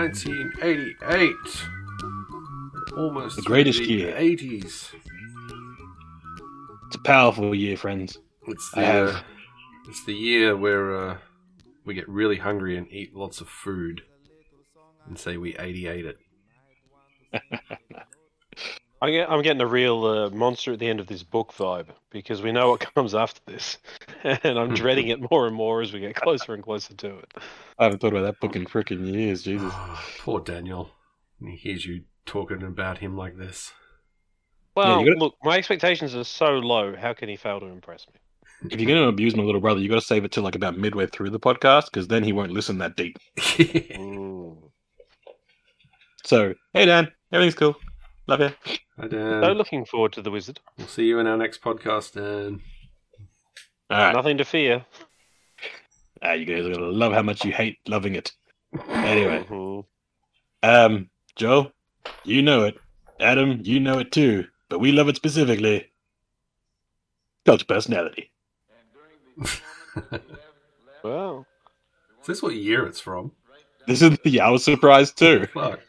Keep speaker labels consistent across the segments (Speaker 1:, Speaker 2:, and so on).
Speaker 1: 1988. Almost
Speaker 2: The greatest
Speaker 1: through
Speaker 2: year.
Speaker 1: 80s.
Speaker 2: It's a powerful year, friends.
Speaker 1: It's
Speaker 2: I
Speaker 1: the,
Speaker 2: have.
Speaker 1: uh, it's the year where uh, we get really hungry and eat lots of food and say we 88 it.
Speaker 3: I get, I'm getting a real uh, monster at the end of this book vibe because we know what comes after this, and I'm dreading it more and more as we get closer and closer to it.
Speaker 2: I haven't thought about that book in freaking years, Jesus.
Speaker 1: Ah, Poor Daniel. He hears you talking about him like this.
Speaker 3: Well,
Speaker 2: you gotta-
Speaker 3: look, my expectations are so low. How can he fail to impress me?
Speaker 2: If you're going to abuse my little brother, you got to save it till like about midway through the podcast because then he won't listen that deep. So, hey, Dan, everything's cool. Love you.
Speaker 1: Hi,
Speaker 3: So
Speaker 2: Mm.
Speaker 1: Dan.
Speaker 3: looking forward to the wizard.
Speaker 1: We'll see you in our next podcast, Dan.
Speaker 2: All right.
Speaker 3: Nothing to fear.
Speaker 2: Ah, you guys are going to love how much you hate loving it. Anyway,
Speaker 3: Mhm.
Speaker 2: um, Joel, you know it. Adam, you know it too. But we love it specifically. Cult of personality.
Speaker 3: Well,
Speaker 1: Is this what year it's from?
Speaker 2: This is the hour surprise too.
Speaker 1: Fuck.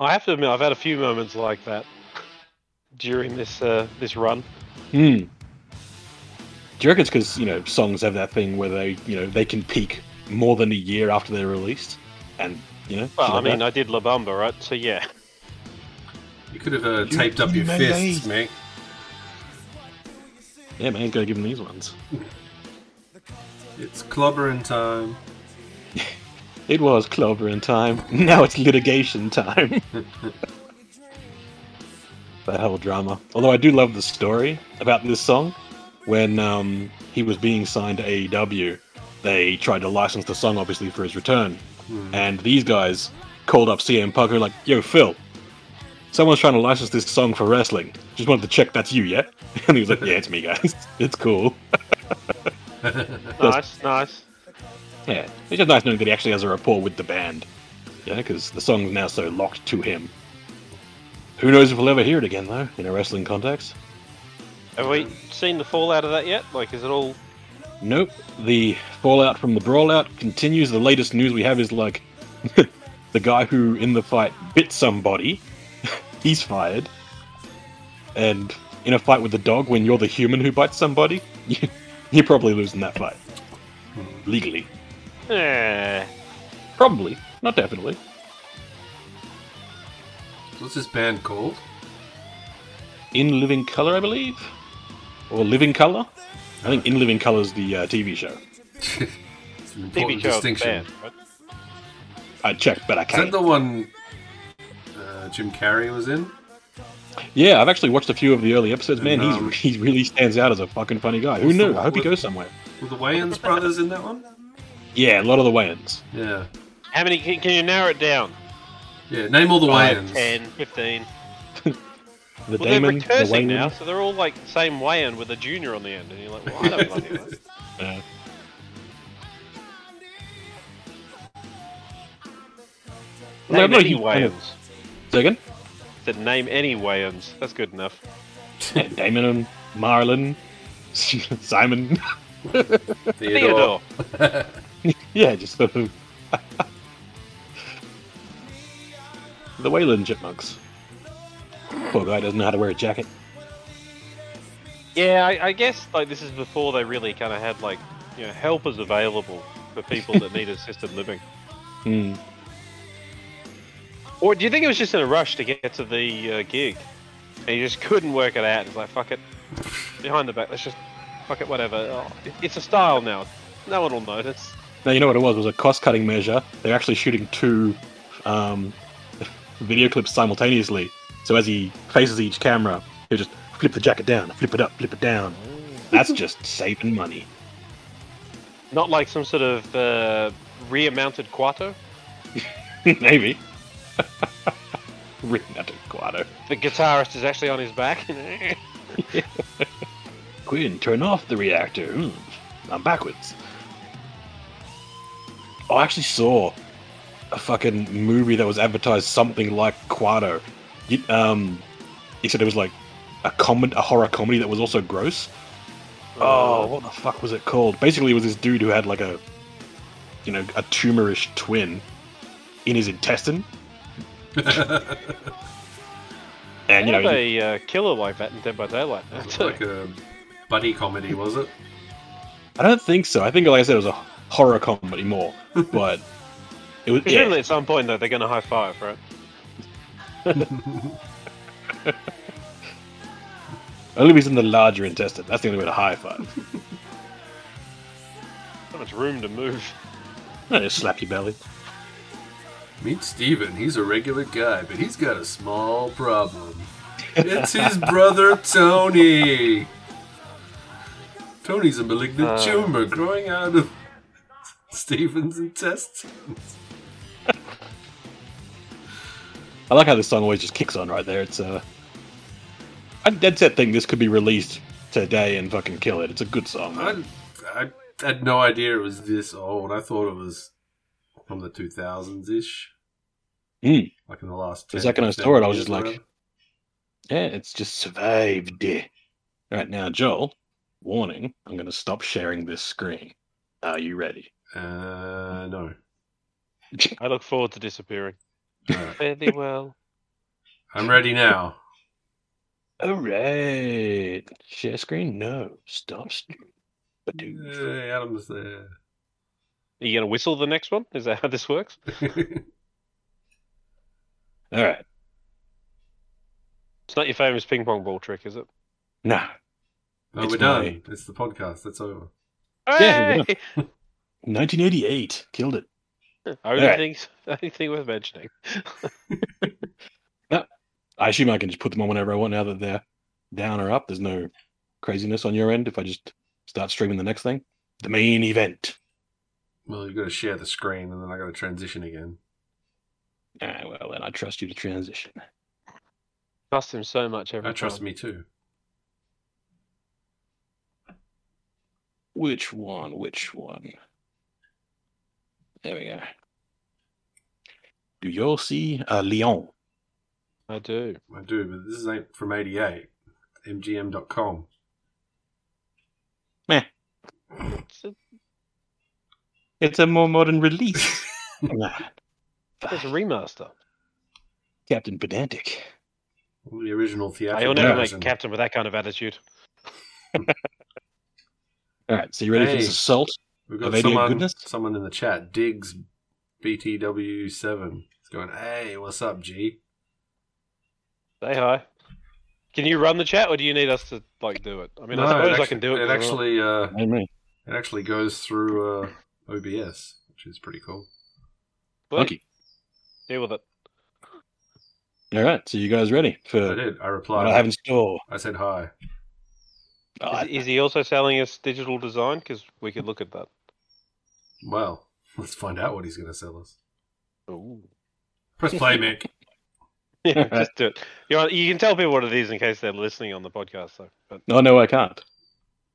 Speaker 3: I have to admit, I've had a few moments like that during this uh, this run.
Speaker 2: Hmm. Do you reckon it's because you know songs have that thing where they you know they can peak more than a year after they're released, and you know?
Speaker 3: Well,
Speaker 2: shit
Speaker 3: I
Speaker 2: like
Speaker 3: mean,
Speaker 2: that?
Speaker 3: I did La Bamba, right? So yeah,
Speaker 1: You could have uh, taped up your
Speaker 2: you
Speaker 1: fists, mate.
Speaker 2: yeah, man, he's got to give them these ones.
Speaker 1: It's clobbering time.
Speaker 2: It was clobbering time. Now it's litigation time. that whole drama. Although I do love the story about this song. When um, he was being signed to AEW, they tried to license the song, obviously, for his return. And these guys called up CM Punk and were like, Yo, Phil, someone's trying to license this song for wrestling. Just wanted to check that's you, yeah? And he was like, Yeah, it's me, guys. It's cool.
Speaker 3: nice, nice.
Speaker 2: Yeah, it's just nice knowing that he actually has a rapport with the band. Yeah, because the song's now so locked to him. Who knows if we'll ever hear it again, though, in a wrestling context?
Speaker 3: Have we seen the fallout of that yet? Like, is it all?
Speaker 2: Nope. The fallout from the brawlout continues. The latest news we have is like the guy who, in the fight, bit somebody. He's fired. And in a fight with the dog, when you're the human who bites somebody, you're probably losing that fight. Legally.
Speaker 3: Eh.
Speaker 2: Probably. Not definitely.
Speaker 1: What's this band called?
Speaker 2: In Living Color, I believe, or Living Color. I think In Living Color is the uh, TV show.
Speaker 1: It's an
Speaker 3: TV
Speaker 1: important
Speaker 3: show
Speaker 1: distinction.
Speaker 3: band, right?
Speaker 2: I checked, but I
Speaker 1: Is that
Speaker 2: can't.
Speaker 1: the one uh, Jim Carrey was in?
Speaker 2: Yeah, I've actually watched a few of the early episodes. Man,
Speaker 1: And,
Speaker 2: he's
Speaker 1: um,
Speaker 2: he really stands out as a fucking funny guy. Who
Speaker 1: what's the
Speaker 2: knew?
Speaker 1: one
Speaker 2: I hope he
Speaker 1: with-
Speaker 2: goes somewhere.
Speaker 1: Were the Wayans brothers in that one?
Speaker 2: Yeah, a lot of the Wayans.
Speaker 1: Yeah.
Speaker 3: How many can, can you narrow it down?
Speaker 1: Yeah, name all the
Speaker 3: Five,
Speaker 1: Wayans.
Speaker 3: 10, 15.
Speaker 2: The
Speaker 3: Well,
Speaker 2: Damon, the
Speaker 3: they're recursing
Speaker 2: Wayans.
Speaker 3: now, so they're all like the same Wayan with a junior on the end, and you're like, well, I don't bloody know.
Speaker 2: Yeah. Well, I'm
Speaker 3: Name
Speaker 2: not a
Speaker 3: any
Speaker 2: huge fan of-
Speaker 3: Wayans.
Speaker 2: Second,
Speaker 3: Said name any Wayans. That's good enough.
Speaker 2: yeah, Damon and Marlon, Simon.
Speaker 3: Theodore.
Speaker 2: Yeah, just sort of the Wayland chipmunks. Poor guy doesn't know how to wear a jacket.
Speaker 3: Yeah, I, I guess like this is before they really kind of had like you know helpers available for people that need assisted living.
Speaker 2: Hmm.
Speaker 3: Or do you think it was just in a rush to get to the uh, gig, and he just couldn't work it out? It's like fuck it, behind the back. Let's just fuck it, whatever. Oh, it- it's a style now. No one will notice.
Speaker 2: Now you know what it was. It was a cost-cutting measure. They're actually shooting two um, video clips simultaneously. So as he faces each camera, he'll just flip the jacket down, flip it up, flip it down. That's just saving money.
Speaker 3: Not like some sort of uh, rear-mounted Quattro.
Speaker 2: Maybe. Written out of Guado.
Speaker 3: The guitarist is actually on his back.
Speaker 2: Quinn, turn off the reactor. Hmm, I'm backwards. I actually saw a fucking movie that was advertised something like Quado. You- Um, except it was like a comment, a horror comedy that was also Uh, gross. Oh, what the fuck was it called? Basically, it was this dude who had like a you know a tumorish twin in his intestine, and you
Speaker 3: Had
Speaker 2: know
Speaker 3: a uh, killer like that in Dead by Daylight. now,
Speaker 1: It's
Speaker 3: too.
Speaker 1: like a buddy comedy, was it?
Speaker 2: I don't think so. I think, like I said, it was a horror comedy more, but it was
Speaker 3: Presumably
Speaker 2: yeah.
Speaker 3: at some point though they're gonna high five, right?
Speaker 2: Only reason the larger intestine. That's the only way to high five.
Speaker 3: So much room to move.
Speaker 2: No, just slap your belly.
Speaker 1: Meet Steven. He's a regular guy, but he's got a small problem. It's his brother Tony. Tony's a malignant
Speaker 3: Uh.
Speaker 1: tumor growing out of Steven's intestines.
Speaker 2: I like how this song always just kicks on right there. It's a uh, dead set thing. This could be released today and fucking kill it. It's a good song. man.
Speaker 1: I, I had no idea it was this old. I thought it was from the 2000s ish.
Speaker 2: Hmm.
Speaker 1: Like in the last.
Speaker 2: The
Speaker 1: 10,
Speaker 2: second I
Speaker 1: 15
Speaker 2: saw it, I was
Speaker 1: years
Speaker 2: just
Speaker 1: or
Speaker 2: like- Yeah, it's just survived. Right now, Joel, warning, I'm going to stop sharing this screen. Are you ready?
Speaker 1: whatever. Uh, no.
Speaker 3: I look forward to disappearing.
Speaker 1: Alright.
Speaker 3: Fare thee well.
Speaker 1: I'm ready now.
Speaker 2: All right. Share screen? No. Stop. stream. Badoo.
Speaker 1: Yay, Adam's there.
Speaker 3: Are you gonna whistle the next one? Is that how this works?
Speaker 2: All right.
Speaker 3: It's not your famous ping pong ball trick, is it?
Speaker 2: No.
Speaker 1: no,
Speaker 2: It's
Speaker 1: we're done.
Speaker 2: my-
Speaker 1: It's the podcast. It's over.
Speaker 2: Yeah,
Speaker 3: Hey!
Speaker 2: 1988. Killed it.
Speaker 3: Only
Speaker 2: Alright.
Speaker 3: thing, only thing worth mentioning.
Speaker 2: I assume I can just put them on whenever I want now that they're down or up. There's no craziness on your end if I just start streaming the next thing. The main event.
Speaker 1: Well, you've got to share the screen, and then I got to transition again.
Speaker 2: Ah, well, then I trust you to transition.
Speaker 3: Trust him so much every
Speaker 1: I trust
Speaker 3: time.
Speaker 1: me too.
Speaker 2: Which one? Which one? There we go. Do you all see uh, Lyon?
Speaker 3: I do.
Speaker 1: I do, but this is ain't from '88. MGM.com.
Speaker 3: It's a,
Speaker 2: It's a more modern release. Ah,
Speaker 3: it's a remaster.
Speaker 2: Captain Pedantic.
Speaker 1: All the original
Speaker 3: I
Speaker 1: theatrical
Speaker 3: will never make
Speaker 1: version.
Speaker 3: a captain with that kind of attitude.
Speaker 2: All right, so you ready for
Speaker 1: Hey.
Speaker 2: this assault?
Speaker 1: We've
Speaker 2: Of
Speaker 1: got
Speaker 2: 88
Speaker 1: someone,
Speaker 2: goodness?
Speaker 1: someone in the chat. Diggs BTW7. He's going, hey, what's up, G?
Speaker 3: Say hi. Can you run the chat, or do you need us to like do it? I mean, I suppose
Speaker 1: actu-
Speaker 3: I can do
Speaker 1: It
Speaker 3: it. 'cause I'm not-
Speaker 1: actually, uh,
Speaker 2: Hey, me.
Speaker 1: it actually goes through uh, OBS, which is pretty cool.
Speaker 3: Wait,
Speaker 2: Lucky.
Speaker 3: Deal with it.
Speaker 2: All right, so you guys ready
Speaker 1: I
Speaker 2: for
Speaker 1: did. I
Speaker 2: what Uh, I
Speaker 1: replied.
Speaker 2: have in store?
Speaker 1: I said hi.
Speaker 2: Oh,
Speaker 3: Is,
Speaker 2: I-
Speaker 3: is he also selling us digital design? Because we could look at that.
Speaker 1: Well, let's find out what he's going to sell us.
Speaker 3: Ooh.
Speaker 1: Press play, Mick.
Speaker 3: Yeah,
Speaker 2: Alright.
Speaker 3: just do it. You know, you can tell people what it is in case they're listening on the podcast, though. But,
Speaker 2: No, no, I can't.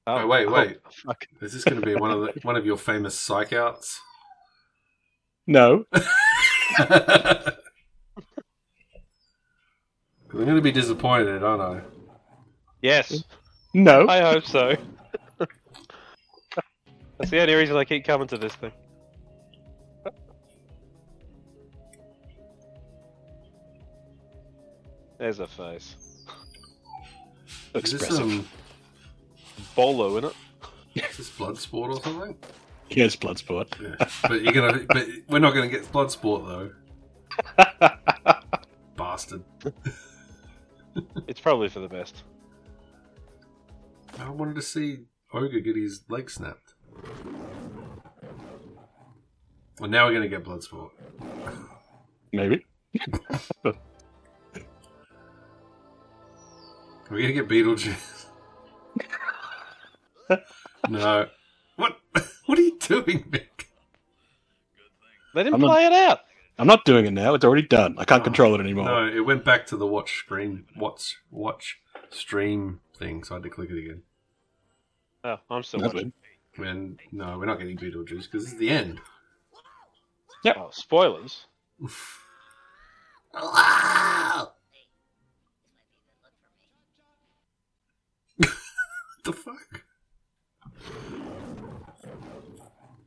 Speaker 1: Oh, wait, wait.
Speaker 3: fuck.
Speaker 1: Is this going to be one of the, one of your famous psych outs?
Speaker 2: No.
Speaker 1: i I'm going to be disappointed, aren't I?
Speaker 3: Yes,
Speaker 2: No.
Speaker 3: I hope so. That's the only reason I keep coming to this thing. There's a face.
Speaker 1: Is this,
Speaker 2: Expressive.
Speaker 1: um,
Speaker 3: Bolo, in it?
Speaker 1: is this Bloodsport or something?
Speaker 2: Yes, Bloodsport.
Speaker 1: Yeah. But you're gonna. But we're not gonna get Bloodsport though. Bastard.
Speaker 3: It's probably for the best.
Speaker 1: I wanted to see Ogre get his leg snapped. Well, now we're gonna get Bloodsport.
Speaker 2: Maybe.
Speaker 1: We're gonna get Beetlejuice. no. What? What are you doing, Mick?
Speaker 3: Let him
Speaker 2: I'm not-
Speaker 3: play it out.
Speaker 2: I'm not doing it now. It's already done. I can't
Speaker 1: Oh,
Speaker 2: control it anymore.
Speaker 1: No, it went back to the watch screen, watch, watch stream thing. So I had to click it again.
Speaker 3: Oh, I'm still
Speaker 2: That's
Speaker 3: watching.
Speaker 1: And no, we're not getting Beetlejuice because it's the end.
Speaker 3: Oh, spoilers.
Speaker 1: what the fuck?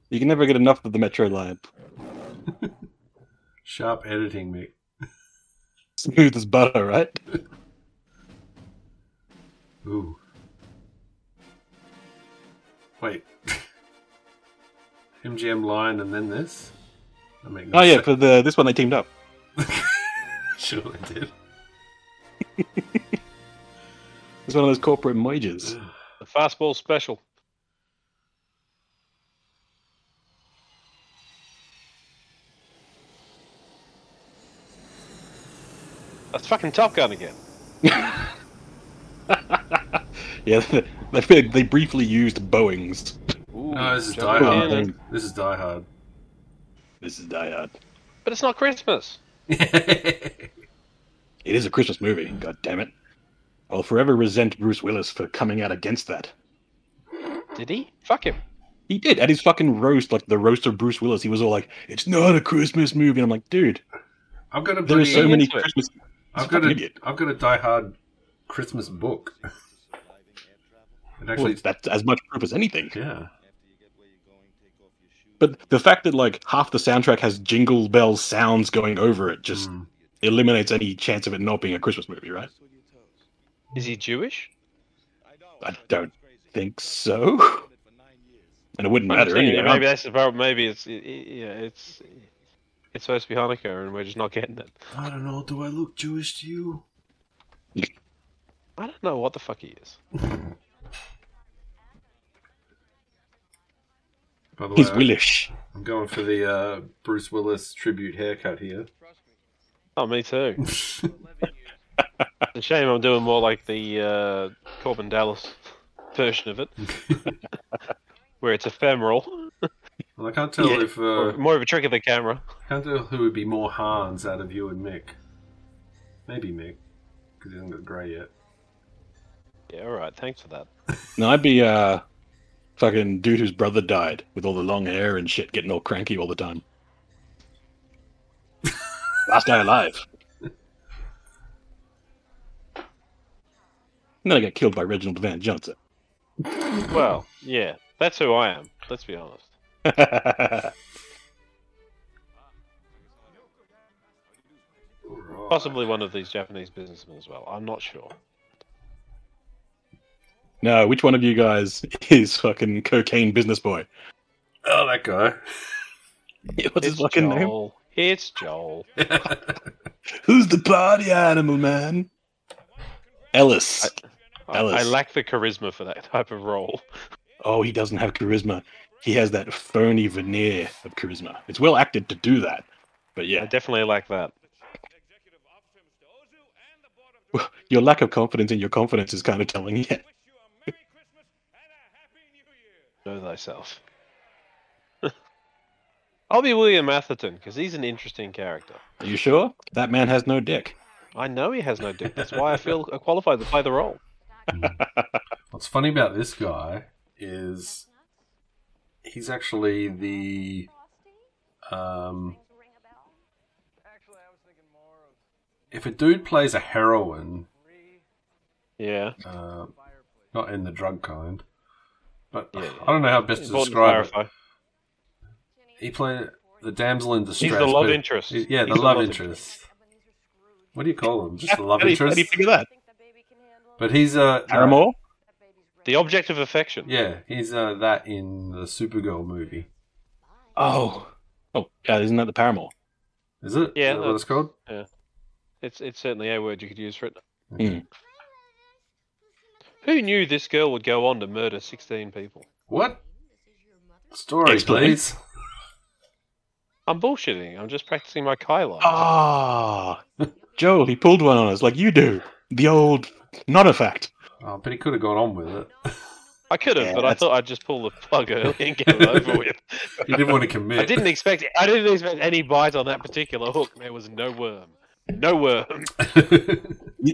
Speaker 2: You You can never get enough of the Metro line.
Speaker 1: Sharp editing, Mick.
Speaker 2: Smooth as butter, right?
Speaker 1: Ooh. Wait. MGM Lion and then this? I make no
Speaker 2: Oh yeah,
Speaker 1: sense.
Speaker 2: for the this one they teamed up.
Speaker 1: sure I did.
Speaker 2: It's one of those corporate moiges.
Speaker 3: The fastball special. That's fucking Top Gun again.
Speaker 2: Yeah, they they, they briefly used Boeings.
Speaker 3: Ooh,
Speaker 1: No, this is
Speaker 3: jump
Speaker 1: Die
Speaker 2: Oh,
Speaker 1: Hard.
Speaker 3: in.
Speaker 2: dang.
Speaker 1: This is Die Hard.
Speaker 2: This is Die Hard.
Speaker 3: But it's not Christmas.
Speaker 2: It is a Christmas movie. God damn it! I'll forever resent Bruce Willis for coming out against that.
Speaker 3: Did he? Fuck him.
Speaker 2: He did at his fucking roast, like the roast of Bruce Willis. He was all like, "It's not a Christmas movie," and I'm like, "Dude,
Speaker 1: I've got a
Speaker 2: there are
Speaker 1: bloody,
Speaker 2: so many
Speaker 3: into it.
Speaker 2: Christmas."
Speaker 1: I've
Speaker 2: He's
Speaker 1: got
Speaker 2: an
Speaker 1: a
Speaker 2: idiot.
Speaker 1: have got a Die Hard Christmas book. It
Speaker 2: Well,
Speaker 1: actually,
Speaker 2: that's as much proof as anything.
Speaker 1: yeah.
Speaker 2: But the fact that like half the soundtrack has jingle bell sounds going over it just
Speaker 3: Hmm.
Speaker 1: Mm.
Speaker 2: eliminates any chance of it not being a Christmas movie, right?
Speaker 3: Is he Jewish?
Speaker 2: I don't think so. And it wouldn't
Speaker 3: I'm
Speaker 2: matter
Speaker 3: saying,
Speaker 2: anyway.
Speaker 3: maybe that's the problem. Maybe it's it- it- yeah, it's it's supposed to be Hanukkah, and we're just not getting it.
Speaker 1: I don't know. Do I look Jewish to you?
Speaker 3: I don't know what the fuck he is.
Speaker 1: By the way,
Speaker 2: He's
Speaker 1: I-
Speaker 2: Willish.
Speaker 1: I'm going for the uh, Bruce Willis tribute haircut here.
Speaker 3: Oh, me too. It's a shame I'm doing more like the uh, Corbin Dallas version of it, where it's ephemeral,
Speaker 1: Well, I can't tell
Speaker 2: Yeah.
Speaker 1: if
Speaker 3: or
Speaker 1: uh,
Speaker 3: more of a trick of the camera.
Speaker 1: can't tell who would be more Hans out of you and Mick. Maybe Mick, because he hasn't got grey yet.
Speaker 3: Yeah, all right. Thanks for that.
Speaker 2: No, I'd be uh fucking dude whose brother died with all the long hair and shit getting all cranky all the time. Last guy alive. And then I got killed by Reginald Van Johnson.
Speaker 3: Well, yeah, that's who I am. Let's be honest.
Speaker 1: Alright.
Speaker 3: Possibly one of these Japanese businessmen as well. I'm not sure.
Speaker 2: no, which one of you guys is fucking cocaine business boy?
Speaker 1: Oh, that guy.
Speaker 2: What's his fucking name?
Speaker 3: Joel. It's Joel.
Speaker 2: Who's the party animal, man? Ellis.
Speaker 3: I- I
Speaker 2: Ellis.
Speaker 3: lack the charisma for that type of role.
Speaker 2: Oh, he doesn't have charisma. He has that phony veneer of charisma. It's well acted to do that. But
Speaker 3: I
Speaker 2: yeah,
Speaker 3: definitely lack that.
Speaker 2: your lack of confidence in your confidence is kind of telling. Yeah.
Speaker 3: Know thyself. I'll be William Atherton because he's an interesting character.
Speaker 2: Are you sure? That man has no dick.
Speaker 3: I know he has no dick. That's why I feel qualified to play the role.
Speaker 1: What's funny about this guy is he's actually the um, if a dude plays a heroine,
Speaker 3: Yeah.
Speaker 1: uh, not in the drug kind, but
Speaker 3: Yeah, yeah.
Speaker 1: I don't know how best to
Speaker 3: Important to
Speaker 1: describe it.
Speaker 3: clarify.
Speaker 1: He played the damsel in distress.
Speaker 3: He's the love
Speaker 1: but-
Speaker 3: interest.
Speaker 1: he- yeah, the
Speaker 3: He's the
Speaker 1: love
Speaker 3: love
Speaker 1: interest. What do you call him? Just the love
Speaker 2: How do you- how do you
Speaker 1: interest.
Speaker 2: figure that?
Speaker 1: But he's uh, uh
Speaker 2: Paramore?
Speaker 3: The object of affection.
Speaker 1: yeah, he's uh that in the Supergirl movie. Uh,
Speaker 2: Oh. Oh, yeah, isn't that the Paramore?
Speaker 1: Is it?
Speaker 3: Yeah,
Speaker 1: Is that what it's called?
Speaker 3: It's it's certainly a word you could use for it.
Speaker 2: Hmm.
Speaker 3: Who knew this girl would go on to murder 16 people?
Speaker 1: What story,
Speaker 2: Explain.
Speaker 1: please?
Speaker 3: I'm bullshitting. I'm just practicing my Kai line.
Speaker 1: Oh,
Speaker 2: Ah. Joel, he pulled one on us like you do. The old not a fact.
Speaker 1: Oh, but he could have gone on with it.
Speaker 3: I could have,
Speaker 2: Yeah,
Speaker 3: but I
Speaker 2: that's-
Speaker 3: thought I'd just pull the plug early and get it over with.
Speaker 1: He didn't want to commit.
Speaker 3: I didn't expect I didn't expect any bite on that particular hook. There was no worm. No worm.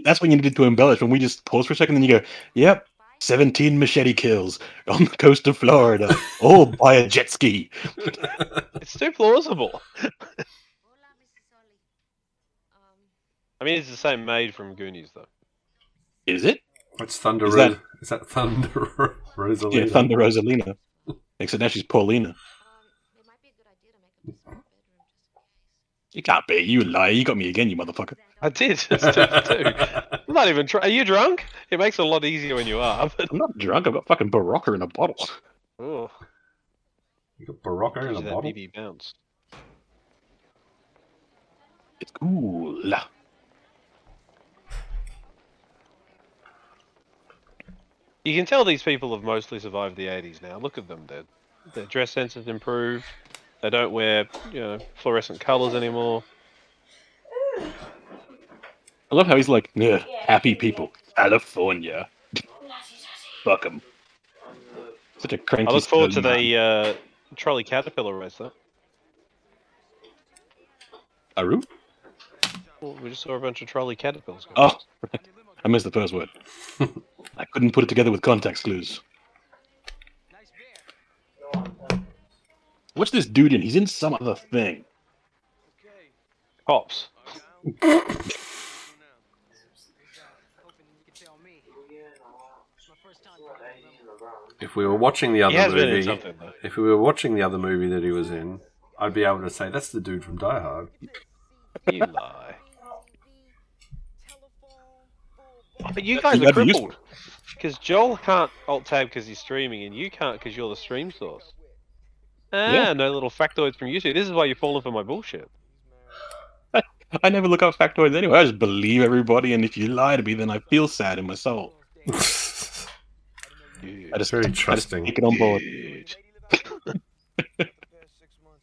Speaker 2: That's when you needed to embellish. When we just pause for a second, and you go, "Yep, seventeen machete kills on the coast of Florida, all by a jet ski."
Speaker 3: It's too plausible. I mean, it's the same maid from Goonies, though.
Speaker 2: Is it?
Speaker 1: What's Thunder
Speaker 2: Is
Speaker 1: Rosa?
Speaker 2: that-
Speaker 1: Is that Thunder Rosalina?
Speaker 2: Yeah, Thunder Rosalina. Except now she's Paulina. You can't be. You lie. You got me again, you motherfucker.
Speaker 3: I did. It's two for two. I'm not even. Try- are you drunk? It makes it a lot easier when you are. But
Speaker 2: I'm not drunk. I've got fucking Barocca in a bottle.
Speaker 3: oh,
Speaker 1: You got Barocca in a
Speaker 3: that
Speaker 1: bottle?
Speaker 3: BB bounce.
Speaker 2: It's cool.
Speaker 3: You can tell these people have mostly survived the 80s now. Look at them. Their, their dress sense has improved. They don't wear, you know, fluorescent colors anymore.
Speaker 2: I love how he's like, "Ugh, happy people, California. Fuck 'em." Such a cranky.
Speaker 3: I look forward to
Speaker 2: silly man.
Speaker 3: the uh, trolley caterpillar race, though.
Speaker 2: Aru?
Speaker 3: Well, we just saw a bunch of trolley caterpillars. go
Speaker 2: Oh,
Speaker 3: past.
Speaker 2: right. I missed the first word. I couldn't put it together with context clues. What's this dude in? He's in some other thing.
Speaker 3: cops.
Speaker 1: If we were watching the
Speaker 3: He has
Speaker 1: other
Speaker 3: been in
Speaker 1: movie,
Speaker 3: something, though.
Speaker 1: if we were watching the other movie that he was in, I'd be able to say that's the dude from Die Hard.
Speaker 3: You lie. But you guys
Speaker 2: That'd
Speaker 3: are
Speaker 2: be useful.
Speaker 3: crippled. Because Joel can't alt tab because he's streaming, and you can't because you're the stream source. Ah,
Speaker 2: Yeah.
Speaker 3: no little factoids from YouTube. This is why you're falling for my bullshit.
Speaker 2: I never look up factoids anyway. I just believe everybody, and if you lie to me, then I feel sad in my soul. I just,
Speaker 1: Very
Speaker 2: I just
Speaker 1: trusting.
Speaker 2: take it on board.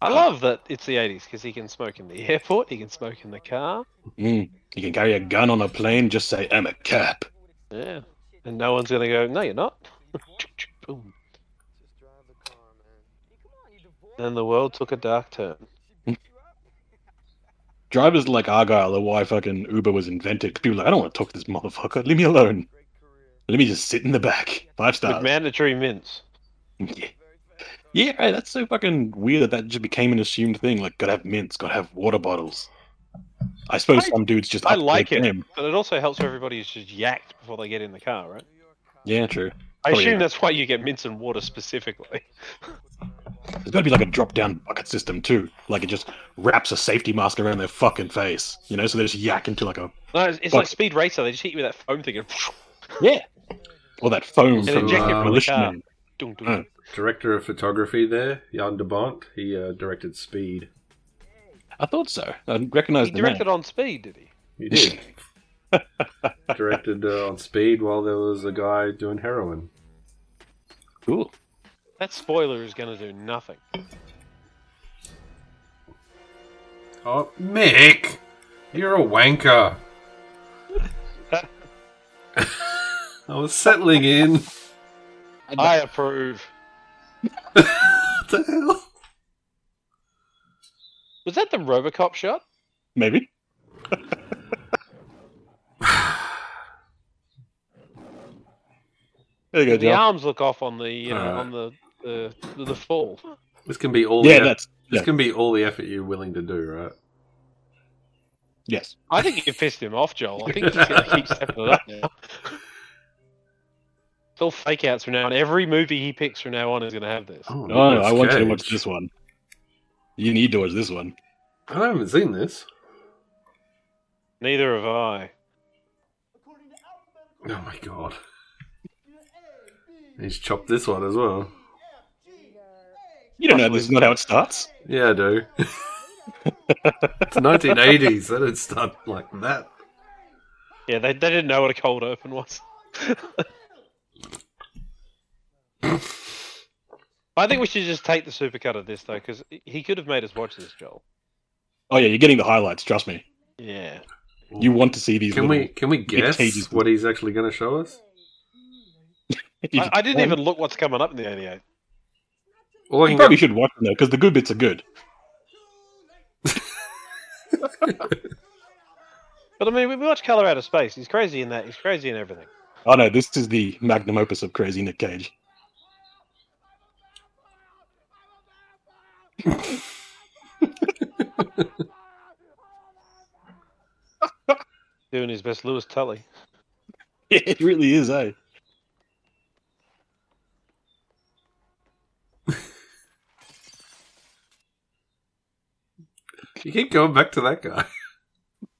Speaker 3: I love that it's the 80s because he can smoke in the airport, he can smoke in the car.
Speaker 2: Mm. You can carry a gun on a plane. Just say I'm a cop.
Speaker 3: Yeah. And no one's going to go, no, you're not. Boom. And the world took a dark turn.
Speaker 2: Drivers like Argyle are why fucking Uber was invented. 'cause People are like, I don't want to talk to this motherfucker. Leave me alone. Let me just sit in the back. Five
Speaker 3: With
Speaker 2: stars.
Speaker 3: mandatory mints.
Speaker 2: Yeah. Yeah, right, that's so fucking weird that that just became an assumed thing. Like, gotta have mints, gotta have water bottles. I suppose
Speaker 3: I-
Speaker 2: some dudes just
Speaker 3: I
Speaker 2: upgrade
Speaker 3: like it,
Speaker 2: them.
Speaker 3: but it also helps everybody who's just yacked before they get in the car, right?
Speaker 2: Yeah, true.
Speaker 3: I
Speaker 2: Oh, yeah.
Speaker 3: assume that's why you get mints and water specifically.
Speaker 2: There's got to be like a drop-down bucket system too. Like it just wraps a safety mask around their fucking face, you know, so they just yak into like a
Speaker 3: No, it's, it's
Speaker 2: Fuck.
Speaker 3: like Speed Racer. They just hit you with that foam thing. And
Speaker 2: yeah, or that foam
Speaker 3: And
Speaker 2: from
Speaker 1: inject it from the
Speaker 2: uh,
Speaker 1: car.
Speaker 2: militiamen.
Speaker 3: Dun, dun,
Speaker 2: Mm.
Speaker 1: Director of photography there, Jan de Bont. He uh, directed Speed.
Speaker 2: I thought so. I
Speaker 3: He
Speaker 2: recognised the
Speaker 3: directed
Speaker 2: name.
Speaker 3: on Speed, did he?
Speaker 1: He did. directed uh, on Speed while there was a guy doing heroin.
Speaker 2: Cool.
Speaker 3: That spoiler is going to do nothing.
Speaker 1: Oh, Mick! You're a wanker! I was settling in. what
Speaker 3: I approve.
Speaker 1: the hell?
Speaker 3: Was that the Robocop shot?
Speaker 2: Maybe. there you go,
Speaker 3: The
Speaker 2: John.
Speaker 3: arms look off on the you know
Speaker 1: Uh.
Speaker 3: on the the, the the fall.
Speaker 1: This can be all.
Speaker 2: Yeah,
Speaker 1: the
Speaker 2: that's
Speaker 1: This
Speaker 2: yeah.
Speaker 1: can be all the effort you're willing to do, right?
Speaker 2: yes.
Speaker 3: I think you pissed him off, Joel. I think he's going to keep stepping it up now. It's all fake outs from now on. Every movie he picks from now on is going to have this.
Speaker 1: Oh,
Speaker 2: No, no,
Speaker 1: Nicolas
Speaker 2: I want you to
Speaker 1: Cage.
Speaker 2: watch this one. You need to watch this one.
Speaker 1: I haven't seen this.
Speaker 3: Neither have I.
Speaker 1: Oh my god. He's chopped this one as well.
Speaker 2: You don't know this is not how it starts.
Speaker 1: Yeah, I do. it's 1980s. They didn't start like that.
Speaker 3: Yeah, they, they didn't know what a cold open was. I think we should just take the supercut of this though, because he could have made us watch this, Joel.
Speaker 2: Oh yeah, you're getting the highlights. Trust me.
Speaker 3: Yeah.
Speaker 2: You want to see these.
Speaker 1: Can we
Speaker 2: little...
Speaker 1: can we
Speaker 2: pages.
Speaker 1: guess what he's actually going to show us?
Speaker 2: we?
Speaker 3: I, I didn't even look what's coming up in the 88.
Speaker 1: All I
Speaker 2: You
Speaker 1: can
Speaker 2: probably should watch them though, because the good bits are good.
Speaker 3: But I mean, we we watch Color Out of Space. He's crazy in that. He's crazy in everything.
Speaker 2: Oh no, this is the magnum opus of Crazy Nick Cage.
Speaker 3: Doing his best Lewis Tully.
Speaker 2: it really is, eh?
Speaker 1: You keep going back to that guy.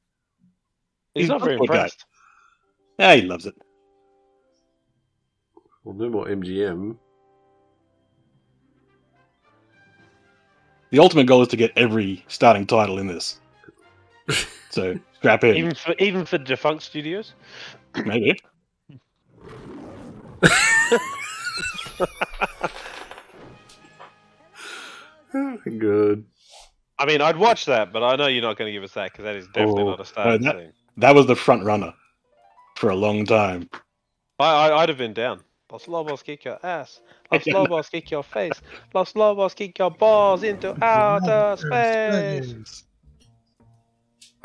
Speaker 3: He's
Speaker 2: He's
Speaker 3: not very
Speaker 2: not a good guy.
Speaker 3: impressed.
Speaker 2: Yeah, he loves it.
Speaker 1: Well, no more MGM.
Speaker 2: The ultimate goal is to get every starting title in this. So strap in,
Speaker 3: Even for even for defunct studios.
Speaker 2: maybe.
Speaker 1: Good.
Speaker 3: I mean, I'd watch that, but I know you're not going to give us that because that is definitely
Speaker 2: Oh,
Speaker 3: not a starting
Speaker 2: no, that-
Speaker 3: thing.
Speaker 2: That was the front runner for a long time.
Speaker 3: I, I I'd have been down. Los Lobos kick your ass. Los Lobos kick your face. Los Lobos kick your balls into outer space.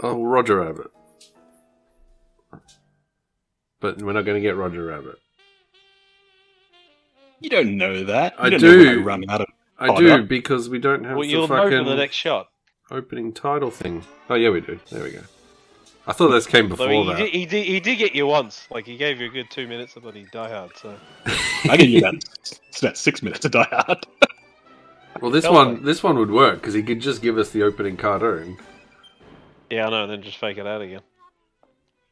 Speaker 1: Oh, Roger Rabbit. But we're not going to get Roger Rabbit.
Speaker 2: You don't know that. You
Speaker 1: I
Speaker 2: don't
Speaker 1: do.
Speaker 2: Know when I run out of.
Speaker 1: I
Speaker 2: Oh,
Speaker 1: do
Speaker 2: no.
Speaker 1: because we don't have
Speaker 3: Well,
Speaker 1: the
Speaker 3: you'll know
Speaker 1: fucking
Speaker 3: for the next shot.
Speaker 1: opening title thing. Oh yeah, we do. There we go. I thought this came before
Speaker 3: Although he,
Speaker 1: that.
Speaker 3: did, he did he did get you once. Like he gave you a good two minutes of bloody Die Hard. So
Speaker 2: I give you that. It's about six minutes to die hard.
Speaker 1: Well, this
Speaker 3: Felt
Speaker 1: one,
Speaker 3: like-
Speaker 1: this one would work because he could just give us the opening cartoon.
Speaker 3: yeah, I know. Then just fake it out again.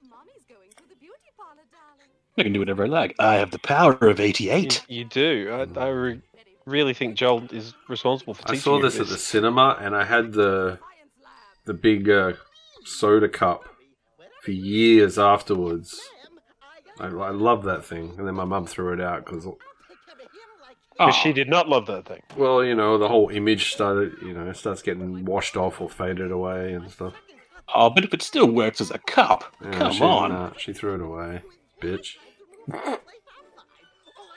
Speaker 4: Mommy's going to the beauty parlor, darling.
Speaker 2: I can do whatever I like. I have the power of
Speaker 3: You,
Speaker 2: eighty-eight.
Speaker 3: you do. I, I re-
Speaker 4: Ready for
Speaker 3: really think Joel is responsible for
Speaker 1: I
Speaker 3: teaching
Speaker 1: saw
Speaker 3: you
Speaker 1: this at the cinema, and I had the
Speaker 4: science lab.
Speaker 1: the big uh, soda cup for years afterwards. I, I love that thing, and then my mum threw it out because,
Speaker 2: Ah,
Speaker 3: Because she did not love that thing.
Speaker 1: well, you know, the whole image started, you know, starts getting washed off or faded away and stuff.
Speaker 2: Oh, but if it still works as a cup,
Speaker 1: Yeah,
Speaker 2: come
Speaker 1: Oh, she,
Speaker 2: on.
Speaker 1: nah, she threw it away, bitch.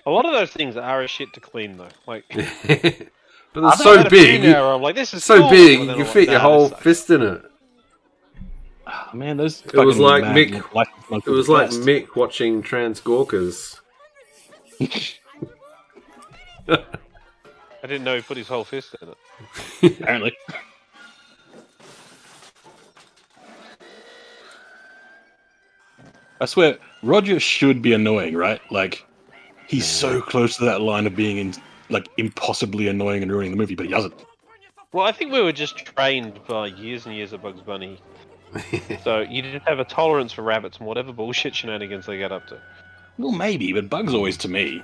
Speaker 3: A lot of those things are a shit to clean though. Like
Speaker 1: but
Speaker 3: I've
Speaker 1: it's
Speaker 3: had
Speaker 1: so
Speaker 3: a few
Speaker 1: big.
Speaker 3: now
Speaker 1: you-
Speaker 3: where I'm like, this is
Speaker 1: It's so
Speaker 3: cool,
Speaker 1: big,
Speaker 3: and
Speaker 1: you
Speaker 3: then
Speaker 1: can
Speaker 3: I'm
Speaker 1: fit
Speaker 3: like,
Speaker 1: your
Speaker 3: "Nah,
Speaker 1: whole
Speaker 3: this sucks."
Speaker 1: fist in it.
Speaker 2: Ah, man, those.
Speaker 1: It was
Speaker 2: fucking
Speaker 1: like
Speaker 2: mad
Speaker 1: Mick-
Speaker 2: little black monkeys
Speaker 1: It was
Speaker 2: are the
Speaker 1: like
Speaker 2: best.
Speaker 1: Mick watching Trans Gawkers.
Speaker 3: I didn't know he put his whole fist in it.
Speaker 2: Apparently, I swear, Roger should be annoying, right? Like, he's so close to that line of being in, like impossibly annoying and ruining the movie, but he doesn't.
Speaker 3: Well, I think we were just trained by years and years of Bugs Bunny. so you just have a tolerance for rabbits and whatever bullshit shenanigans they get up to.
Speaker 2: Well, maybe, but Bugs always to me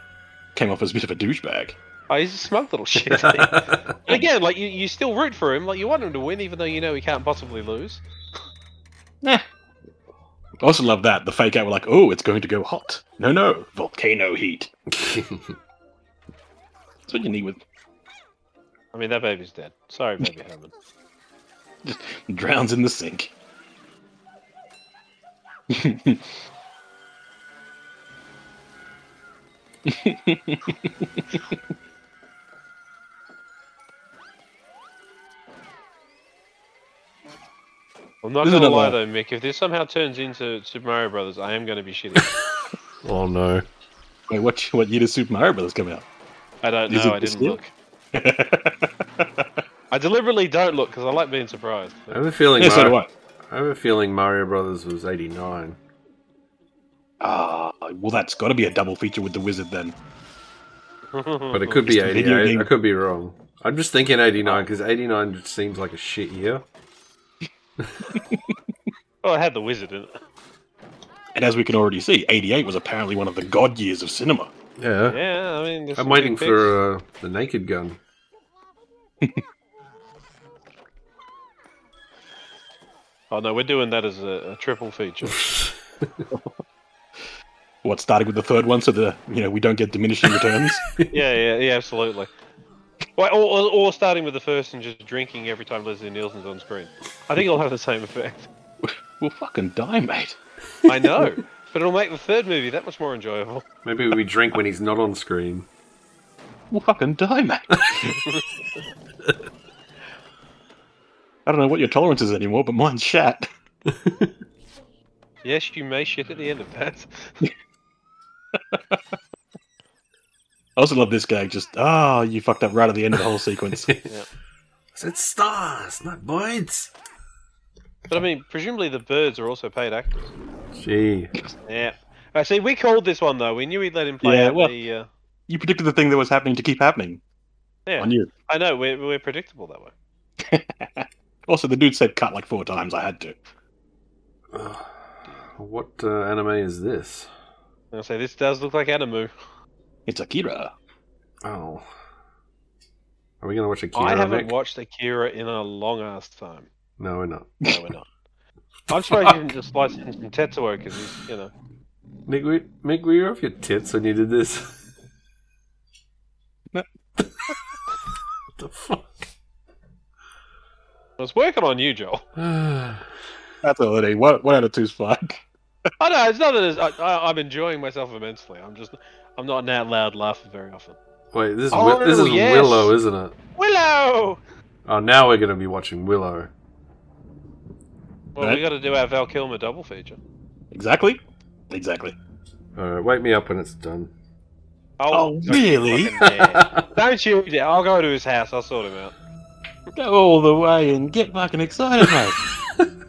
Speaker 2: came off as a bit of a douchebag.
Speaker 3: Oh, he's a smug little shit. and again, like you, you still root for him. Like you want him to win, even though you know he can't possibly lose.
Speaker 2: I also love that the fake out were like, "Oh, it's going to go hot." No, no, volcano heat. That's what you need with
Speaker 3: I mean, that baby's dead. Sorry, baby Herman.
Speaker 2: drowns in the sink.
Speaker 3: I'm not
Speaker 2: This is
Speaker 3: gonna
Speaker 2: another-
Speaker 3: lie though, Mick. If this somehow turns into Super Mario Brothers, I am gonna be shitty.
Speaker 1: oh no.
Speaker 2: Wait, what? What year did Super Mario Brothers come out?
Speaker 3: I don't
Speaker 2: Is
Speaker 3: know.
Speaker 2: it
Speaker 3: I
Speaker 2: the
Speaker 3: didn't
Speaker 2: seal?
Speaker 3: look. I deliberately don't look because I like being surprised.
Speaker 1: I have a feeling.
Speaker 2: Yeah, so do
Speaker 1: Mario,
Speaker 2: I.
Speaker 1: I have a feeling Mario Brothers was eighty nine.
Speaker 2: Ah, well, that's got to be a double feature with the wizard then.
Speaker 1: But it could be
Speaker 2: Oh, Just a video
Speaker 1: 88.
Speaker 2: game.
Speaker 1: I could be wrong. I'm just thinking 89 because 89 just seems like a shit year.
Speaker 3: well, it had the wizard in it.
Speaker 2: And as we can already see, '88 was apparently one of the god years of cinema.
Speaker 1: Yeah.
Speaker 3: Yeah, I mean, there's
Speaker 1: I'm
Speaker 3: some
Speaker 1: waiting
Speaker 3: big picks.
Speaker 1: for uh, the Naked Gun. uh,
Speaker 3: Oh no, we're doing that as a, a triple feature.
Speaker 2: What starting with the third one, so the you know we don't get diminishing returns.
Speaker 3: yeah, yeah, yeah, absolutely. Well, or, or, or starting with the first and just drinking every time Leslie Nielsen's on screen. I think it'll have the same effect.
Speaker 2: we'll fucking die, mate.
Speaker 3: I know, but it'll make the third movie that much more enjoyable.
Speaker 1: Maybe we drink when he's not on screen.
Speaker 2: We'll fucking die, mate. I don't know what your tolerance is anymore, but mine's shat.
Speaker 3: Yes, you may shit at the end of that.
Speaker 2: I also love this gag. Just ah, you fucked up right at the end of the whole sequence.
Speaker 1: I said stars, not birds.
Speaker 3: But I mean, presumably the birds are also paid actors.
Speaker 1: Gee.
Speaker 3: Yeah. I see. We called this one though. We knew we'd let him play
Speaker 2: Yeah,
Speaker 3: out
Speaker 2: well-
Speaker 3: the. Uh,
Speaker 2: you predicted the thing that was happening to keep happening.
Speaker 3: yeah,
Speaker 2: on you.
Speaker 3: I know. We're, we're predictable that way.
Speaker 2: Also, the dude said cut like four times. I had to.
Speaker 1: What uh, anime is this?
Speaker 3: I'll say this does look like anime.
Speaker 2: It's Akira.
Speaker 1: Oh. Are we going to watch Akira,
Speaker 3: I haven't
Speaker 1: Nick?
Speaker 3: watched Akira in a long ass time.
Speaker 1: no, we're not.
Speaker 3: No, we're not. I'm surprised you didn't just license some Tetsuo because he's, you know.
Speaker 1: Nick, we, Nick, were you off your tits when you did this?
Speaker 2: No.
Speaker 1: what the fuck?
Speaker 3: I was working on you, Joel.
Speaker 2: That's all it is. One, one out of two's fine.
Speaker 3: Oh no, it's not as I, I, I'm enjoying myself immensely. I'm just I'm not an out loud laugher very often.
Speaker 1: Wait, this is,
Speaker 3: Oh,
Speaker 1: Wi- this is
Speaker 3: yes.
Speaker 1: Willow, isn't it?
Speaker 3: Willow.
Speaker 1: Oh, now we're going to be watching Willow.
Speaker 3: Well, we
Speaker 2: Right.
Speaker 3: got to do our Val Kilmer double feature.
Speaker 2: Exactly. Exactly.
Speaker 1: Alright, wake me up when it's done.
Speaker 2: Oh, really?
Speaker 3: fucking dare. Don't you? dare. I'll go to his house. I'll sort him out.
Speaker 2: Go all the way and get fucking excited, mate.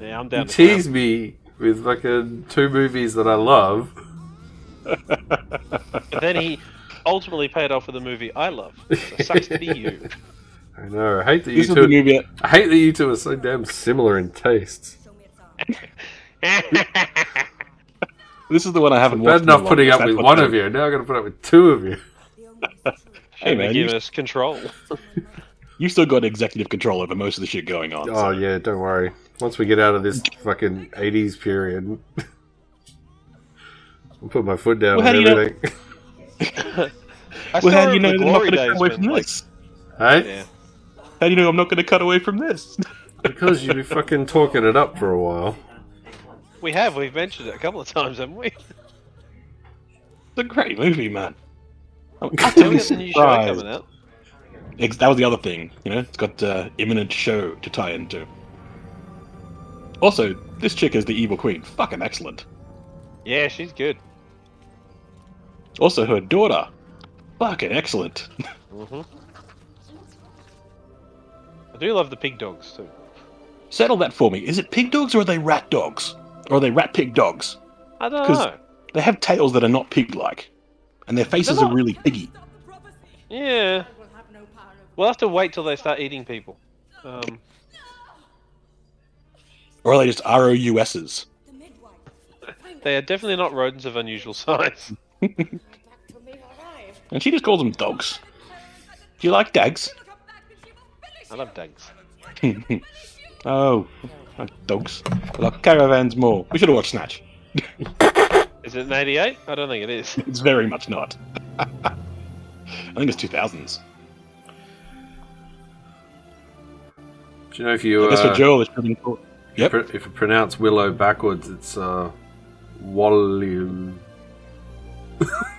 Speaker 3: Yeah, I'm
Speaker 1: you
Speaker 3: down. to
Speaker 1: tease me with fucking two movies that I love.
Speaker 3: clown. But then he ultimately paid off with the movie I love. So it sucks to be you.
Speaker 1: I know. I hate that you
Speaker 2: this is the
Speaker 1: two.
Speaker 2: movie. that-
Speaker 1: I hate that you two are so damn similar in tastes.
Speaker 2: This is the one I haven't
Speaker 1: Bad
Speaker 2: watched. in a
Speaker 1: enough
Speaker 2: long
Speaker 1: putting
Speaker 2: time.
Speaker 1: up
Speaker 2: That's
Speaker 1: with
Speaker 2: what
Speaker 1: one
Speaker 2: I-
Speaker 1: of you. Now I got to put up with two of you.
Speaker 2: Hey man,
Speaker 3: Give
Speaker 2: you,
Speaker 3: us control.
Speaker 2: you still got executive control over most of the shit going on.
Speaker 1: Oh
Speaker 2: so-
Speaker 1: yeah, don't worry. Once we get out of this fucking '80s period, I'll put my foot down
Speaker 2: Well,
Speaker 1: on
Speaker 2: how do you know-
Speaker 1: everything.
Speaker 3: I
Speaker 2: Well, how
Speaker 3: still
Speaker 2: do you know
Speaker 3: remember
Speaker 2: that I'm
Speaker 3: the
Speaker 2: not going
Speaker 3: glory
Speaker 2: to
Speaker 3: days
Speaker 2: cut away
Speaker 3: when,
Speaker 2: from
Speaker 3: like,
Speaker 2: this?
Speaker 1: hey,
Speaker 3: yeah.
Speaker 2: How do you know I'm not going to cut away from this?
Speaker 1: because you've been fucking talking it up for a while.
Speaker 3: We have. We've mentioned it a couple of times, haven't we?
Speaker 2: It's a great movie, man. I'm
Speaker 3: Tell
Speaker 2: utterly
Speaker 3: me the new show
Speaker 2: surprised.
Speaker 3: coming out.
Speaker 2: Ex- That was the other thing, you know. It's got uh, imminent show to tie into. Also, this chick is the evil queen. Fucking excellent.
Speaker 3: Yeah, she's good.
Speaker 2: Also, her daughter. Fucking excellent.
Speaker 3: hmm I do love the pig dogs too.
Speaker 2: Settle that for me. Is it pig dogs or are they rat dogs? Or are they rat pig dogs?
Speaker 3: I don't
Speaker 2: 'Cause-
Speaker 3: know.
Speaker 2: They have tails that are not pig-like, and their faces
Speaker 3: They're
Speaker 2: are
Speaker 3: not-
Speaker 2: really piggy.
Speaker 3: Yeah,
Speaker 4: Will have no power over
Speaker 3: we'll have to wait till they start eating people. Um,
Speaker 2: Or are they just ROUSs?
Speaker 4: the midwife.
Speaker 3: they are definitely not rodents of unusual size.
Speaker 4: Back to me alive.
Speaker 2: And she just calls them dogs. Do you like dags?
Speaker 4: She'll come back and she will finish
Speaker 3: I
Speaker 4: you.
Speaker 3: love dogs.
Speaker 2: oh, like dogs. I Like caravans more. We should have watched Snatch.
Speaker 3: Is it an 88? I don't think it is.
Speaker 2: It's very much not. I think it's 2000s.
Speaker 1: Do you know if you
Speaker 2: I guess for
Speaker 1: uh,
Speaker 2: Joel, it's probably called. Yep.
Speaker 1: pr- if you pronounce Willow backwards, it's uh, Wallow.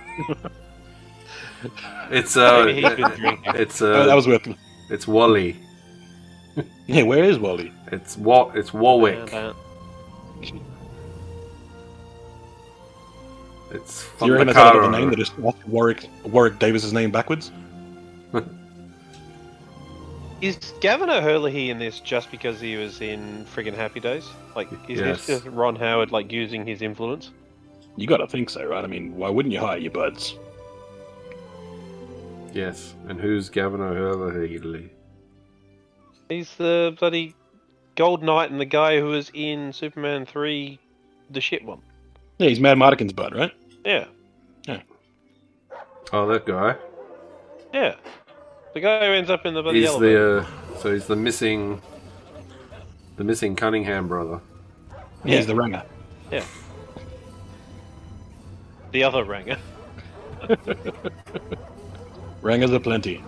Speaker 1: it's uh,
Speaker 3: Maybe he's been drinking.
Speaker 1: it's
Speaker 2: Oh, that
Speaker 1: uh,
Speaker 2: was worth it.
Speaker 1: it's Wally.
Speaker 2: Yeah, where is Wally?
Speaker 1: It's Wa- It's Warwick.
Speaker 2: Uh,
Speaker 1: It's
Speaker 2: Do you reckon that's how they got the
Speaker 1: Fondacara.
Speaker 2: name that is Warwick, Warwick Davis's name backwards?
Speaker 3: Is Gavin O'Hurley in this just because he was in friggin' Happy Days? Like, is
Speaker 1: Yes.
Speaker 3: this just Ron Howard like using his influence?
Speaker 2: You gotta think so, right? I mean, why wouldn't you hire your buds?
Speaker 1: Yes, and who's Gavin O'Hurley?
Speaker 3: He's the bloody Gold Knight and the guy who was in Superman 3, the shit one.
Speaker 2: Yeah, he's Mad Mardigan's bud, right?
Speaker 3: Yeah,
Speaker 1: Oh, that guy.
Speaker 3: yeah. The guy who ends up in the bloody
Speaker 1: He's the
Speaker 3: elevator.
Speaker 1: uh, so he's the missing, the missing Cunningham brother.
Speaker 2: Yeah.
Speaker 3: Yeah.
Speaker 2: He's the ringer.
Speaker 1: uh,
Speaker 3: The, other ranger.
Speaker 2: Rangers are plenty.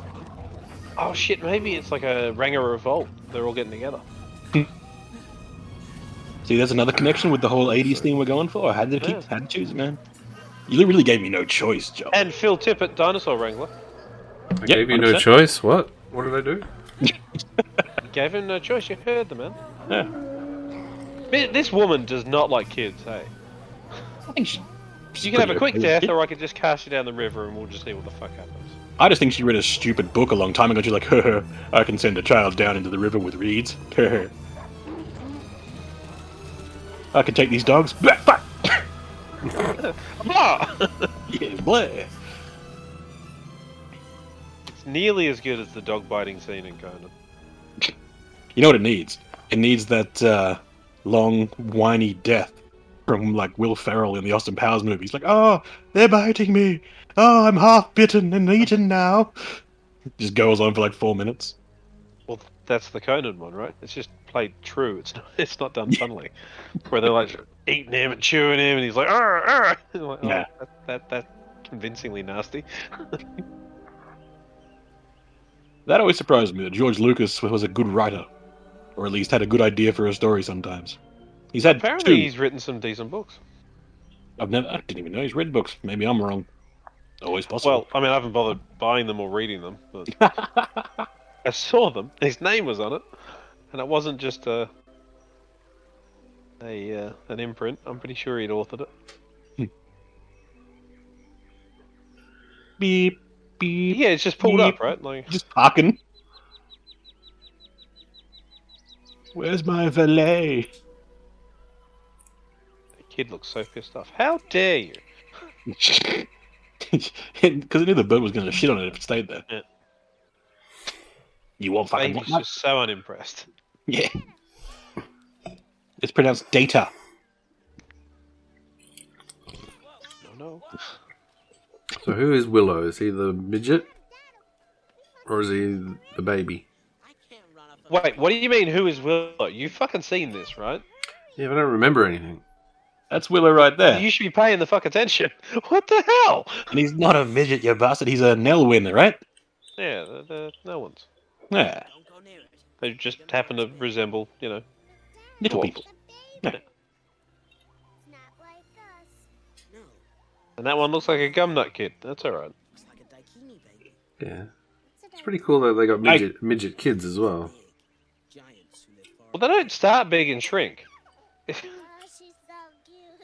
Speaker 3: Oh shit, maybe it's like a ranger revolt. They're all getting together.
Speaker 2: See, there's another connection with the whole 80s thing we're going for. I had to keep,
Speaker 3: Yeah.
Speaker 2: had to choose, man. You really gave me no choice, Joel.
Speaker 3: And Phil Tippett, dinosaur wrangler,
Speaker 1: I gave you no
Speaker 2: 100%.
Speaker 1: choice. What? What did I do?
Speaker 3: gave him no choice. You heard the man.
Speaker 2: Yeah.
Speaker 3: Th- This woman does not like kids, hey.
Speaker 2: I think she,
Speaker 3: You can have a quick death, or I could just cast you down the river, and we'll just see what the fuck happens.
Speaker 2: I just think she read a stupid book a long time ago. She's like, "Huh, huh, I can send a child down into the river with reeds. Huh, huh. I can take these dogs. Blah, blah.
Speaker 3: Blah!
Speaker 2: yeah, blah.
Speaker 3: it's nearly as good as the dog biting scene in Conan.
Speaker 2: You know what it needs? It needs that uh, long, whiny death from like Will Ferrell in the Austin Powers movies. Like, oh, they're biting me. Oh, I'm half bitten and eaten now. Just goes on for like four minutes.
Speaker 3: Well, that's the Conan one, right? It's just played true. It's not. It's not done funnily, where they're like eating him and chewing him, and he's like, "Arr, arr." And I'm like, oh,
Speaker 2: Yeah.
Speaker 3: that, that that convincingly nasty.
Speaker 2: That always surprised me that George Lucas was a good writer, or at least had a good idea for a story sometimes. He's had
Speaker 3: Apparently,
Speaker 2: two.
Speaker 3: he's written some decent books.
Speaker 2: I've never. I didn't even know he's read books. Maybe I'm wrong. Always
Speaker 3: Well,
Speaker 2: possible.
Speaker 3: I mean, I haven't bothered buying them or reading them, but I saw them. His name was on it, and it wasn't just a a uh, an imprint. I'm pretty sure he'd authored it.
Speaker 2: beep beep.
Speaker 3: Yeah, it's just pulled
Speaker 2: Yeep.
Speaker 3: up, right? Like,
Speaker 2: Just parking. Where's my valet?
Speaker 3: the kid looks so pissed off. How dare you?
Speaker 2: Because I knew the bird was going to shit on it if it stayed there.
Speaker 3: Yeah.
Speaker 2: You won't fucking
Speaker 3: Baby's
Speaker 2: want that.
Speaker 3: just so unimpressed.
Speaker 2: Yeah. It's pronounced data.
Speaker 3: No, no.
Speaker 1: So who is Willow? Is he the midget? Or is he the baby?
Speaker 3: Wait, what do you mean? Who is Willow? You fucking seen this, right?
Speaker 1: Yeah, but I don't remember anything.
Speaker 2: That's Willow right there.
Speaker 3: You should be paying the fuck attention. What the hell?
Speaker 2: And he's not a midget, you bastard. He's a Nell winner, right?
Speaker 3: Yeah, the, the, no one's.
Speaker 2: Yeah.
Speaker 3: They just happen to resemble, you know.
Speaker 2: Little
Speaker 3: Dwarf.
Speaker 2: people.
Speaker 5: No,
Speaker 3: And that one looks like a gumnut kid. That's all right.
Speaker 5: looks like a daikini baby.
Speaker 1: Yeah. It's pretty cool that they got
Speaker 2: I-
Speaker 1: midget midget kids as well.
Speaker 5: Big giants who live far
Speaker 3: Well, they don't start big and shrink.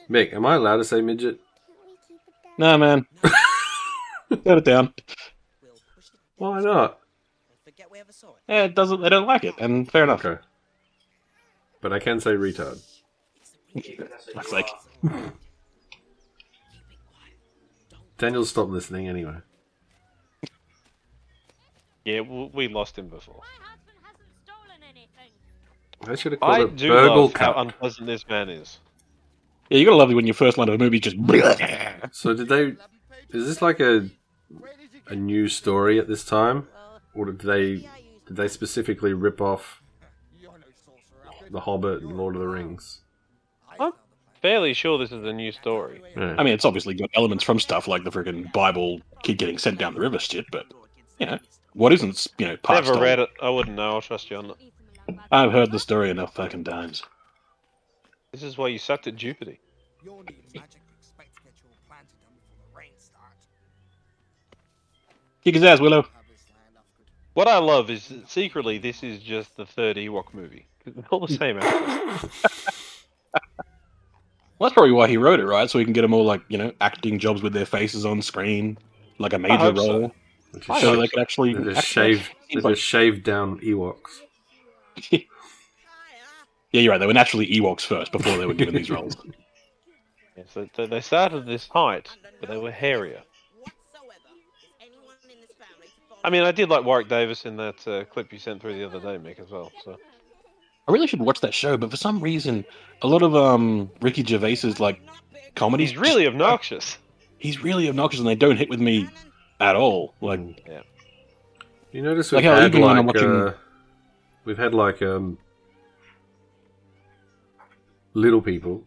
Speaker 1: Mick, am I allowed to say midget?
Speaker 2: Nah, man. Shut it down.
Speaker 5: We'll push it.
Speaker 1: Why not?
Speaker 5: They'll forget we ever saw it.
Speaker 2: Yeah, it doesn't. They don't like it, and fair enough.
Speaker 1: Okay. But I can say retard.
Speaker 2: Looks like
Speaker 1: Daniel stopped listening anyway.
Speaker 3: Yeah, w- we lost him before.
Speaker 4: My husband hasn't stolen anything.
Speaker 1: I should have called
Speaker 3: I
Speaker 1: it
Speaker 3: do
Speaker 1: Burgle
Speaker 3: love how
Speaker 1: Cup.
Speaker 3: unpleasant this man is.
Speaker 2: yeah, you gotta love it when your first line of a movie is just.
Speaker 1: so did they is this like a a new story at this time? Or did they did they specifically rip off The Hobbit and Lord of the Rings?
Speaker 3: I'm fairly sure this is a new story.
Speaker 1: Yeah.
Speaker 2: I mean, it's obviously got elements from stuff like the freaking Bible, kid getting sent down the river shit, but you know, what isn't you know past?
Speaker 3: Never read it. I wouldn't know. I'll trust you on it.
Speaker 4: Leave him alone, bud.
Speaker 2: I've heard the story enough fucking times.
Speaker 3: This is why you sucked at Jupiter.
Speaker 5: Your needs magically expect to get your plan to done before the rain starts.
Speaker 2: Kick his ass, Willow.
Speaker 5: Have this land off good.
Speaker 3: What I love is that secretly this is just the third Ewok movie. They're all the same. actors.
Speaker 2: Well, that's probably why he wrote it, right? So he can get them all like you know acting jobs with their faces on screen, like a major
Speaker 3: hope so.
Speaker 2: role,
Speaker 1: Which
Speaker 2: so,
Speaker 1: is shit.
Speaker 2: they can actually
Speaker 1: They just
Speaker 2: act-
Speaker 1: shaved. They
Speaker 2: Seems like-
Speaker 1: just shaved down Ewoks.
Speaker 2: yeah, you're right. They were naturally Ewoks first before they were given these roles.
Speaker 3: Yeah, so th- they started this height, but they were hairier.
Speaker 5: Whatsoever. Is anyone in this family to follow
Speaker 3: I mean, I did like Warwick Davis in that uh, clip you sent through the other day, Mick, as well. So
Speaker 2: I really should watch that show, but for some reason, a lot of um Ricky Gervais's like comedies
Speaker 3: he's really obnoxious.
Speaker 2: he's really obnoxious, and they don't hit with me at all. Like
Speaker 1: You notice we've
Speaker 2: Like how
Speaker 1: had
Speaker 2: even when I'm
Speaker 1: like
Speaker 2: watching-
Speaker 1: uh, we've had like um little people.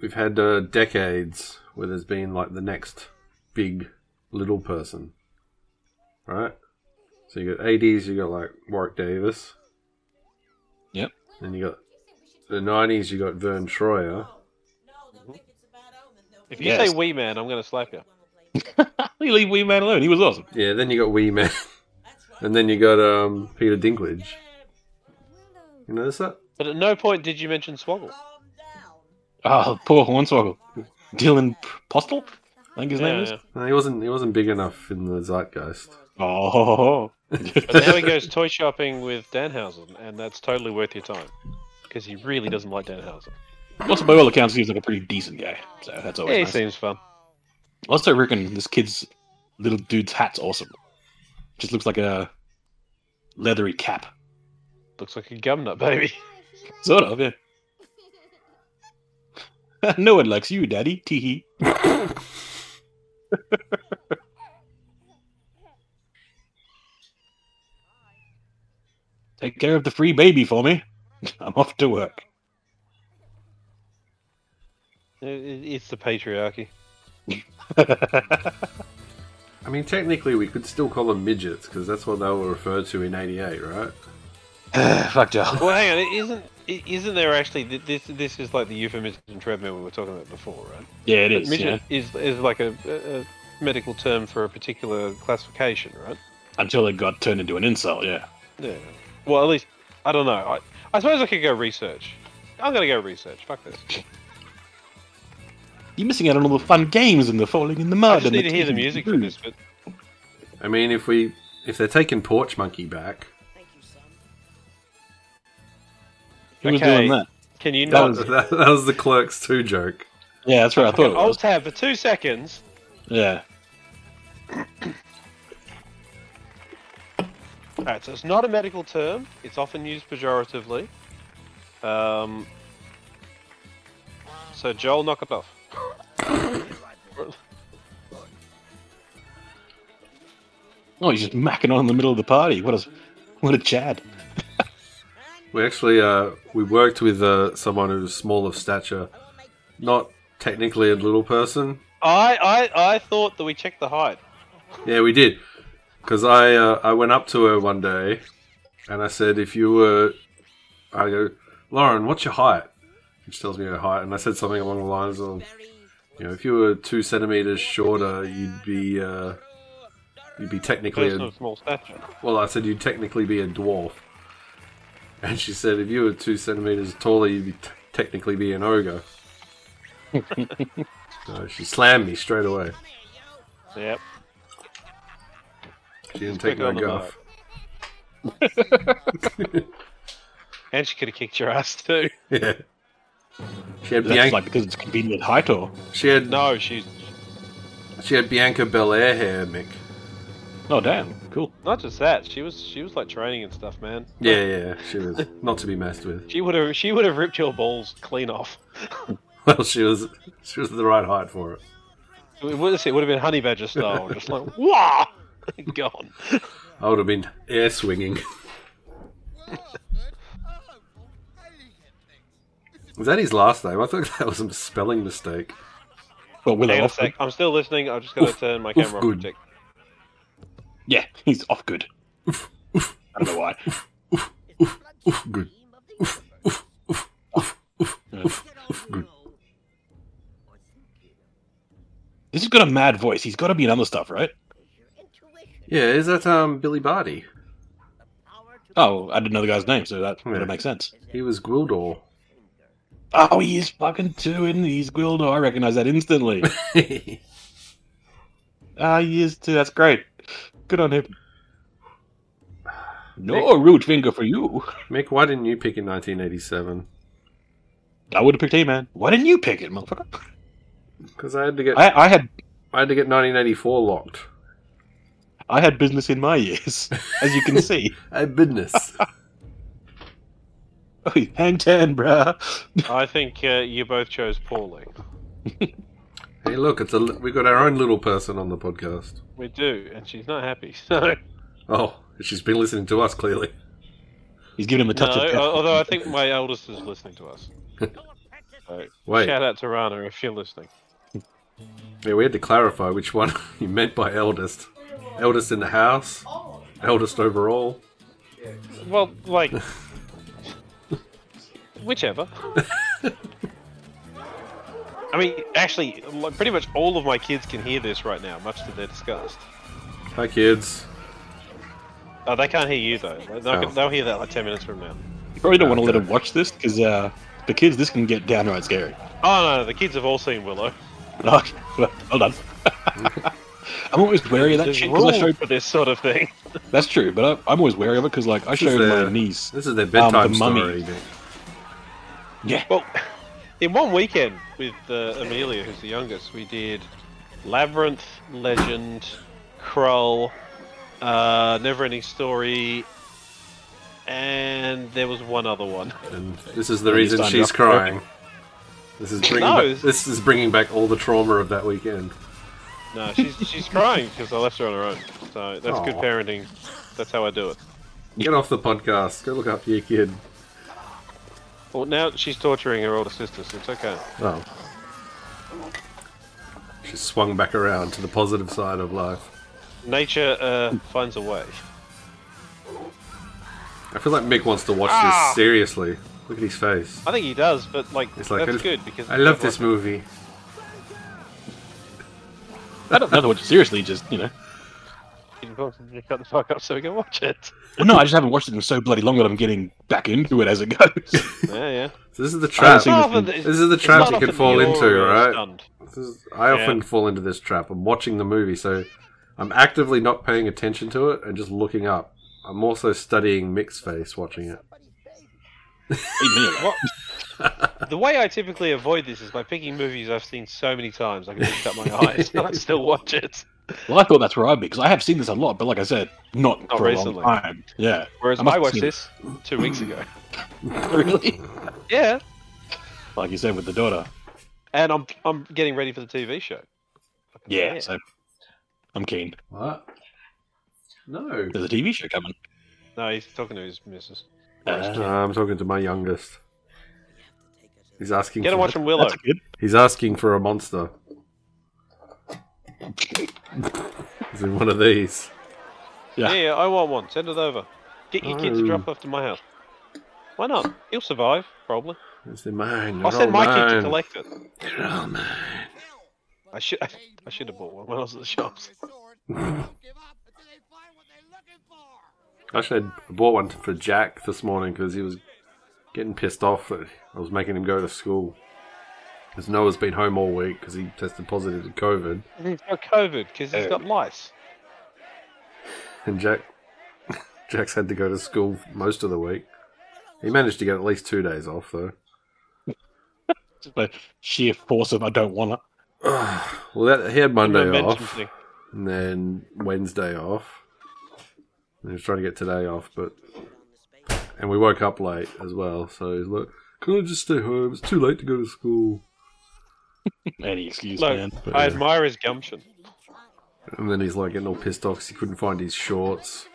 Speaker 1: We've had uh, decades where there's been like the next big little person, right? So you got '80s, you got like Warwick Davis.
Speaker 2: Yep.
Speaker 1: Then you got the '90s, you got Vern Troyer.
Speaker 3: If you
Speaker 2: Yes.
Speaker 3: say "wee man," I'm going to slap you.
Speaker 2: you leave Wee Man alone. He was awesome.
Speaker 1: Yeah, then you got Wee Man, and then you got um, Peter Dinklage. You notice that?
Speaker 3: But at no point did you mention Swoggle.
Speaker 2: Oh, poor Hornswoggle, Dylan P- Postle, I think his name is.
Speaker 3: Yeah,
Speaker 1: No, he wasn't. He wasn't big enough in the zeitgeist.
Speaker 2: Oh,
Speaker 3: But now he goes toy shopping with Danhausen, and that's totally worth your time because he really doesn't like Danhausen.
Speaker 2: also by all accounts, he was like a pretty decent guy, so that's always
Speaker 3: Yeah, he
Speaker 2: nice.
Speaker 3: seems fun.
Speaker 2: Also, reckon this kid's little dude's hat's awesome. Just looks like a leathery cap.
Speaker 3: Looks like a gum nut baby.
Speaker 2: Sort of, yeah. no one likes you, Daddy. Tee hee. Take care of the free baby for me. I'm off to work.
Speaker 3: It- it- It's the patriarchy.
Speaker 1: I mean, technically, we could still call them midgets because that's what they were referred to in '88, right?
Speaker 2: Fuck y'all.
Speaker 3: Well, hang on. it Isn't i- isn't there actually th- this? This is like the euphemism treadmill we were talking about before, right?
Speaker 2: Yeah, it is. Yeah.
Speaker 3: Midget is is like a, a, a medical term for a particular classification, right?
Speaker 2: Until it got turned into an insult. Yeah.
Speaker 3: Yeah. Well, at least I don't know. I, I suppose I could go research. I'm gonna go research. Fuck this.
Speaker 2: You're missing out on all the fun games and the falling in the
Speaker 3: I
Speaker 2: mud.
Speaker 3: just
Speaker 2: and
Speaker 3: need to hear the
Speaker 2: teasing
Speaker 3: music for
Speaker 2: food.
Speaker 3: this, but
Speaker 1: I mean, if we if they're taking Porch Monkey back,
Speaker 2: Who was
Speaker 3: Okay.
Speaker 2: doing that?
Speaker 3: can you
Speaker 2: That
Speaker 3: not?
Speaker 2: was-
Speaker 1: that, that was the Clerks 2 joke.
Speaker 2: Yeah, that's right. I thought it
Speaker 3: I'll
Speaker 2: was.
Speaker 3: tab for two seconds.
Speaker 2: Yeah.
Speaker 3: All right, so it's not a medical term. It's often used pejoratively. Um, so Joel, knock it off.
Speaker 2: Oh, he's just macking on in the middle of the party. What a, what a Chad.
Speaker 1: We actually uh, we worked with uh, someone who's small of stature, not technically a little person.
Speaker 3: I, I, I thought that we checked the height.
Speaker 1: Yeah, we did, because I uh, I went up to her one day, and I said, if you were, I go, Lauren, what's your height? And she tells me her height, and I said something along the lines of, you know, if you were two centimeters shorter, you'd be uh, you'd be technically
Speaker 3: Person
Speaker 1: a
Speaker 3: of small stature.
Speaker 1: Well, I said you'd technically be a dwarf. And she said, if you were two centimeters taller, you'd be t- technically be an ogre. so she slammed me straight away.
Speaker 3: Yep.
Speaker 1: She didn't take
Speaker 3: Quick
Speaker 1: no
Speaker 3: on the
Speaker 1: guff.
Speaker 3: And she could have kicked your ass too.
Speaker 1: Yeah. She had
Speaker 2: That's
Speaker 1: Bianca.
Speaker 2: like because it's convenient height or.
Speaker 1: she had
Speaker 3: No, she's
Speaker 1: she had Bianca Belair hair, Mick.
Speaker 2: Oh, damn. Cool.
Speaker 3: not just that. She was she was like training and stuff, man.
Speaker 1: Yeah, yeah. She was not to be messed with.
Speaker 3: She would have she would have ripped your balls clean off.
Speaker 1: Well, she was she was the right height for it.
Speaker 3: It would, it would have been honey badger style, just like wah, gone.
Speaker 1: I would have been air swinging. Was that his last name? I thought that was a spelling mistake.
Speaker 2: Well, Willow
Speaker 3: Hang on a
Speaker 2: off
Speaker 3: sec. I'm still listening. I'm just gonna
Speaker 1: Oof,
Speaker 3: turn my
Speaker 1: oof,
Speaker 3: camera off.
Speaker 1: good.
Speaker 3: and check.
Speaker 2: good. Yeah, he's off good. I don't know why.
Speaker 1: Oof, good. Good.
Speaker 2: This has got a mad voice. He's got to be in other stuff, right?
Speaker 1: Yeah, is that um Billy Barty?
Speaker 2: Oh, I didn't know the guy's name, so that
Speaker 1: Yeah.
Speaker 2: would make sense.
Speaker 1: He was Gwildor.
Speaker 2: Oh, he is fucking too, isn't he? He's Gwildor. Oh, I recognize that instantly. Ah, he is too. That's great. Good on him. No rude finger for you.
Speaker 1: Mick, why didn't you pick in 1987?
Speaker 2: I would have picked A-Man. Why didn't you pick it, motherfucker?
Speaker 1: Because I had to get I,
Speaker 2: I, I had
Speaker 1: had to get 1984 locked.
Speaker 2: I had business in my ears, as you can see.
Speaker 1: Hey, business.
Speaker 2: Oh, hang ten, bruh.
Speaker 3: I think uh, you both chose poorly.
Speaker 1: hey, look, it's a li- we got our own little person on the podcast.
Speaker 3: We do, and she's not happy. So
Speaker 1: Oh, she's been listening to us clearly.
Speaker 2: He's giving him a
Speaker 3: no,
Speaker 2: touch of death.
Speaker 3: al- although I think my eldest is listening to us. So,
Speaker 1: Wait,
Speaker 3: shout out to Rana if you're listening.
Speaker 1: yeah, we had to clarify which one you meant by eldest. Eldest in the house, eldest overall.
Speaker 3: Well, like whichever. I mean, actually, like, pretty much all of my kids can hear this right now, much to their disgust.
Speaker 1: Hi, kids.
Speaker 3: Oh, they can't hear you though. They'll,
Speaker 1: Oh.
Speaker 3: they'll hear that like ten minutes from now.
Speaker 2: You probably don't want to let him watch this because uh, the kids, this can get downright scary.
Speaker 3: Oh no, the kids have all seen Willow.
Speaker 2: Okay, well, well done. I'm always wary of that
Speaker 3: There's
Speaker 2: shit. 'cause I
Speaker 3: rules
Speaker 2: show,
Speaker 3: for this sort of thing.
Speaker 2: that's true, but I, I'm always wary of it because, like, I
Speaker 1: is
Speaker 2: showed
Speaker 1: their-
Speaker 2: my niece. um,
Speaker 1: This is their bedtime
Speaker 2: mummy.
Speaker 1: story. Mick.
Speaker 2: Yeah,
Speaker 3: Well, in one weekend with uh, Amelia, who's the youngest, we did Labyrinth, Legend, Krull, uh, Neverending Story, and there was one other one.
Speaker 1: And this is the
Speaker 2: Then you
Speaker 1: reason
Speaker 2: signed
Speaker 1: she's
Speaker 2: up.
Speaker 1: crying. This is bringing
Speaker 3: No,
Speaker 1: back,
Speaker 3: it's-
Speaker 1: this is bringing back all the trauma of that weekend.
Speaker 3: No, she's she's crying because I left her on her own. So that's good
Speaker 1: Aw.
Speaker 3: parenting. That's how I do it.
Speaker 1: Get off the podcast. Go look after your kid.
Speaker 3: Well, now she's torturing her older sister, so it's okay.
Speaker 1: Oh. She's swung back around to the positive side of life.
Speaker 3: Nature uh, finds a way.
Speaker 1: I feel like Mick wants to watch
Speaker 3: Ah!
Speaker 1: this seriously. Look at his face.
Speaker 3: I think he does, but like,
Speaker 1: It's like
Speaker 3: that's
Speaker 1: I-
Speaker 3: good because
Speaker 1: I love this movie.
Speaker 2: I don't know. Seriously, just you know.
Speaker 3: movie. Shut the fuck up so we can watch it.
Speaker 2: Well, no, I just haven't watched it in so bloody long that I'm getting back into it as it goes.
Speaker 3: Yeah, yeah.
Speaker 1: So this is the trap.
Speaker 2: seen this
Speaker 3: Oh, but
Speaker 2: thing.
Speaker 3: it's-
Speaker 1: This is the
Speaker 3: it's
Speaker 1: trap
Speaker 3: not
Speaker 1: you can
Speaker 3: often
Speaker 1: fall
Speaker 3: you're,
Speaker 1: into,
Speaker 3: uh,
Speaker 1: right?
Speaker 3: stunned.
Speaker 1: This is, I often fall into this trap. I'm watching the movie, so I'm actively not paying attention to it and just looking up. I'm also studying Mick's face watching it.
Speaker 3: What? the way I typically avoid this is by picking movies I've seen so many times I can just shut my eyes and I still watch it.
Speaker 2: well, I thought that's where I'd be because I have seen this a lot, but like I said, not,
Speaker 3: Not
Speaker 2: for a
Speaker 3: recently.
Speaker 2: long time. Yeah.
Speaker 3: Whereas
Speaker 2: I
Speaker 3: I,
Speaker 2: must
Speaker 3: watched
Speaker 2: see it.
Speaker 3: this two weeks ago.
Speaker 2: really?
Speaker 3: Yeah,
Speaker 2: Like you said with the daughter.
Speaker 3: and I'm I'm getting ready for the TV show. Fucking
Speaker 2: Yeah. So I'm keen.
Speaker 1: What? No.
Speaker 2: There's a TV show coming.
Speaker 3: No, he's talking to his missus.
Speaker 2: Uh,
Speaker 1: I'm talking to my youngest. He's asking.
Speaker 3: Get to
Speaker 1: for,
Speaker 3: watch from Willow.
Speaker 2: that's good.
Speaker 1: He's asking for a monster. He's in one of these.
Speaker 3: Yeah.
Speaker 2: Yeah.
Speaker 3: yeah, I want one. Send it over. Get your kids to
Speaker 1: No.
Speaker 3: drop off to my house. Why not? He'll survive, probably.
Speaker 1: It's in mine.
Speaker 3: I'll
Speaker 1: They're
Speaker 3: send
Speaker 1: all
Speaker 3: my kid to
Speaker 1: mine.
Speaker 3: collect it.
Speaker 1: They're all mine.
Speaker 3: I should I should have bought one when I was at the shops.
Speaker 1: Actually, I bought one for Jack this morning because he was getting pissed off that I was making him go to school. Because Noah's been home all week because he tested positive to COVID.
Speaker 3: He's got COVID because
Speaker 1: Uh,
Speaker 3: he's got lice.
Speaker 1: And Jack, Jack's had to go to school most of the week. He managed to get at least two days off, though.
Speaker 2: Just by sheer force of I don't want to.
Speaker 1: Well, that, he had Monday
Speaker 3: Momentum
Speaker 1: off.
Speaker 3: thing.
Speaker 1: and then Wednesday off. And he was trying to get today off, but and we woke up late as well. So he's like, "Can I just stay home? It's too late to go to school."
Speaker 2: Any excuse, man.
Speaker 3: Look,
Speaker 1: But
Speaker 3: I
Speaker 1: yeah.
Speaker 3: admire his gumption.
Speaker 1: And then he's like getting all pissed off because he couldn't find his shorts.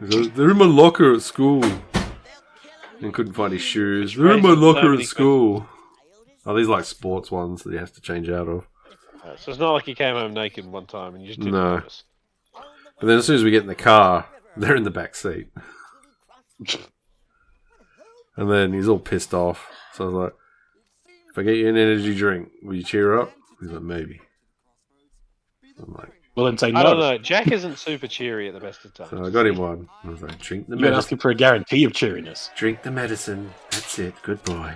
Speaker 1: He's like, They're in my locker at school. And couldn't find his shoes. They're in my
Speaker 3: raises so
Speaker 1: locker
Speaker 3: many
Speaker 1: at school. Oh, these like sports ones that he has to change out of.
Speaker 3: Uh, So it's not like he came home naked one time and you just didn't
Speaker 1: No.
Speaker 3: notice.
Speaker 1: But then as soon as we get in the car, they're in the back seat. and then he's all pissed off. So I was like, if I get you an energy drink, will you cheer up? He's like, maybe. I'm like,
Speaker 2: Well, then say no.
Speaker 3: I don't know. Jack isn't super cheery at the best of times.
Speaker 1: so I got him one. I was like, drink the
Speaker 2: You're
Speaker 1: medicine.
Speaker 2: asking for a guarantee of cheeriness.
Speaker 1: Drink the medicine. That's it. Good boy.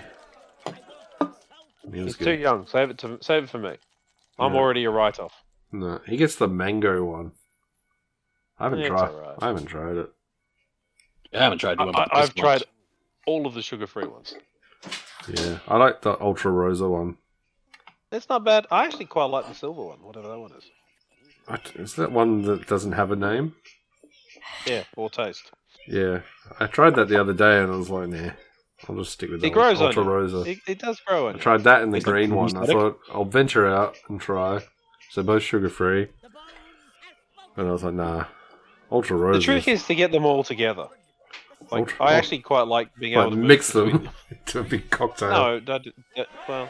Speaker 1: And He was
Speaker 3: He's too
Speaker 1: good.
Speaker 3: young. Save it to save it for me. I'm
Speaker 1: Yeah.
Speaker 3: already a write off.
Speaker 1: No, he gets the mango one. I haven't
Speaker 3: Yeah, it's
Speaker 1: tried.
Speaker 3: alright.
Speaker 1: I haven't tried it.
Speaker 2: I haven't tried
Speaker 3: I,
Speaker 2: one. but
Speaker 3: I, I've
Speaker 2: this one.
Speaker 3: tried all of the sugar free ones.
Speaker 1: Yeah, I like the ultra rosa one.
Speaker 3: It's not bad. I actually quite like the silver one, whatever that one is.
Speaker 1: I, is that one that doesn't have a name?
Speaker 3: Yeah, or taste.
Speaker 1: Yeah, I tried that the other day and I was like, nah, I'll just stick with
Speaker 3: It
Speaker 1: that
Speaker 3: grows
Speaker 1: Ultra
Speaker 3: on you.
Speaker 1: Rosa.
Speaker 3: It, it does grow
Speaker 1: I
Speaker 3: on you.
Speaker 1: tried that in the
Speaker 2: It's like
Speaker 1: green one.
Speaker 2: aesthetic.
Speaker 1: I thought I'll venture out and try. So both sugar free, and I was like, nah, Ultra Rosa.
Speaker 3: The trick is to get them all together. Like
Speaker 1: Ultra-
Speaker 3: I actually quite like being able
Speaker 1: like
Speaker 3: to
Speaker 1: mix
Speaker 3: between
Speaker 1: them into a big cocktail.
Speaker 3: No, that, that, well,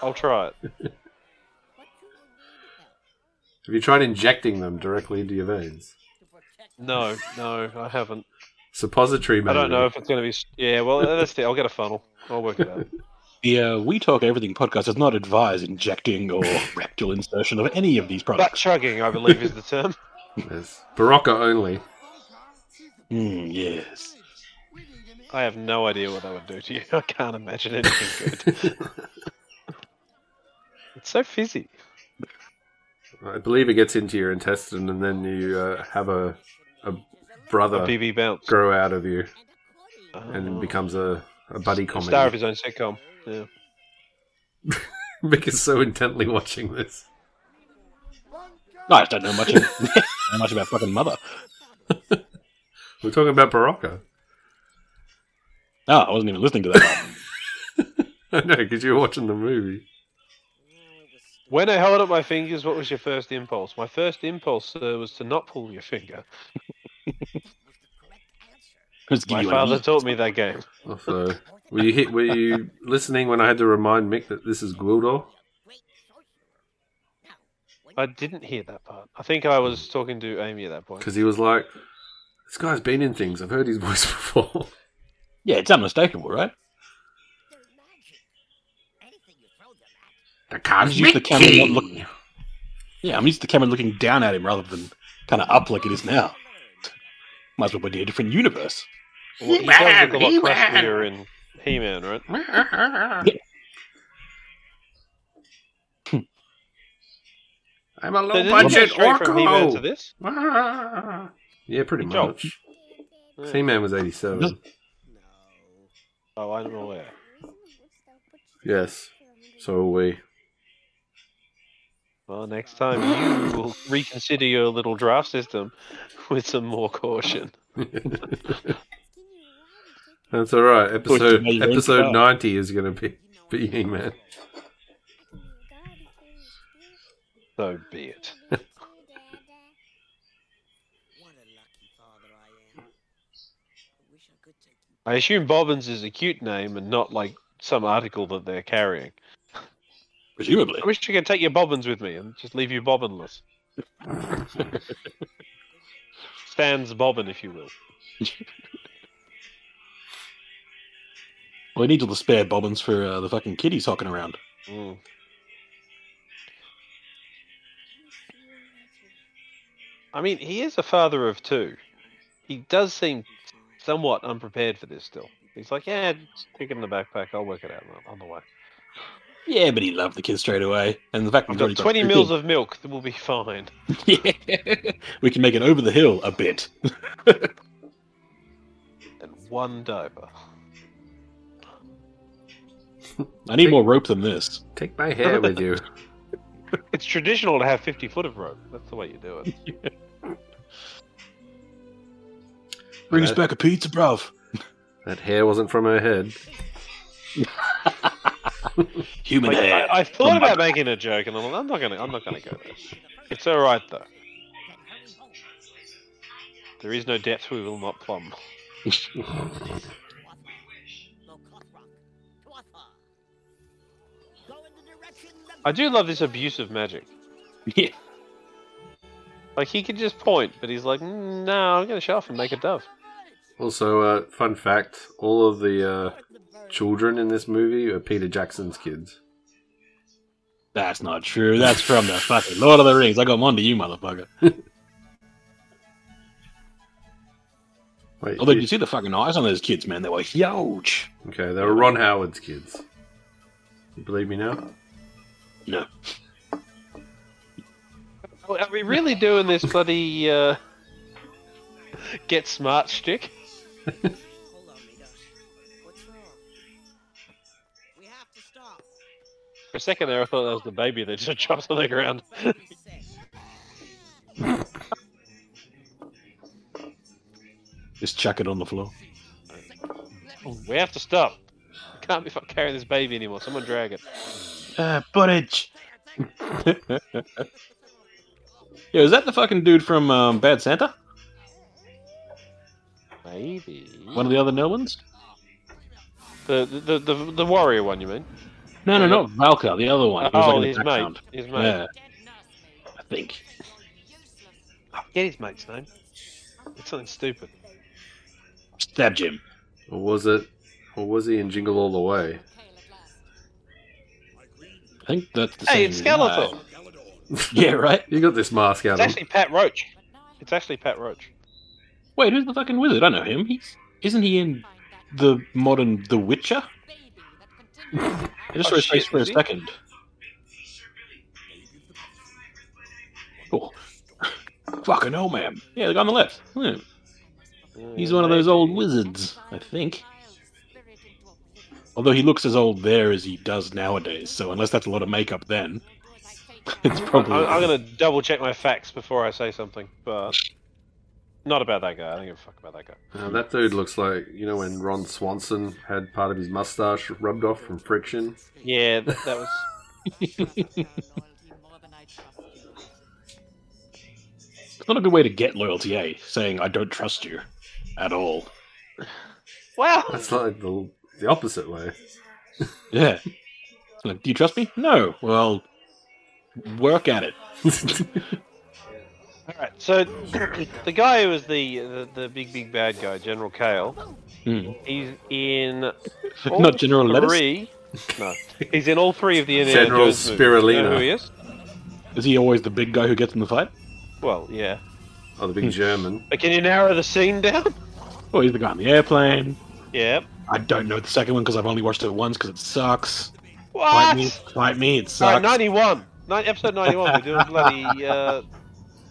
Speaker 3: I'll try it.
Speaker 1: Have you tried injecting them directly into your veins?
Speaker 3: No, no, I haven't.
Speaker 1: Suppository,
Speaker 3: I
Speaker 1: maybe.
Speaker 3: don't know if it's going to be. s- Yeah, well, that's it. I'll get a funnel. I'll work it out.
Speaker 2: The uh, We Talk Everything podcast does not advise injecting or rectal insertion of any of these
Speaker 3: Butt
Speaker 2: products.
Speaker 3: chugging, I believe, is the term.
Speaker 1: Yes. Barocca only.
Speaker 2: Mm, yes.
Speaker 3: I have no idea what that would do to you. I can't imagine anything good. it's so fizzy.
Speaker 1: I believe it gets into your intestine, and then you uh, have a a brother
Speaker 3: BB bounce.
Speaker 1: grow out of you, Uh, and
Speaker 3: Oh.
Speaker 1: it becomes a, a buddy comedy.
Speaker 3: Star of his own sitcom. Yeah.
Speaker 1: Mick is so intently watching this.
Speaker 2: No, I don't know much, don't know much about fucking mother.
Speaker 1: We're talking about Barocca.
Speaker 2: Oh, I wasn't even listening to that.
Speaker 1: I know, because you were watching the movie.
Speaker 3: When I held up my fingers, what was your first impulse? My first impulse, sir, was to not pull your finger.
Speaker 2: Just give
Speaker 3: My
Speaker 2: you like-
Speaker 3: father taught me that game.
Speaker 1: Also, were you hit? Were you listening when I had to remind Mick that this is Gwildor?
Speaker 3: I didn't hear that part. I think I was talking to Amy at that point.
Speaker 1: Because he was like, "This guy's been in things. I've heard his voice before."
Speaker 2: yeah, it's unmistakable, right?
Speaker 1: The
Speaker 2: He's used to
Speaker 1: Cosmic
Speaker 2: Cameron not
Speaker 1: King.
Speaker 2: look- Yeah, I'm used to Cameron looking down at him rather than kind of up like it is now. Might as well be in a different universe.
Speaker 3: Well, you guys look a lot crustier in He-Man, right?
Speaker 1: I'm a
Speaker 3: They
Speaker 1: low
Speaker 3: didn't go
Speaker 1: budget
Speaker 3: straight from He-Man to
Speaker 1: orco.
Speaker 3: this.
Speaker 1: Yeah, pretty
Speaker 3: Good job.
Speaker 1: much.
Speaker 3: Yeah.
Speaker 1: He Man was 87.
Speaker 3: Oh, I'm aware.
Speaker 1: Yes. So are we.
Speaker 3: Well, next time you will reconsider your little draft system with some more caution.
Speaker 1: That's all right. Episode
Speaker 2: made your own
Speaker 1: episode
Speaker 2: style.
Speaker 1: 90 is going to be be He Man.
Speaker 3: So be it.
Speaker 5: What a lucky father I am. I wish I could take you.
Speaker 3: I assume Bobbins is a cute name and not like some article that they're carrying.
Speaker 2: Presumably.
Speaker 3: I wish you could take your bobbins with me and just leave you bobbinless. Stan's bobbin, if you will.
Speaker 2: Well, he needs all the spare bobbins for uh, the fucking kiddies hocking around.
Speaker 3: Mm. I mean, he is a father of two. He does seem somewhat unprepared for this still. He's like, yeah, just stick it in the backpack. I'll work it out on- on the way.
Speaker 2: Yeah, but he loved the kids straight away. And the fact
Speaker 3: I've
Speaker 2: we've
Speaker 3: got
Speaker 2: already
Speaker 3: 20
Speaker 2: three
Speaker 3: mils of milk. That will be fine.
Speaker 2: kids- yeah. we can make it over the hill a bit.
Speaker 3: And one diaper.
Speaker 2: I need more rope than this.
Speaker 1: Take my hair with you.
Speaker 3: It's traditional to have 50 foot of rope. That's the way you do it.
Speaker 2: Bring us
Speaker 1: That-
Speaker 2: back a pizza, bruv.
Speaker 1: That hair wasn't from her head.
Speaker 2: Human
Speaker 3: Like,
Speaker 2: hair.
Speaker 3: I, I thought about making a joke, and I'm like, I'm not gonna, I'm not gonna go there. It's all right though. There is no depth we will not plumb.
Speaker 5: No Rock. Go in the direction that
Speaker 3: I do love this abuse of magic.
Speaker 2: yeah.
Speaker 3: Like he could just point, but he's like, "Mm, no, I'm gonna show off and make a dove.
Speaker 1: Also, uh, fun fact all of the uh, children in this movie are Peter Jackson's kids.
Speaker 2: That's not true. That's from the fucking Lord of the Rings. I got one to you, motherfucker.
Speaker 1: Wait,
Speaker 2: Although, did you see the fucking eyes on those kids, man? They were huge.
Speaker 1: okay, they were Ron Howard's kids. You believe me now?
Speaker 2: No.
Speaker 3: Oh, Are we really doing this bloody uh, get smart shtick?
Speaker 5: Hold on, Midas. What's wrong? We have to stop.
Speaker 3: For a second there, I thought that was the baby that just dropped on the ground.
Speaker 5: Be safe.
Speaker 2: Just chuck it on the floor.
Speaker 3: Oh, we have to stop. I can't be fuck carrying this baby anymore. Someone drag it.
Speaker 2: Uh, footage. Yo, is that the fucking dude from um, Bad Santa?
Speaker 3: Maybe
Speaker 2: One of the other Nelwins?
Speaker 3: the the, the the the warrior one, you mean?
Speaker 2: No, no, not Valka, the other one. He was, like,
Speaker 3: oh,
Speaker 2: in the
Speaker 3: his
Speaker 2: background.
Speaker 3: mate. His mate.
Speaker 2: Yeah, I think.
Speaker 3: I forget his mate's name. It's something stupid.
Speaker 2: Stab Jim.
Speaker 1: Or was it? Or was he in Jingle All the Way?
Speaker 2: I think that's the
Speaker 3: Hey,
Speaker 2: same
Speaker 3: it's Skeletor.
Speaker 2: guy. Yeah, right?
Speaker 1: You got this mask out
Speaker 3: It's
Speaker 1: of
Speaker 3: actually Pat Roach. It's actually Pat Roach.
Speaker 2: Wait, who's the fucking wizard? I know him. He's Isn't he in the modern The Witcher? I just saw
Speaker 3: Oh,
Speaker 2: his face
Speaker 3: shit,
Speaker 2: for a
Speaker 3: is he?
Speaker 2: second. Cool. Fucking hell, man. Yeah, the guy on the left. Yeah, He's one of those old wizards, I think. Although he looks as old there as he does nowadays, so unless that's a lot of makeup then, it's
Speaker 3: I'm,
Speaker 2: probably.
Speaker 3: I'm going to double check my facts before I say something, but Not about that guy. I don't give a fuck about that guy.
Speaker 1: Uh, that dude looks like you know when Ron Swanson had part of his mustache rubbed off from friction.
Speaker 3: Yeah, that, that was.
Speaker 2: It's not a good way to get loyalty, eh? Saying I don't trust you at all.
Speaker 3: Wow.
Speaker 1: That's like the the opposite way.
Speaker 2: Yeah. Like, do you trust me? No. Well, work at it.
Speaker 3: All right. So the guy who was the, the the big big bad guy, General Kale,
Speaker 2: Hmm.
Speaker 3: he's in all
Speaker 2: Not General Lettuce.
Speaker 3: three. No, he's in all three of the Indiana
Speaker 1: General
Speaker 3: Jones movies. You know
Speaker 1: Spirulina.
Speaker 3: who he is?
Speaker 2: Is he always the big guy who gets in the fight?
Speaker 3: Well, yeah.
Speaker 1: Oh, the big German.
Speaker 3: But can you narrow the scene down?
Speaker 2: Or Oh, he's the guy on the airplane?
Speaker 3: Yeah.
Speaker 2: I don't know the second one because I've only watched it once because it sucks. Fight
Speaker 3: What?
Speaker 2: me, fight me, it
Speaker 3: Ah! All
Speaker 2: sucks.
Speaker 3: right, ninety-one. Nine, episode ninety-one. We're doing bloody uh,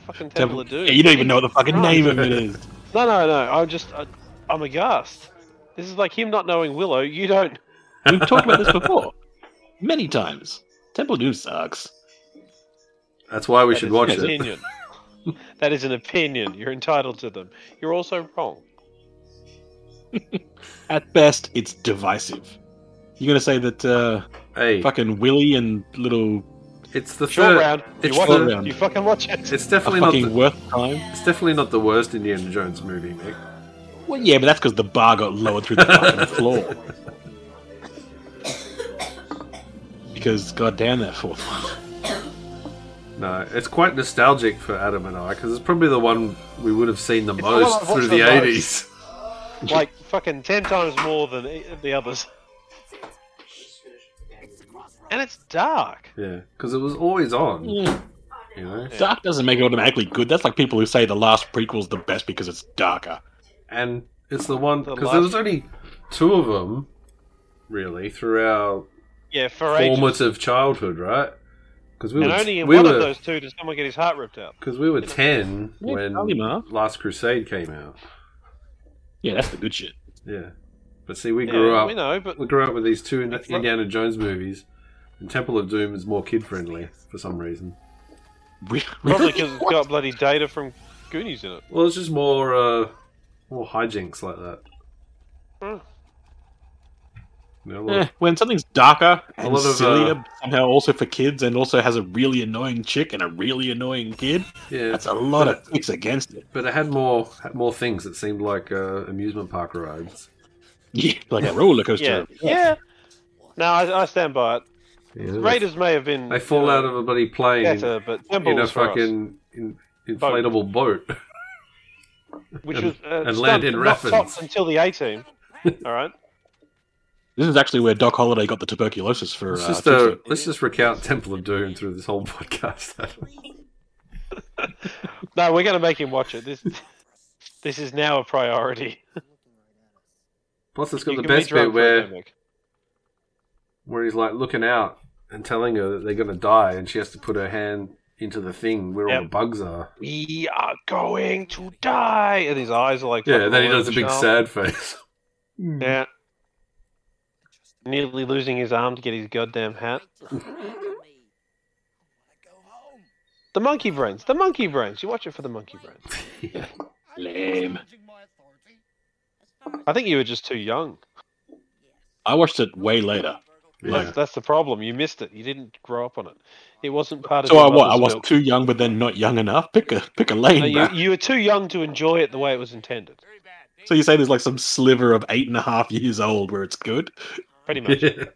Speaker 3: fucking Temple of Doom.
Speaker 2: Yeah, you don't even know what the fucking name of it is.
Speaker 3: No, no, no. I'm just, I, I'm aghast. This is like him not knowing Willow. You don't.
Speaker 2: We've talked about this before, many times. Temple of Doom sucks.
Speaker 1: That's why we
Speaker 3: That
Speaker 1: should
Speaker 3: is
Speaker 1: watch
Speaker 3: an
Speaker 1: it.
Speaker 3: Opinion. that is an opinion. You're entitled to them. You're also wrong.
Speaker 2: At best, it's divisive. You're gonna say that uh,
Speaker 1: Hey,
Speaker 2: fucking Willie and little
Speaker 1: it's the
Speaker 3: Short
Speaker 1: third.
Speaker 3: round. You
Speaker 1: it's
Speaker 3: watch
Speaker 2: short
Speaker 3: it.
Speaker 2: round.
Speaker 3: You fucking watch it.
Speaker 1: It's
Speaker 2: are
Speaker 1: definitely not.
Speaker 2: fucking
Speaker 1: The,
Speaker 2: worth time.
Speaker 1: it's definitely not the worst Indiana Jones movie, Nick.
Speaker 2: Well, yeah, but that's because the bar got lowered through the fucking floor. Because goddamn that fourth one.
Speaker 1: No, it's quite nostalgic for Adam and I because it's probably the one we would have seen the
Speaker 3: the one
Speaker 1: most
Speaker 3: I've watched
Speaker 1: through
Speaker 3: the
Speaker 1: the
Speaker 3: most.
Speaker 1: eighties.
Speaker 3: Like fucking ten times more than e- the others. And it's dark.
Speaker 1: Yeah, because it was always on.
Speaker 3: Mm.
Speaker 2: Yeah.
Speaker 1: You know,
Speaker 2: Dark doesn't make it automatically good. That's like people who say the last prequel's the best because it's darker.
Speaker 1: and it's the one
Speaker 3: The
Speaker 1: because there was
Speaker 3: last-
Speaker 1: only two of them really through our
Speaker 3: Yeah, for ages.
Speaker 1: formative childhood, right? Because we
Speaker 3: And
Speaker 1: were
Speaker 3: only in
Speaker 1: we
Speaker 3: one
Speaker 1: were
Speaker 3: of those two does someone get his heart ripped out.
Speaker 1: because we were ten
Speaker 2: Yeah,
Speaker 1: when
Speaker 2: tell me, Ma.
Speaker 1: Last Crusade came out.
Speaker 2: Yeah, that's the good shit.
Speaker 1: Yeah, but see, we
Speaker 3: Yeah,
Speaker 1: grew up.
Speaker 3: We know, but
Speaker 1: We grew up with these two In-
Speaker 3: It's not-
Speaker 1: Indiana Jones movies, and Temple of Doom is more kid friendly for some reason.
Speaker 2: Re-
Speaker 3: probably
Speaker 2: really?
Speaker 3: because it's
Speaker 2: What?
Speaker 3: got bloody data from Goonies in it.
Speaker 1: Well, it's just more uh, more hijinks like that.
Speaker 3: Mm.
Speaker 1: You know, a lot
Speaker 2: Eh,
Speaker 1: of-
Speaker 2: when something's darker
Speaker 1: A
Speaker 2: and
Speaker 1: lot of, uh,
Speaker 2: sillier, but somehow also for kids, and also has a really annoying chick and a really annoying kid,
Speaker 1: yeah,
Speaker 2: that's a lot of things against it.
Speaker 1: but it had more had more things that seemed like uh, amusement park rides.
Speaker 2: Yeah, like a roller
Speaker 3: Yeah,
Speaker 2: coaster.
Speaker 3: yeah. No, I, I stand by it.
Speaker 1: Yeah,
Speaker 3: Raiders may have been. uh,
Speaker 1: They fall out of a bloody plane in,
Speaker 3: better, but Temple
Speaker 1: a
Speaker 3: was for us,
Speaker 1: fucking in, inflatable boat.
Speaker 3: which
Speaker 1: and-
Speaker 3: was uh,
Speaker 1: and land
Speaker 3: stunt-
Speaker 1: in
Speaker 3: not
Speaker 1: Rapids.
Speaker 3: topped until the A team. All right.
Speaker 2: This is actually where Doc Holliday got the tuberculosis for.
Speaker 1: Let's
Speaker 2: uh,
Speaker 1: just
Speaker 2: Fifty.
Speaker 1: uh, let's just recount Temple of Doom through this whole podcast.
Speaker 3: No, we're going to make him watch it. This, this is now a priority.
Speaker 1: Plus, it's got
Speaker 3: You
Speaker 1: the
Speaker 3: can be
Speaker 1: best
Speaker 3: drunk
Speaker 1: bit
Speaker 3: for
Speaker 1: where
Speaker 3: it, Nick.
Speaker 1: where he's like looking out and telling her that they're gonna die, and she has to put her hand into the thing where all
Speaker 3: Yep.
Speaker 1: the bugs are.
Speaker 3: we are going to die, and his eyes are like
Speaker 1: Yeah,
Speaker 3: fucking
Speaker 1: then he
Speaker 3: all
Speaker 1: does a
Speaker 3: over
Speaker 1: big
Speaker 3: the shop.
Speaker 1: sad face.
Speaker 3: Yeah. Nearly losing his arm to get his goddamn hat. The monkey brains. The monkey brains. You watch it for the monkey brains.
Speaker 2: Lame.
Speaker 3: I think you were just too young.
Speaker 2: I watched it way later.
Speaker 1: Yeah.
Speaker 3: That's, that's the problem. You missed it. You didn't grow up on it. It wasn't part of.
Speaker 2: So
Speaker 3: your
Speaker 2: I was, I
Speaker 3: mother's
Speaker 2: was
Speaker 3: milk.
Speaker 2: too young, but then not young enough. Pick a pick a lane.
Speaker 3: No, you,
Speaker 2: bruh.
Speaker 3: you were too young to enjoy it the way it was intended.
Speaker 2: So you say there's like some sliver of eight and a half years old where it's good,
Speaker 3: Pretty much.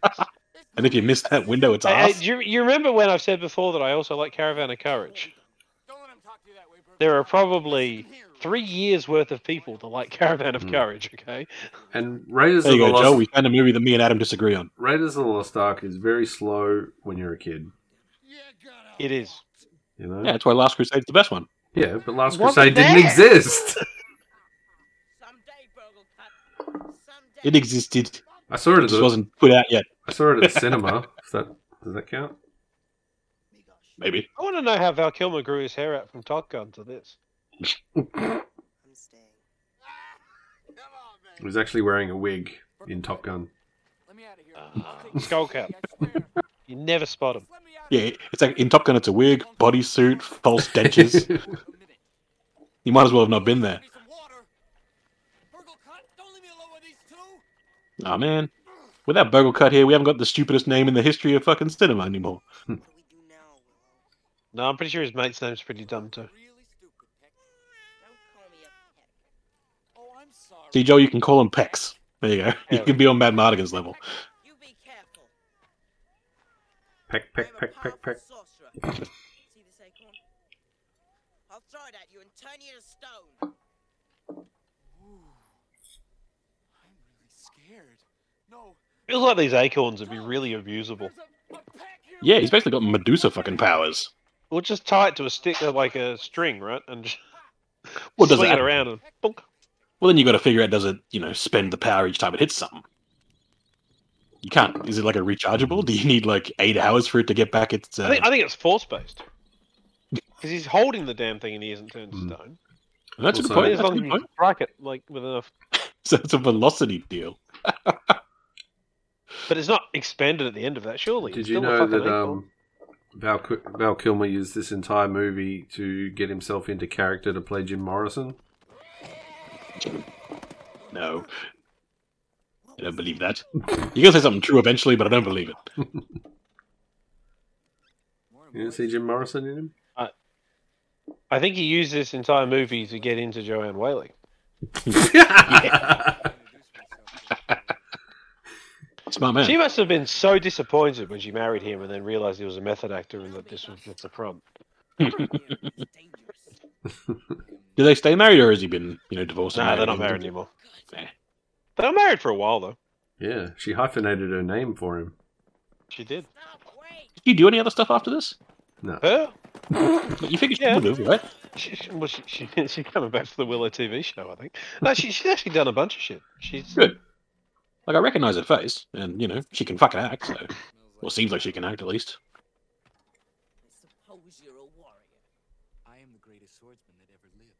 Speaker 1: Yeah.
Speaker 2: and if you miss that window, it's
Speaker 3: Hey, hey,
Speaker 2: ass.
Speaker 3: do you, you remember when I've said before that I also like Caravan of Courage? There are probably three years worth of people that like Caravan of
Speaker 1: Hmm.
Speaker 3: Courage. Okay.
Speaker 1: And Raiders
Speaker 2: There
Speaker 1: of
Speaker 2: you
Speaker 1: the
Speaker 2: go,
Speaker 1: Lost
Speaker 2: Joe. We found a movie that me and Adam disagree on.
Speaker 1: Raiders of the Lost Ark is very slow when you're a kid.
Speaker 3: It is.
Speaker 1: You know.
Speaker 2: Yeah, that's why Last Crusade's the best one.
Speaker 1: Yeah, but Last Crusade
Speaker 3: Wasn't
Speaker 1: didn't
Speaker 3: there.
Speaker 1: exist.
Speaker 5: Someday, Burgle Cut. Someday.
Speaker 2: It existed,
Speaker 1: I saw it
Speaker 2: it
Speaker 1: at
Speaker 2: just
Speaker 1: the,
Speaker 2: wasn't put out yet.
Speaker 1: I saw it at the cinema. Is that, does that count?
Speaker 2: Maybe
Speaker 3: I want to know how Val Kilmer grew his hair out from Top Gun to this.
Speaker 5: I'm staying.
Speaker 1: He was actually wearing a wig in Top Gun.
Speaker 2: Uh,
Speaker 3: Skull cap. You never spot him.
Speaker 2: yeah. It's like in Top Gun, it's a wig, bodysuit, false dentures. You might as well have not been there.
Speaker 6: Need some water. Virgil, cut! Don't leave me alone with these two.
Speaker 2: Ah man. Without Burgle Cut here, we haven't got the stupidest name in the history of fucking cinema anymore.
Speaker 5: What do we do now, Willow?
Speaker 3: No, I'm pretty sure his mate's name's pretty dumb too.
Speaker 6: Really stupid, Peck.
Speaker 5: Don't call me a pet.
Speaker 6: Oh, I'm sorry.
Speaker 2: See, Joe, you can call him Pex. There you go. You can be on Mad Mardigan's level.
Speaker 5: You be careful.
Speaker 1: Peck, peck,
Speaker 5: I'm a
Speaker 1: peck, peck,
Speaker 5: powerful
Speaker 1: peck.
Speaker 5: sorcerer. See this acorn? I'll throw it at you and turn you to stone.
Speaker 6: I'm really scared. No.
Speaker 3: Feels like these acorns would be really abusable.
Speaker 6: There's a, a pack here.
Speaker 2: Yeah, he's basically got Medusa fucking powers.
Speaker 3: We'll just tie it to a stick uh, like a string, right? And just
Speaker 2: Well, does
Speaker 3: swing
Speaker 2: that?
Speaker 3: it around and bonk.
Speaker 2: Well, then you got to figure out does it, you know, spend the power each time it hits something. You can't. Is it like a rechargeable? Do you need like eight hours for it to get back its? Uh,
Speaker 3: I think I think it's force based because he's holding the damn thing and he isn't turned to
Speaker 1: Hmm.
Speaker 3: stone.
Speaker 2: that's a good
Speaker 1: Also-
Speaker 2: point.
Speaker 3: as
Speaker 2: That's a
Speaker 3: long as
Speaker 2: good
Speaker 3: you
Speaker 2: point.
Speaker 3: strike it like with enough,
Speaker 2: So it's a velocity deal.
Speaker 3: but it's not expanded at the end of that. Surely.
Speaker 1: Did
Speaker 3: It's
Speaker 1: you
Speaker 3: still a
Speaker 1: know
Speaker 3: fucking
Speaker 1: that
Speaker 3: acorn.
Speaker 1: um, Val, Ki- Val Kilmer used this entire movie to get himself into character to play Jim Morrison?
Speaker 2: No, I don't believe that. You're gonna say something true eventually, but I don't believe it.
Speaker 1: You didn't see Jim Morrison in him?
Speaker 3: I think he used this entire movie to get into Joanne Whaley.
Speaker 2: Smart man.
Speaker 3: She must have been so disappointed when she married him and then realized he was a method actor and that this was just a prompt.
Speaker 5: It's dangerous.
Speaker 2: Do they stay married, or has he been, you know, divorced? and
Speaker 3: Nah, they're not married anymore.
Speaker 2: Eh.
Speaker 3: They were married for a while though.
Speaker 1: Yeah, she hyphenated her name for him.
Speaker 3: She did.
Speaker 5: Stop, wait.
Speaker 2: Did you do any other stuff after this?
Speaker 1: No.
Speaker 3: Her?
Speaker 2: You figured she
Speaker 3: Yeah.
Speaker 2: would have, right?
Speaker 3: She, she, well, she, she, she's coming back to the Willow TV show, I think. No, she, she's actually done a bunch of shit. She's
Speaker 2: Good. Like I recognize her face, and you know she can fucking act. So, well, seems like she can act at least.
Speaker 5: I suppose you're a warrior.
Speaker 6: I am the greatest swordsman that ever lived.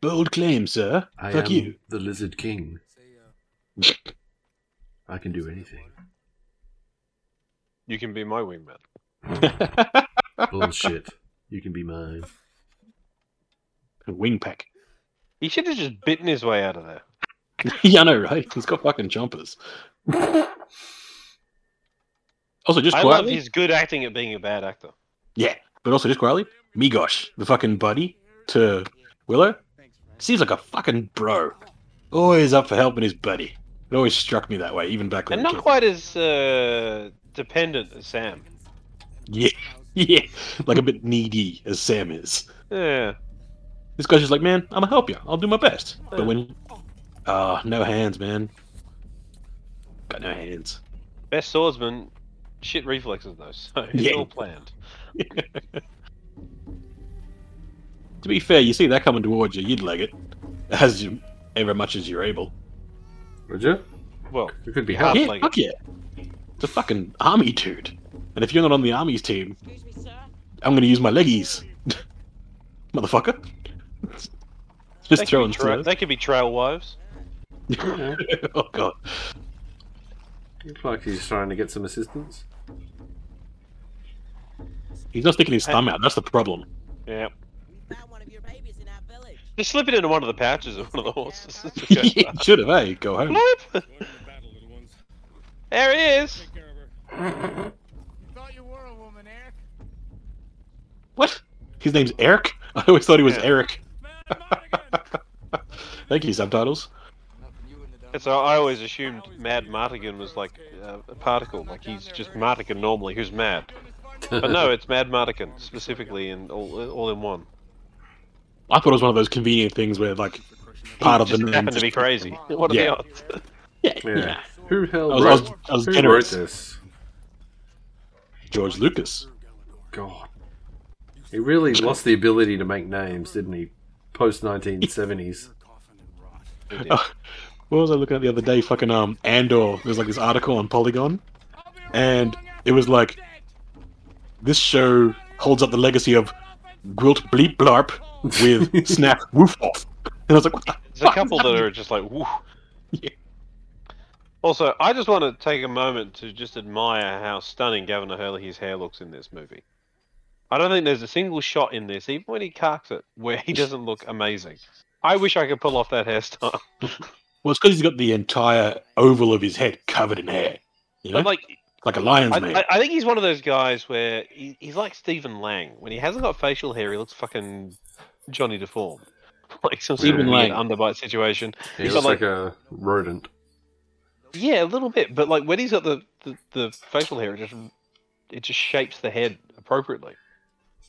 Speaker 2: Bold claim, sir.
Speaker 1: I
Speaker 2: Fuck
Speaker 1: am
Speaker 2: you.
Speaker 1: the Lizard King.
Speaker 6: Say, uh,
Speaker 1: I can do
Speaker 6: say that
Speaker 1: anything.
Speaker 6: water.
Speaker 3: You can be my wingman.
Speaker 1: Bullshit. You can be mine.
Speaker 2: Wing pack.
Speaker 3: He should have just bitten his way out of there.
Speaker 2: yeah, I know, right? He's got fucking jumpers. also, just
Speaker 3: I love
Speaker 2: quietly.
Speaker 3: his good acting at being a bad actor.
Speaker 2: Yeah, but also just quietly. Migosh, the fucking buddy to Willow, seems like a fucking bro. Always up for helping his buddy. It always struck me that way, even back when.
Speaker 3: And
Speaker 2: I
Speaker 3: not
Speaker 2: was
Speaker 3: quite as uh, dependent as Sam.
Speaker 2: a kid. Yeah, yeah, like a bit needy as Sam is.
Speaker 3: Yeah.
Speaker 2: This guy's just like, man, I'm gonna help you. I'll do my best. But when, ah, no hands, man. Got no hands.
Speaker 3: Best swordsman, shit reflexes though, so it's
Speaker 2: Yeah.
Speaker 3: all planned.
Speaker 2: To be fair, you see that coming towards you, you'd leg it as you, ever much as you're able.
Speaker 1: Would you?
Speaker 3: Well,
Speaker 1: It could be
Speaker 3: Yeah.
Speaker 1: helped.
Speaker 2: yeah,
Speaker 3: leg it.
Speaker 2: fuck yeah. It's a fucking army dude, and if you're not on the army's team,
Speaker 5: Excuse me, sir.
Speaker 2: I'm gonna use my leggies, motherfucker.
Speaker 3: they
Speaker 2: Just
Speaker 3: could,
Speaker 2: throwing
Speaker 3: be tra-
Speaker 2: stuff.
Speaker 3: they could be trail wives.
Speaker 2: oh god.
Speaker 1: Looks like he's trying to get some assistance.
Speaker 2: He's not sticking his thumb out. That's the problem.
Speaker 3: Yeah.
Speaker 5: We found one of your babies in our village.
Speaker 3: Just slip it into one of the pouches of one of the horses.
Speaker 2: Yeah, you should have, eh? Go home.
Speaker 3: Bloop.
Speaker 6: Go to the battle, little ones.
Speaker 3: There he is.
Speaker 6: Take care of her. you thought you were a woman, Eric.
Speaker 2: What? His name's Eric? I always thought he was
Speaker 3: Yeah.
Speaker 2: Eric.
Speaker 6: Man, I'm out again.
Speaker 2: Thank you, subtitles.
Speaker 6: Nothing you wouldn't have done.
Speaker 3: And so I always assumed Mad Martigan was like uh, a particle, like he's just Martigan normally, who's mad.
Speaker 6: Doing this fine
Speaker 3: But no, it's Mad Martigan specifically, and all all in one.
Speaker 2: I thought it was one of those convenient things where, like, part of the
Speaker 3: Just
Speaker 2: name.
Speaker 3: happened to be crazy. What are
Speaker 2: Yeah.
Speaker 3: the odds?
Speaker 2: Yeah,
Speaker 1: Yeah.
Speaker 2: yeah.
Speaker 1: Who hell
Speaker 2: I was- I
Speaker 1: wrote,
Speaker 2: was- I was
Speaker 1: who
Speaker 2: generous.
Speaker 1: wrote this?
Speaker 2: George Lucas.
Speaker 1: God. He really lost the ability to make names, didn't he? Post 1970s.
Speaker 6: coffin and rot.
Speaker 2: What was I looking at the other day? Fucking um, Andor. There's like this article on Polygon, and it was like, this show holds up the legacy of Gwilt Bleep Blarp with Snap Woof Off. And I was like, what the
Speaker 3: There's a
Speaker 2: fuck?
Speaker 3: couple that are just like, woo.
Speaker 2: Yeah.
Speaker 3: Also, I just want to take a moment to just admire how stunning Gavin O'Hurley's hair looks in this movie. I don't think there's a single shot in this, even when he cocks it, where he doesn't look amazing. I wish I could pull off that hairstyle.
Speaker 2: Well, it's because he's got the entire oval of his head covered in hair. You know,
Speaker 3: But
Speaker 2: like,
Speaker 3: like,
Speaker 2: a lion's
Speaker 3: I,
Speaker 2: mane.
Speaker 3: I, I think he's one of those guys where he, he's like Stephen Lang. When he hasn't got facial hair, he looks fucking Johnny deformed, like some sort of
Speaker 2: Stephen
Speaker 3: weird
Speaker 2: Lang.
Speaker 3: underbite situation.
Speaker 1: He
Speaker 3: He's
Speaker 1: looks
Speaker 3: got, like-
Speaker 1: like, a rodent.
Speaker 3: Yeah, a little bit, but like when he's got the, the, the facial hair, it just it just shapes the head appropriately.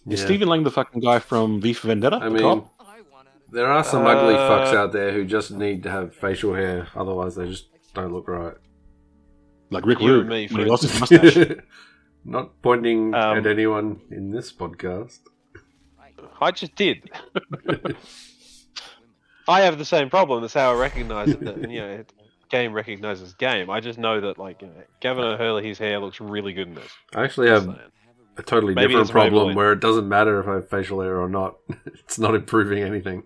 Speaker 2: Is
Speaker 1: Yeah.
Speaker 2: Stephen Lang the fucking guy from V for Vendetta?
Speaker 1: I
Speaker 2: The
Speaker 1: mean,
Speaker 2: cop?
Speaker 5: I want out of
Speaker 1: there are some ugly
Speaker 3: Uh,
Speaker 1: fucks out there who just need to have facial hair, otherwise they just don't look right.
Speaker 2: like Rick
Speaker 3: you and
Speaker 2: Rude.
Speaker 3: me
Speaker 2: when
Speaker 3: for
Speaker 2: he
Speaker 3: it.
Speaker 2: lost his mustache.
Speaker 1: Not pointing
Speaker 3: Um,
Speaker 1: at anyone in this podcast.
Speaker 3: I just did. I have the same problem. That's how I recognize it. That, you know, it- game recognizes game. I just know that like you know, Gavin O'Hurley, his hair looks really good in this.
Speaker 1: I actually
Speaker 3: Just
Speaker 1: have
Speaker 3: saying.
Speaker 1: a totally
Speaker 3: Maybe
Speaker 1: different
Speaker 3: that's my
Speaker 1: problem
Speaker 3: point.
Speaker 1: where it doesn't matter if I have facial hair or not. it's not improving anything.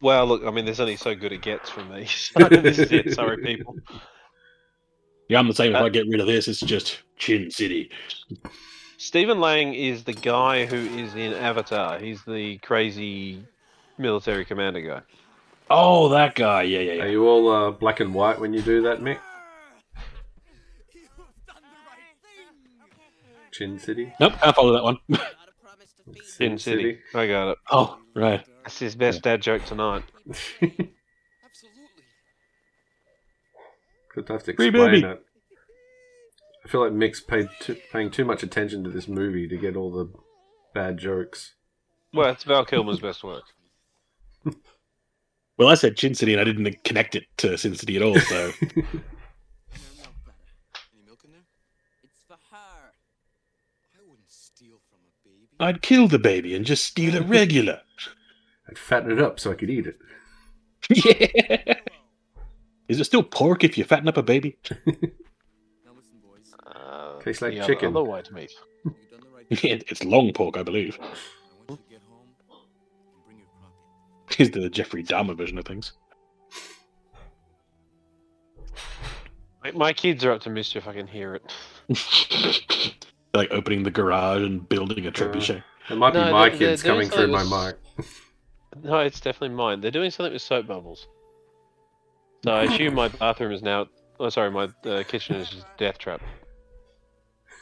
Speaker 3: Well, look, I mean, there's only so good it gets from me. So this is it. Sorry, people.
Speaker 2: yeah, I'm the same. If
Speaker 3: Uh,
Speaker 2: I get rid of this, it's just Chin City.
Speaker 3: Stephen Lang is the guy who is in Avatar. He's the crazy military commander guy.
Speaker 2: Oh, that guy. Yeah, yeah,
Speaker 1: Are
Speaker 2: yeah.
Speaker 1: you all uh, black and white when you do that, Mick?
Speaker 6: You've done the right thing.
Speaker 1: Chin City?
Speaker 2: Nope, can't follow that one.
Speaker 5: it. Not a promise to feed
Speaker 1: Sin
Speaker 3: Sin City. I got it.
Speaker 2: oh, right.
Speaker 3: That's his best dad joke tonight.
Speaker 6: Absolutely.
Speaker 1: Could have to
Speaker 2: Free
Speaker 1: explain
Speaker 2: baby.
Speaker 1: it. I feel like Mick's paid too, paying too much attention to this movie to get all the bad jokes.
Speaker 3: Well, it's Val Kilmer's best work.
Speaker 2: Well, I said Chin City and I didn't connect it to Sin City at all. So
Speaker 5: her milk butter.
Speaker 6: Any milk in there?
Speaker 5: It's for her.
Speaker 6: I wouldn't steal from a baby.
Speaker 2: I'd kill the baby and just steal a regular.
Speaker 1: I'd fatten it up so I could eat it.
Speaker 2: yeah. Is it still pork if you fatten up a baby?
Speaker 6: Now listen, boys.
Speaker 3: Uh,
Speaker 1: Tastes like
Speaker 3: the other-
Speaker 1: chicken.
Speaker 3: Other white meat.
Speaker 6: You've done the right thing.
Speaker 2: It- it's long pork, I believe.
Speaker 6: I want you to get home and bring your crop in.
Speaker 2: Is the Jeffrey Dahmer version of things.
Speaker 3: My, my kids are up to mischief. I can hear it.
Speaker 2: like opening the garage and building a
Speaker 3: Uh.
Speaker 2: trebuchet.
Speaker 1: It might
Speaker 3: No,
Speaker 1: be my
Speaker 3: there-
Speaker 1: kids
Speaker 3: there- there
Speaker 1: coming
Speaker 3: is
Speaker 1: through
Speaker 3: those-
Speaker 1: my mic.
Speaker 3: No, it's definitely mine. They're doing something with soap bubbles. So I assume my bathroom is now. Oh, sorry, my uh, kitchen is just death trap.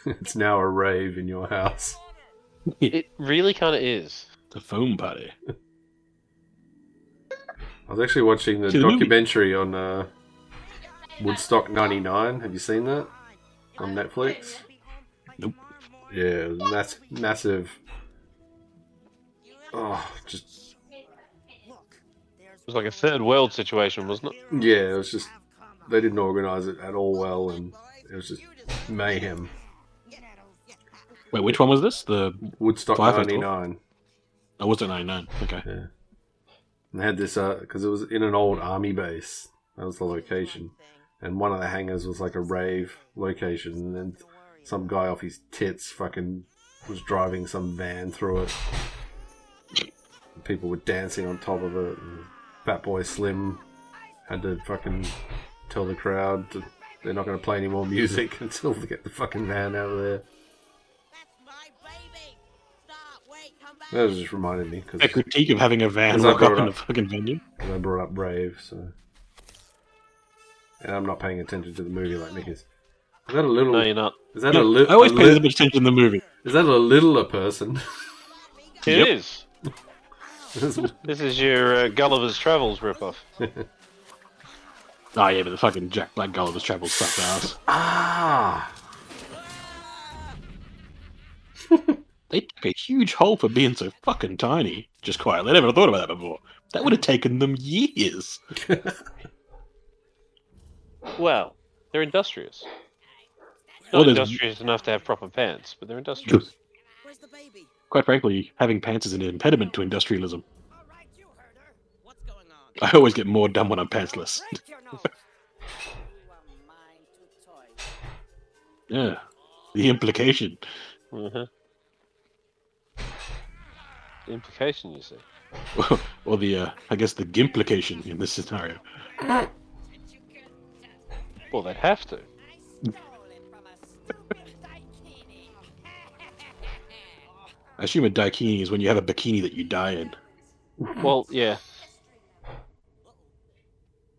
Speaker 1: It's now a rave in your house.
Speaker 3: It really kind of is.
Speaker 2: the foam party.
Speaker 1: I was actually watching the
Speaker 2: To the movie.
Speaker 1: documentary on uh, Woodstock 99. Have you seen that? On Netflix?
Speaker 2: Nope.
Speaker 1: Yeah, that's massive. Oh, just.
Speaker 3: It was like a third world situation, wasn't it?
Speaker 1: Yeah, it was just. They didn't organise it at all well, and it was just mayhem.
Speaker 2: Wait, which one was this? The
Speaker 1: Woodstock
Speaker 2: Five and
Speaker 1: 99.
Speaker 2: I was at 99. Okay.
Speaker 1: And they had this, because it was in an old army base. That was the location. And one of the hangars was like a rave location, and then some guy off his tits fucking was driving some van through it. And people were dancing on top of it. And Fat Boy Slim had to fucking tell the crowd that they're not going to play any more music until they get the fucking van out of there.
Speaker 5: That's my baby. Stop. Wait. Come back.
Speaker 1: That was just reminded me
Speaker 2: A
Speaker 1: because
Speaker 2: critique of having a van
Speaker 1: Is that
Speaker 2: walk up
Speaker 1: brought
Speaker 2: in a
Speaker 1: up?
Speaker 2: fucking venue.
Speaker 1: I brought up rave, so. And I'm not paying attention to the movie like Nick is. Is that a little?
Speaker 3: No, you're not.
Speaker 1: Is that a
Speaker 2: No,
Speaker 1: little?
Speaker 2: I always pay a little bit attention to the movie.
Speaker 1: Is that a littler person?
Speaker 3: It is.
Speaker 2: Yep.
Speaker 3: This is your uh, Gulliver's Travels ripoff.
Speaker 2: Oh yeah, but the fucking Jack Black Gulliver's Travels sucked ass.
Speaker 1: ah,
Speaker 2: They took a huge hole for being so fucking tiny. Just quietly. I never thought about that before. That would have taken them years.
Speaker 3: Well, they're industrious. Not
Speaker 2: Well, there's-
Speaker 3: industrious enough to have proper pants, but they're industrious.
Speaker 5: Where's the baby?
Speaker 2: Quite frankly, having pants is an impediment to industrialism.
Speaker 5: All right, you heard her. What's going on?
Speaker 2: I always get more done when I'm pantsless.
Speaker 5: Break your nose. you are mine to toy.
Speaker 2: yeah. The implication.
Speaker 3: Uh-huh. Mm-hmm. The implication, you see.
Speaker 2: or the, uh, I guess, the gimplication in this scenario.
Speaker 3: Well, they'd have to.
Speaker 5: I stole it from a stupid daikini.
Speaker 2: I assume a daikini is when you have a bikini that you die in.
Speaker 7: Well, yeah.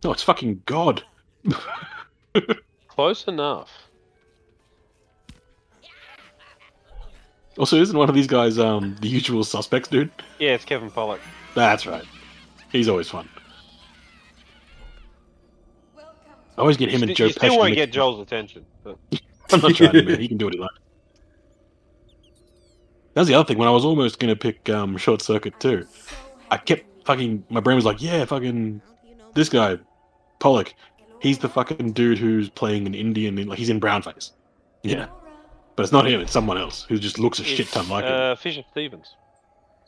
Speaker 2: No, it's fucking God.
Speaker 3: Close enough.
Speaker 2: Also, isn't one of these guys um the usual suspects, dude?
Speaker 3: Yeah, it's Kevin Pollock.
Speaker 2: That's right. He's always fun.
Speaker 4: Welcome
Speaker 2: I always get him
Speaker 3: you
Speaker 2: and
Speaker 3: sti-
Speaker 2: Joe
Speaker 3: you still won't
Speaker 2: Pesci.
Speaker 3: get
Speaker 2: mixed-
Speaker 3: Joel's attention. But
Speaker 2: I'm not trying to, man. He can do what he likes. That was the other thing. When I was almost gonna pick um, Short Circuit too, I kept fucking. My brain was like, "Yeah, fucking this guy, Pollock. He's the fucking dude who's playing an Indian. In, like he's in brownface. Yeah, but it's not him. It's someone else who just looks a shit ton
Speaker 3: it's,
Speaker 2: like him.
Speaker 3: uh, Fisher Stevens,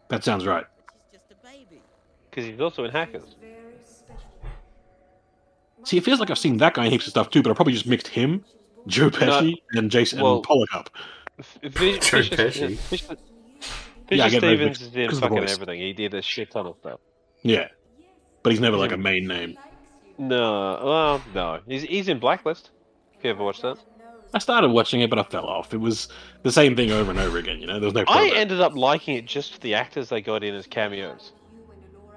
Speaker 2: That sounds right.
Speaker 5: She's just a baby.
Speaker 3: because he's also in Hackers.
Speaker 2: See, it feels like I've seen that guy in heaps of stuff too, but I probably just mixed him, Joe Pesci, and Jason
Speaker 3: well,
Speaker 2: and Pollock up.
Speaker 3: F- Fisher,
Speaker 1: Joe
Speaker 3: Fisher,
Speaker 1: Pesci.
Speaker 3: Fisher,
Speaker 2: Yeah, I
Speaker 3: Fisher
Speaker 2: get those
Speaker 3: Stevens
Speaker 2: mixed
Speaker 3: is in
Speaker 2: 'cause of the
Speaker 3: fucking
Speaker 2: voice.
Speaker 3: everything. He did a shit ton of stuff.
Speaker 2: Yeah, but he's never like a main name.
Speaker 3: No, well, no. He's, he's in Blacklist. If you ever watched that,
Speaker 2: I started watching it, but I fell off. It was the same thing over and over again. You know, there was no.
Speaker 3: I
Speaker 2: progress.
Speaker 3: ended up liking it just for the actors they got in as cameos.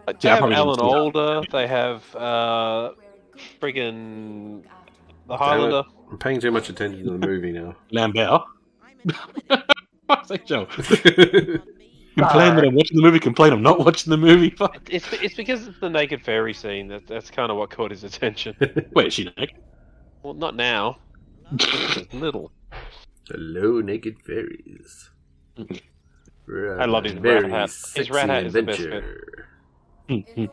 Speaker 3: Like,
Speaker 2: See,
Speaker 3: they
Speaker 2: I
Speaker 3: have
Speaker 2: probably didn't
Speaker 3: Alan
Speaker 2: see that.
Speaker 3: Alda. They have uh, friggin' the Highlander.
Speaker 1: I'm paying too much attention to the movie now.
Speaker 2: Lambert.
Speaker 5: I'm an invalid.
Speaker 2: Fuck's sake, Joe.
Speaker 5: on me.
Speaker 2: Complain that I'm watching the movie. Complain I'm not watching the movie. Fuck.
Speaker 3: It's it's because it's the naked fairy scene that that's kind of what caught his attention.
Speaker 2: Wait, is she naked?
Speaker 3: well, not now. Just little.
Speaker 1: Hello, naked fairies. We're
Speaker 3: I
Speaker 1: on
Speaker 3: love
Speaker 1: a
Speaker 3: his rat
Speaker 1: very
Speaker 3: hat. His
Speaker 1: sexy
Speaker 3: rat hat is the best
Speaker 1: adventure.
Speaker 2: Hmm,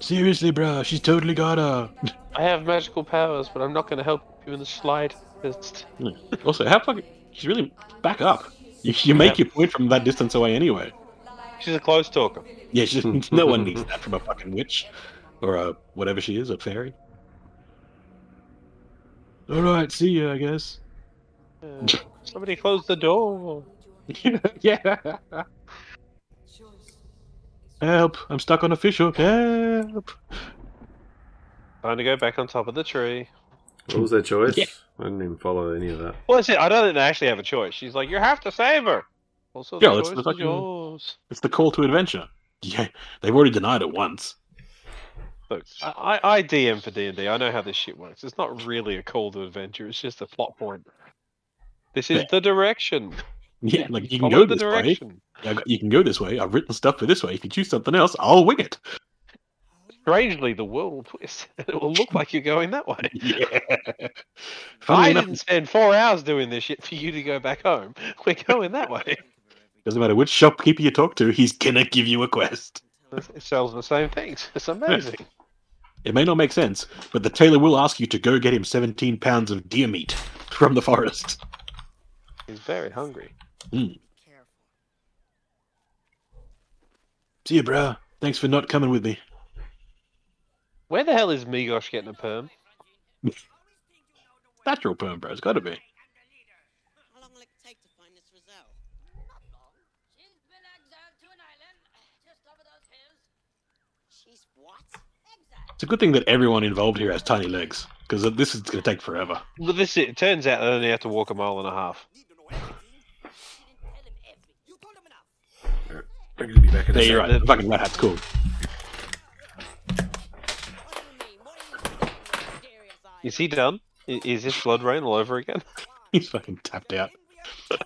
Speaker 2: Seriously, bruh, she's totally got a.
Speaker 3: I have magical powers, but I'm not going to help you in the slightest.
Speaker 2: Hmm. also, how fucking? She's really back up. You, you make your point from that distance away anyway.
Speaker 3: She's a close talker.
Speaker 2: Yeah, she just, no one needs that from a fucking witch, or a whatever she is, a fairy. All right, see you, I guess.
Speaker 3: Uh, somebody close the door.
Speaker 2: yeah. Help! I'm stuck on a fish hook. Help!
Speaker 3: Time to go back on top of the tree.
Speaker 1: What was their choice?
Speaker 2: Yeah.
Speaker 1: I didn't even follow any of that.
Speaker 3: Well, that's it. I don't think they actually have a choice. She's like, you have to save her. Also, the
Speaker 2: Yeah, that's
Speaker 3: choice
Speaker 2: the
Speaker 3: is
Speaker 2: fucking-
Speaker 3: yours.
Speaker 2: It's the call to adventure. Yeah, they've already denied it once.
Speaker 3: Look, I, I I DM for D and I know how this shit works. It's not really a call to adventure. It's just a plot point. This is
Speaker 2: Yeah.
Speaker 3: the direction.
Speaker 2: Yeah, like you can
Speaker 3: Follow
Speaker 2: go
Speaker 3: the
Speaker 2: this way.
Speaker 3: direction.
Speaker 2: I got- You can go this way. I've written stuff for this way. If you choose something else, I'll wing it.
Speaker 3: Strangely, the world will twist. It will look like you're going that way.
Speaker 2: Yeah. Funny
Speaker 3: I
Speaker 2: enough,
Speaker 3: didn't spend four hours doing this shit for you to go back home. We're going that way.
Speaker 2: doesn't matter which shopkeeper you talk to, he's gonna give you a quest.
Speaker 3: It sells the same things. It's amazing.
Speaker 2: It may not make sense, but the tailor will ask you to go get him 17 pounds of deer meat from the forest.
Speaker 3: He's very hungry.
Speaker 5: Careful.
Speaker 2: See you, bro. Thanks for not coming with me.
Speaker 3: Where the hell is Migosh getting a perm?
Speaker 2: Natural perm, bro. It's gotta be.
Speaker 5: How long will it take to find this Rizal?
Speaker 8: She's been exiled to an island just over those hills.
Speaker 5: She's what?
Speaker 2: It's a good thing that everyone involved here has tiny legs, because this is gonna take forever.
Speaker 3: Well, this is it. it turns out they only have to walk a mile and a half.
Speaker 6: Need to know everything.
Speaker 8: Didn't tell him everything.
Speaker 6: You told him enough.
Speaker 1: I'm gonna be back in a
Speaker 2: Yeah, you're
Speaker 1: second.
Speaker 2: right. The fucking rat hat's cool.
Speaker 5: What do you mean? What do you mean? Mysterious eyes.
Speaker 3: Is he done? I- Is this blood rain all over again?
Speaker 2: He's fucking tapped out.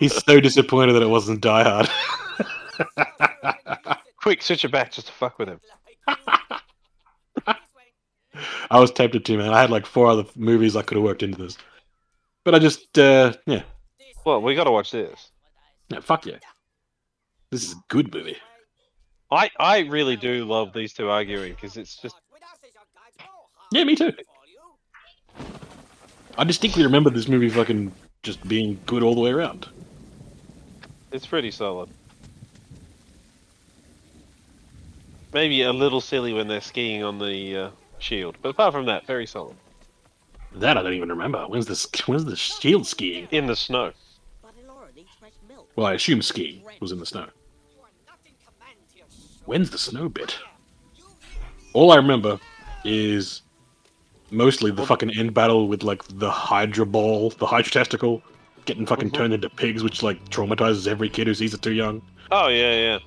Speaker 2: He's so disappointed that it wasn't Die Hard.
Speaker 3: Quick, switch it back just to fuck with him.
Speaker 2: I was tempted to, man. I had like four other movies I could have worked into this. But I just, uh, yeah.
Speaker 3: Well, we got to watch this.
Speaker 2: No, fuck yeah. This is a good movie.
Speaker 3: I, I really do love these two arguing because it's just
Speaker 6: With us as your guides, no harm
Speaker 2: Yeah, me too.
Speaker 6: befall you.
Speaker 2: I distinctly remember this movie fucking just being good all the way around.
Speaker 3: it's pretty solid. Maybe a little silly when they're skiing on the uh, shield, but apart from that, very solid.
Speaker 2: That I don't even remember. When's this? When's the shield skiing?
Speaker 3: In the snow.
Speaker 5: But Elora needs fresh milk.
Speaker 2: Well, I assume skiing was in the snow.
Speaker 6: You are not in command here.
Speaker 2: When's the snow bit?
Speaker 6: You hear me?
Speaker 2: All I remember is mostly the fucking end battle with like the Hydra ball, the Hydra testicle, getting fucking turned into pigs, which like traumatizes every kid who sees it too young.
Speaker 3: Oh yeah, yeah.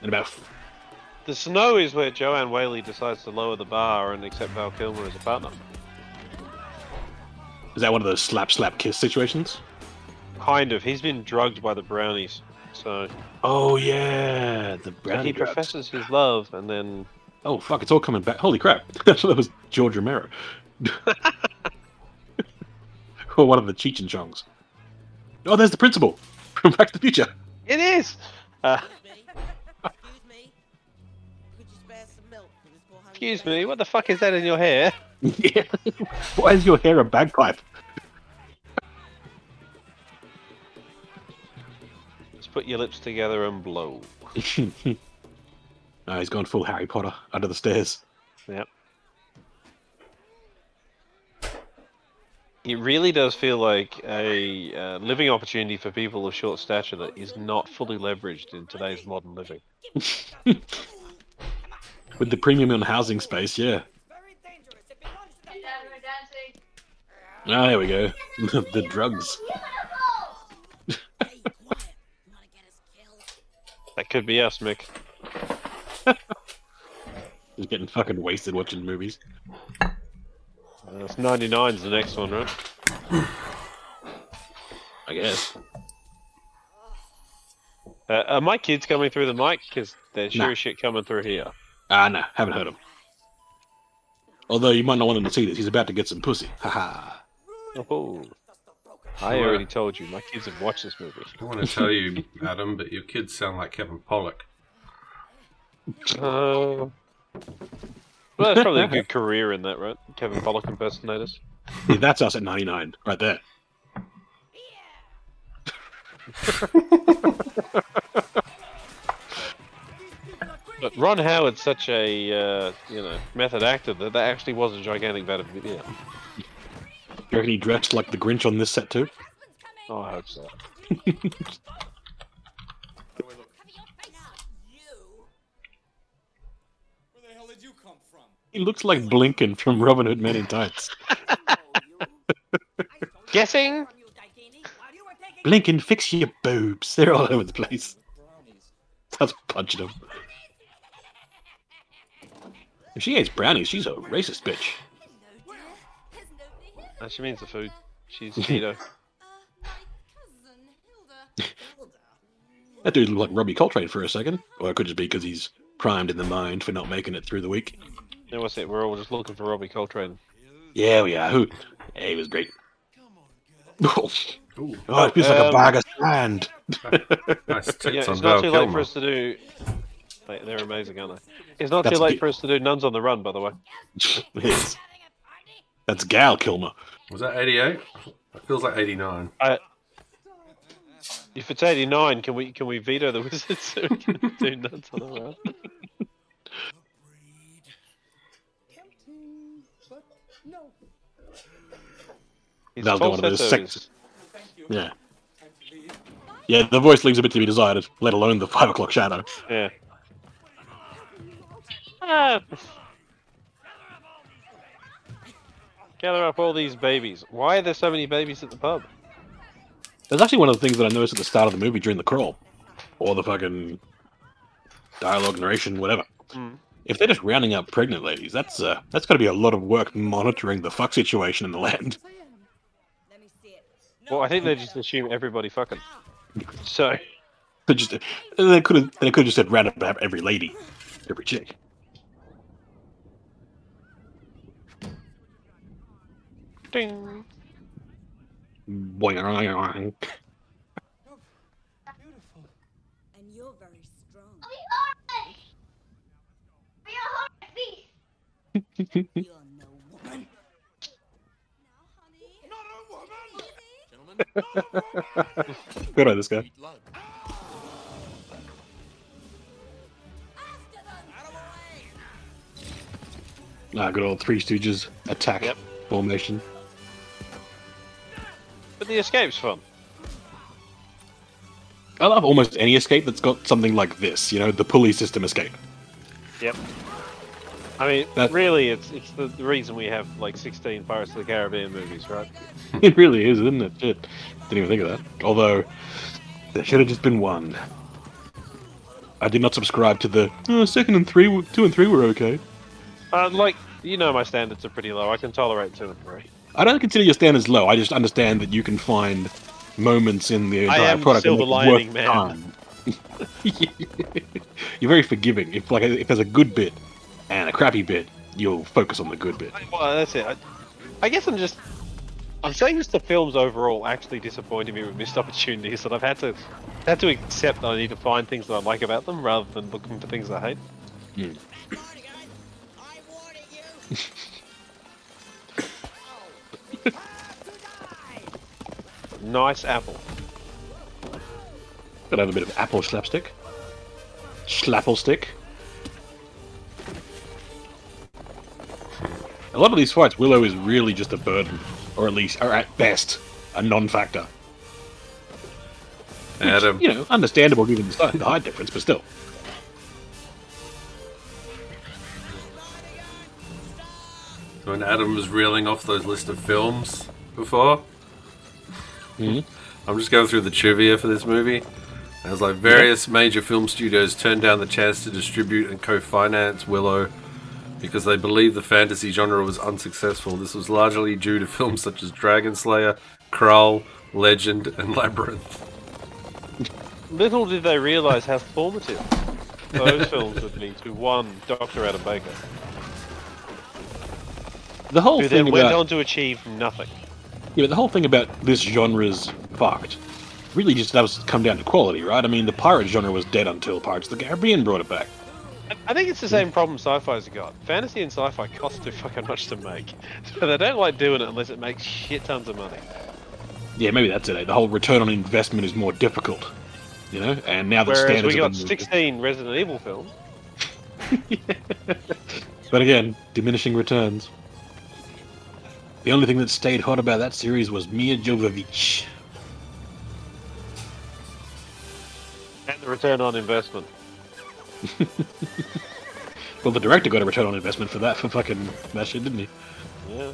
Speaker 2: And about
Speaker 3: The snow is where Joanne Whaley decides to lower the bar and accept Val Kilmer as a partner.
Speaker 2: is that one of those slap slap kiss situations?
Speaker 3: Kind of. He's been drugged by the brownies, so
Speaker 2: Oh yeah, the brownie
Speaker 3: he
Speaker 2: drugs.
Speaker 3: professes his love and then
Speaker 2: Oh fuck, it's all coming back. Holy crap! That's that was George Romero. or one of the Cheech and Chongs. Oh, there's the principal from Back to the Future.
Speaker 3: it is. Uh,
Speaker 5: Excuse me. Excuse me. Could you spare some milk for this poor hungry
Speaker 3: excuse
Speaker 5: baby?
Speaker 3: me, what the fuck is that in your hair?
Speaker 2: yeah. Why is your hair a bagpipe?
Speaker 3: Just put your lips together and blow.
Speaker 2: No, Ah, he's gone full Harry Potter under the stairs.
Speaker 3: Yep. It really does feel like a uh, living opportunity for people of short stature that is not fully leveraged in today's modern living.
Speaker 2: With the premium on housing space, yeah.
Speaker 8: We're dancing.
Speaker 2: Ah, there we go. the drugs.
Speaker 5: Hey, quiet. You wanna get us killed?
Speaker 3: That could be us, Mick.
Speaker 2: He's getting fucking wasted watching movies.
Speaker 3: Uh, It's 99's the next one, right?
Speaker 2: I guess.
Speaker 3: Uh, are my kids coming through the mic? Because they're sure
Speaker 2: Nah.
Speaker 3: as shit coming through here.
Speaker 2: Ah, no, haven't heard him. Although you might not want him to see this. He's about to get some pussy. Haha.
Speaker 3: Oh. I
Speaker 1: Yeah.
Speaker 3: already told you, my kids have watched this movie.
Speaker 1: I want to tell you, Adam, but your kids sound like Kevin Pollock.
Speaker 3: Uh, well, that's probably a good career in that, right? Kevin Pollock impersonators.
Speaker 2: Yeah, that's us at 99, right there.
Speaker 3: But Ron Howard's such a uh, you know method actor that that actually was a gigantic bad idea.
Speaker 2: Do you reckon he dressed like the Grinch on this set too?
Speaker 3: Oh, I hope so.
Speaker 6: Where the hell did you come from?
Speaker 2: He looks like Blinken from Robin Hood Men in Tights.
Speaker 3: Guessing?
Speaker 2: Blinken, fix your boobs. They're all over the place.
Speaker 6: Brownies.
Speaker 2: That's punching him. If she hates brownies, she's a racist bitch.
Speaker 4: Hello, dear. There's nobody here.
Speaker 3: Uh, she means the food. She's keto.
Speaker 4: Uh, my cousin Hilda.
Speaker 2: That dude looked like Robbie Coltrane for a second. Or it could just be because he's primed in the mind for not making it through the week.
Speaker 3: Now what's it? We're all just looking for Robbie Coltrane.
Speaker 2: Yeah, we are. Who? Hey, he was great. oh,
Speaker 1: Ooh,
Speaker 2: it feels like a
Speaker 3: Um,
Speaker 2: bag of sand.
Speaker 1: nice tits
Speaker 3: Yeah,
Speaker 1: on
Speaker 3: it's
Speaker 1: Val
Speaker 3: not too late for
Speaker 1: Kilmer.
Speaker 3: us to do. They- They're amazing, aren't they? It's not
Speaker 2: That's
Speaker 3: too late
Speaker 2: good.
Speaker 3: for us to do Nuns on the Run, by the way.
Speaker 2: It is. That's Gal Kilmer.
Speaker 1: Was that 88? It feels like 89.
Speaker 3: If it's eighty nine, can we can we veto the wizards so we can do Nuns on the Run? His
Speaker 2: That'll do one of those
Speaker 3: falsetto
Speaker 2: sex-
Speaker 3: is-
Speaker 2: Yeah. Yeah, the voice leaves a bit to be desired, let alone the five o'clock shadow.
Speaker 3: Yeah. Ah. Gather up all these babies. Why are there so many babies at the pub?
Speaker 2: That's actually one of the things that I noticed at the start of the movie during the crawl, or the fucking dialogue narration, whatever.
Speaker 3: Hmm.
Speaker 2: If they're just rounding up pregnant ladies, that's uh, that's got to be a lot of work monitoring the fuck situation in the land.
Speaker 4: Let me see it.
Speaker 3: Well, I think they just assume everybody fucking. So,
Speaker 2: They just they could have they could have just said round up every lady, every chick.
Speaker 3: ding.
Speaker 2: Boing.
Speaker 6: Beautiful.
Speaker 4: And you're very strong. You're no woman. Now, honey.
Speaker 6: Not a woman! Gentlemen,
Speaker 2: Good on this guy.
Speaker 6: eat lug.
Speaker 4: After them.
Speaker 2: Ah, good old Three Stooges attack
Speaker 3: Yep.
Speaker 2: formation.
Speaker 3: But the escape's fun.
Speaker 2: I love almost any escape that's got something like this. You know, the pulley system escape.
Speaker 3: Yep. I mean,
Speaker 2: That's-
Speaker 3: really, it's it's the the reason we have like 16 Pirates of the Caribbean movies, right?
Speaker 2: It really is, isn't it? Shit. Didn't even think of that. Although, there should have just been one. I did not subscribe to the "Oh, second and three, were- two and three were okay.
Speaker 3: Uh, like, you know, my standards are pretty low. I can tolerate two and three.
Speaker 2: I don't consider your standards low. I just understand that you can find moments in the
Speaker 3: I
Speaker 2: entire
Speaker 3: am
Speaker 2: product. that
Speaker 3: silver
Speaker 2: make it worth
Speaker 3: lining
Speaker 2: the
Speaker 3: man.
Speaker 2: time. You're very forgiving. If like if there's a good bit and a crappy bit, you'll focus on the good bit.
Speaker 3: I, well, that's it. I, I guess I'm just. I'm saying just the films overall actually disappointed me with missed opportunities that I've had to had to accept that I need to find things that I like about them rather than looking for things I hate.
Speaker 5: Sorry, guys. I'm warning you.
Speaker 3: Oh. Nice apple.
Speaker 2: Gotta have a bit of apple slapstick. Slapple stick. A lot of these fights, Willow is really just a burden, or at least, or at best, a non-factor.
Speaker 1: Adam.
Speaker 2: You know, understandable given the si- the height difference, but still.
Speaker 1: When Adam was reeling off those list of films before,
Speaker 2: Mhm.
Speaker 1: I'm just going through the trivia for this movie. And it's like various major film studios turned down the chance to distribute and co-finance Willow because they believed the fantasy genre was unsuccessful. This was largely due to films such as Dragon Slayer, Krull, Legend, and Labyrinth.
Speaker 3: Little did they realise how formative those films would be to one Dr. Adam Baker,
Speaker 2: The whole
Speaker 3: who
Speaker 2: thing
Speaker 3: then went
Speaker 2: about
Speaker 3: on to achieve nothing.
Speaker 2: yeah, the whole thing about this genre's fucked. Really, just that was come down to quality, right? I mean, the pirate genre was dead until Pirates of the Caribbean brought it back.
Speaker 3: I- I think it's the same problem sci-fi's got. Fantasy and sci-fi cost too fucking much to make, so they don't like doing it unless it makes shit tons of money.
Speaker 2: Yeah, maybe that's it. eh? The whole return on investment is more difficult, you know. And now the
Speaker 3: Whereas
Speaker 2: standards
Speaker 3: we
Speaker 2: have
Speaker 3: got
Speaker 2: been moved.
Speaker 3: 16 Resident Evil films.
Speaker 2: But again, diminishing returns. The only thing that stayed hot about that series was Mia Jovovich.
Speaker 3: And the return on investment.
Speaker 2: Well, the director got a return on investment for that for fucking that shit, didn't he?
Speaker 3: Yeah.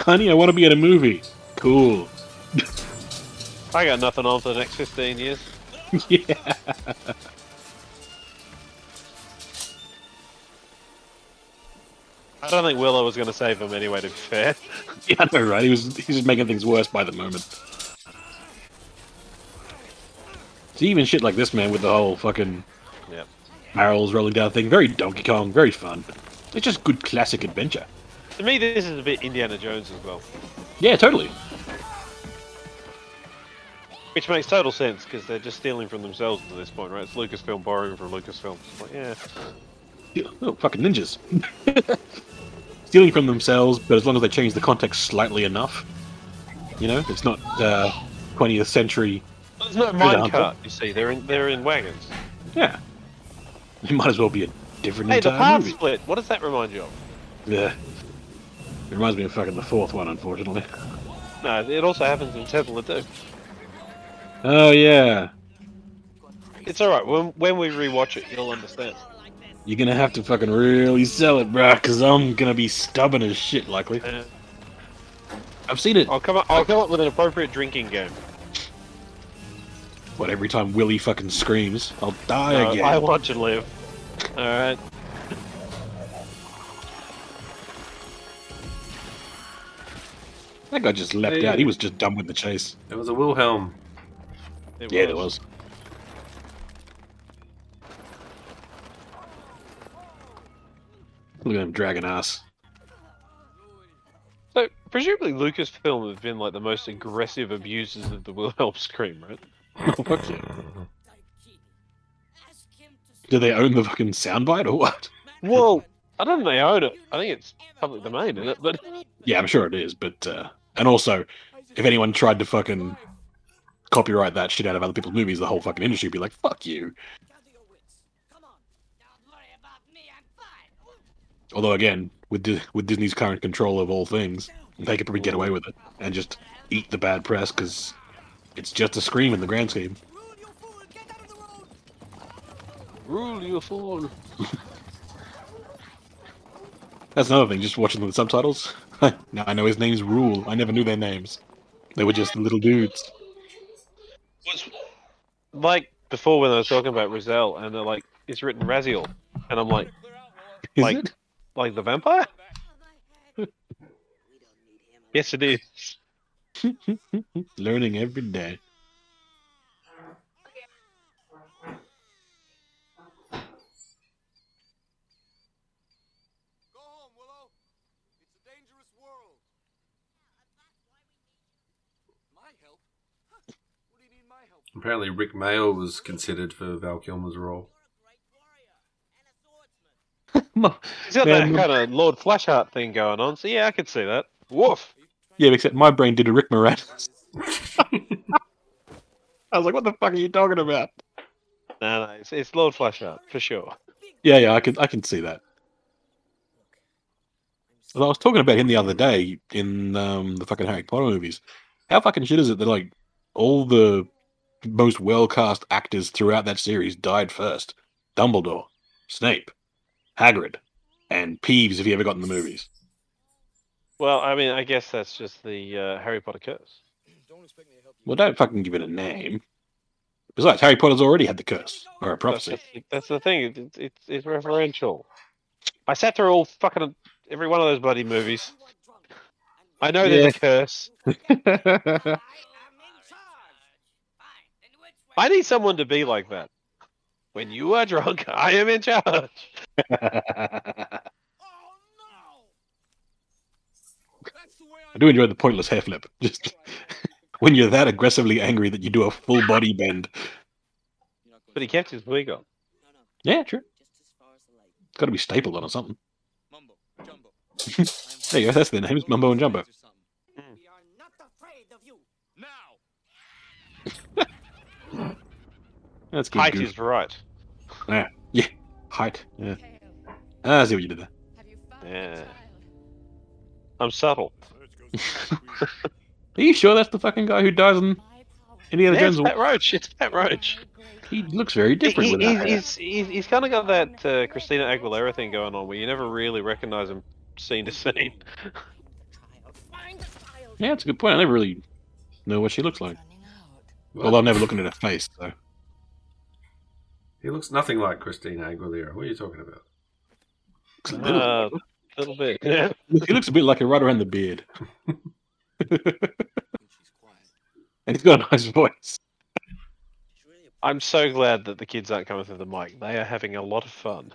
Speaker 2: Honey, I want to be in a movie. Cool.
Speaker 3: I got nothing on for the next 15 years.
Speaker 2: yeah.
Speaker 3: I don't think Willow was going to save him anyway, to be fair.
Speaker 2: yeah, I know, right? He was he's just making things worse by the moment. See, even shit like this man with the whole fucking
Speaker 3: Yeah.
Speaker 2: barrels rolling down thing, very Donkey Kong, very fun. It's just good classic adventure.
Speaker 3: To me, this is a bit Indiana Jones as well.
Speaker 2: Yeah, totally.
Speaker 3: Which makes total sense, because they're just stealing from themselves at this point, right? It's Lucasfilm borrowing from Lucasfilm. It's like, yeah.
Speaker 2: Oh, fucking ninjas. Stealing from themselves, but as long as they change the context slightly enough, you know, it's not uh, 20th century.
Speaker 3: There's no
Speaker 2: answer.
Speaker 3: minecart, you see. They're in, they're in wagons.
Speaker 2: Yeah, it might as well be a different
Speaker 3: Hey, the
Speaker 2: entire
Speaker 3: path
Speaker 2: movie.
Speaker 3: split. What does that remind you of?
Speaker 2: Yeah, it reminds me of fucking the fourth one, unfortunately.
Speaker 3: No, it also happens in Tesla too.
Speaker 2: Oh yeah,
Speaker 3: It's alright, when, when we rewatch it, you'll understand.
Speaker 2: you're gonna have to fucking really sell it, bruh, because I'm gonna be stubborn as shit. Likely,
Speaker 3: Yeah.
Speaker 2: I've seen it.
Speaker 3: I'll come up, I'll come up with an appropriate drinking game.
Speaker 2: What every time Willie fucking screams, I'll die
Speaker 3: No,
Speaker 2: again.
Speaker 3: Uh, I want to live. Alright.
Speaker 2: That guy just leapt
Speaker 1: Yeah.
Speaker 2: out. He was just done with the chase.
Speaker 1: It was a Wilhelm.
Speaker 2: Yeah, there was. Look at him dragging ass.
Speaker 3: So, presumably Lucasfilm have been like the most aggressive abusers of the Wilhelm scream, right?
Speaker 2: Oh, Fuck yeah.
Speaker 8: Ask him to speak.
Speaker 2: Do they own the fucking soundbite or what?
Speaker 3: Whoa! I don't think they own it. I think it's public domain, isn't it? But
Speaker 2: Yeah, I'm sure it is, but uh and also, if anyone tried to fucking copyright that shit out of other people's movies, the whole fucking industry would be like, fuck you.
Speaker 5: Gather your wits. Come on.
Speaker 8: Don't worry about me, I'm fine.
Speaker 2: Although again, with Di- with Disney's current control of all things, they could probably get away with it and just eat the bad press because it's just a scream in the grand scheme.
Speaker 5: Rule, you fool. Get out of the road.
Speaker 3: rule you fool.
Speaker 2: That's another thing. Just watching the subtitles. now I know his name's Rule. I never knew their names. They were just little dudes.
Speaker 3: was like before when I was talking about Rizel, and they're like, it's written Raziel, and I'm like,
Speaker 2: Is
Speaker 3: Like-
Speaker 2: it?
Speaker 3: like the vampire?
Speaker 8: Oh,
Speaker 5: We don't need him.
Speaker 3: Yes, it is.
Speaker 2: Learning every day.
Speaker 6: Go home, Willow. It's a dangerous world. My help? Huh, What do you need my help? for?
Speaker 1: Apparently, Rick Mail was considered for Val Kilmer's role.
Speaker 5: You're a great warrior and a swordsman.
Speaker 3: He's got
Speaker 2: Um,
Speaker 3: that kind of Lord Flashheart thing going on, so yeah, I could see that. Woof.
Speaker 2: Yeah, except my brain did a Rick Moranis. I was like, "What the fuck are you talking about?"
Speaker 3: No, no, it's, it's Lord Flashheart for sure.
Speaker 2: Yeah, yeah, I can, I can see that. Well, I was talking about him the other day in um, the fucking Harry Potter movies. How fucking shit is it that like all the most well cast actors throughout that series died first? Dumbledore, Snape, Hagrid, and Peeves if he ever got in the movies.
Speaker 3: Well, I mean, I guess that's just the uh, Harry Potter curse.
Speaker 6: Don't expect me to help you.
Speaker 2: Well, don't fucking give it a name. Besides, Harry Potter's already had the curse or a
Speaker 3: That's,
Speaker 2: prophecy.
Speaker 3: the- that's the thing. It, it, it's it's referential. I sat through all fucking every one of those bloody movies.
Speaker 5: You are drunk. and
Speaker 3: I know there's a curse.
Speaker 5: you forget
Speaker 2: I
Speaker 5: I am in charge.
Speaker 8: Fine. Then which way?
Speaker 3: I need someone to be like that. When you are drunk, I am in charge.
Speaker 6: Oh, no! That's the way I,
Speaker 2: do enjoy the pointless hair flip. Just when you're that aggressively angry that you do a full body bend.
Speaker 3: But he kept his wig on.
Speaker 5: No, no,
Speaker 2: Yeah, true.
Speaker 5: just as far as the light.
Speaker 2: It's got to be stapled on or something.
Speaker 6: Mumbo, Jumbo.
Speaker 2: There you go. That's their names, Mumbo and Jumbo.
Speaker 5: We are not afraid of you.
Speaker 6: Now!
Speaker 2: That's good.
Speaker 3: Height
Speaker 2: goof.
Speaker 3: is right.
Speaker 2: Height. Yeah. Ah, I see what you did there.
Speaker 3: Yeah. I'm subtle.
Speaker 2: Are you sure that's the fucking guy who dies in Indiana
Speaker 3: Yeah,
Speaker 2: Jones?
Speaker 3: it's Pat Roach. It's Pat Roach.
Speaker 2: He looks very different
Speaker 3: He-
Speaker 2: with
Speaker 3: he-
Speaker 2: that. hair.
Speaker 3: he's, he's, he's kind of got that uh, Christina Aguilera thing going on where you never really recognize him scene to scene.
Speaker 5: Find the child.
Speaker 2: Yeah, that's a good point. I never really know what she looks like. Although i have never looking at her face, so.
Speaker 1: He looks nothing like Christina Aguilera. What are you talking about?
Speaker 2: Looks a little-
Speaker 3: Uh, a little bit. Yeah.
Speaker 2: he looks a bit like her right around the beard.
Speaker 6: She's quiet.
Speaker 2: And he's got a nice voice.
Speaker 5: It's really a
Speaker 3: I'm so glad that the kids aren't coming through the mic. They are having a lot of fun.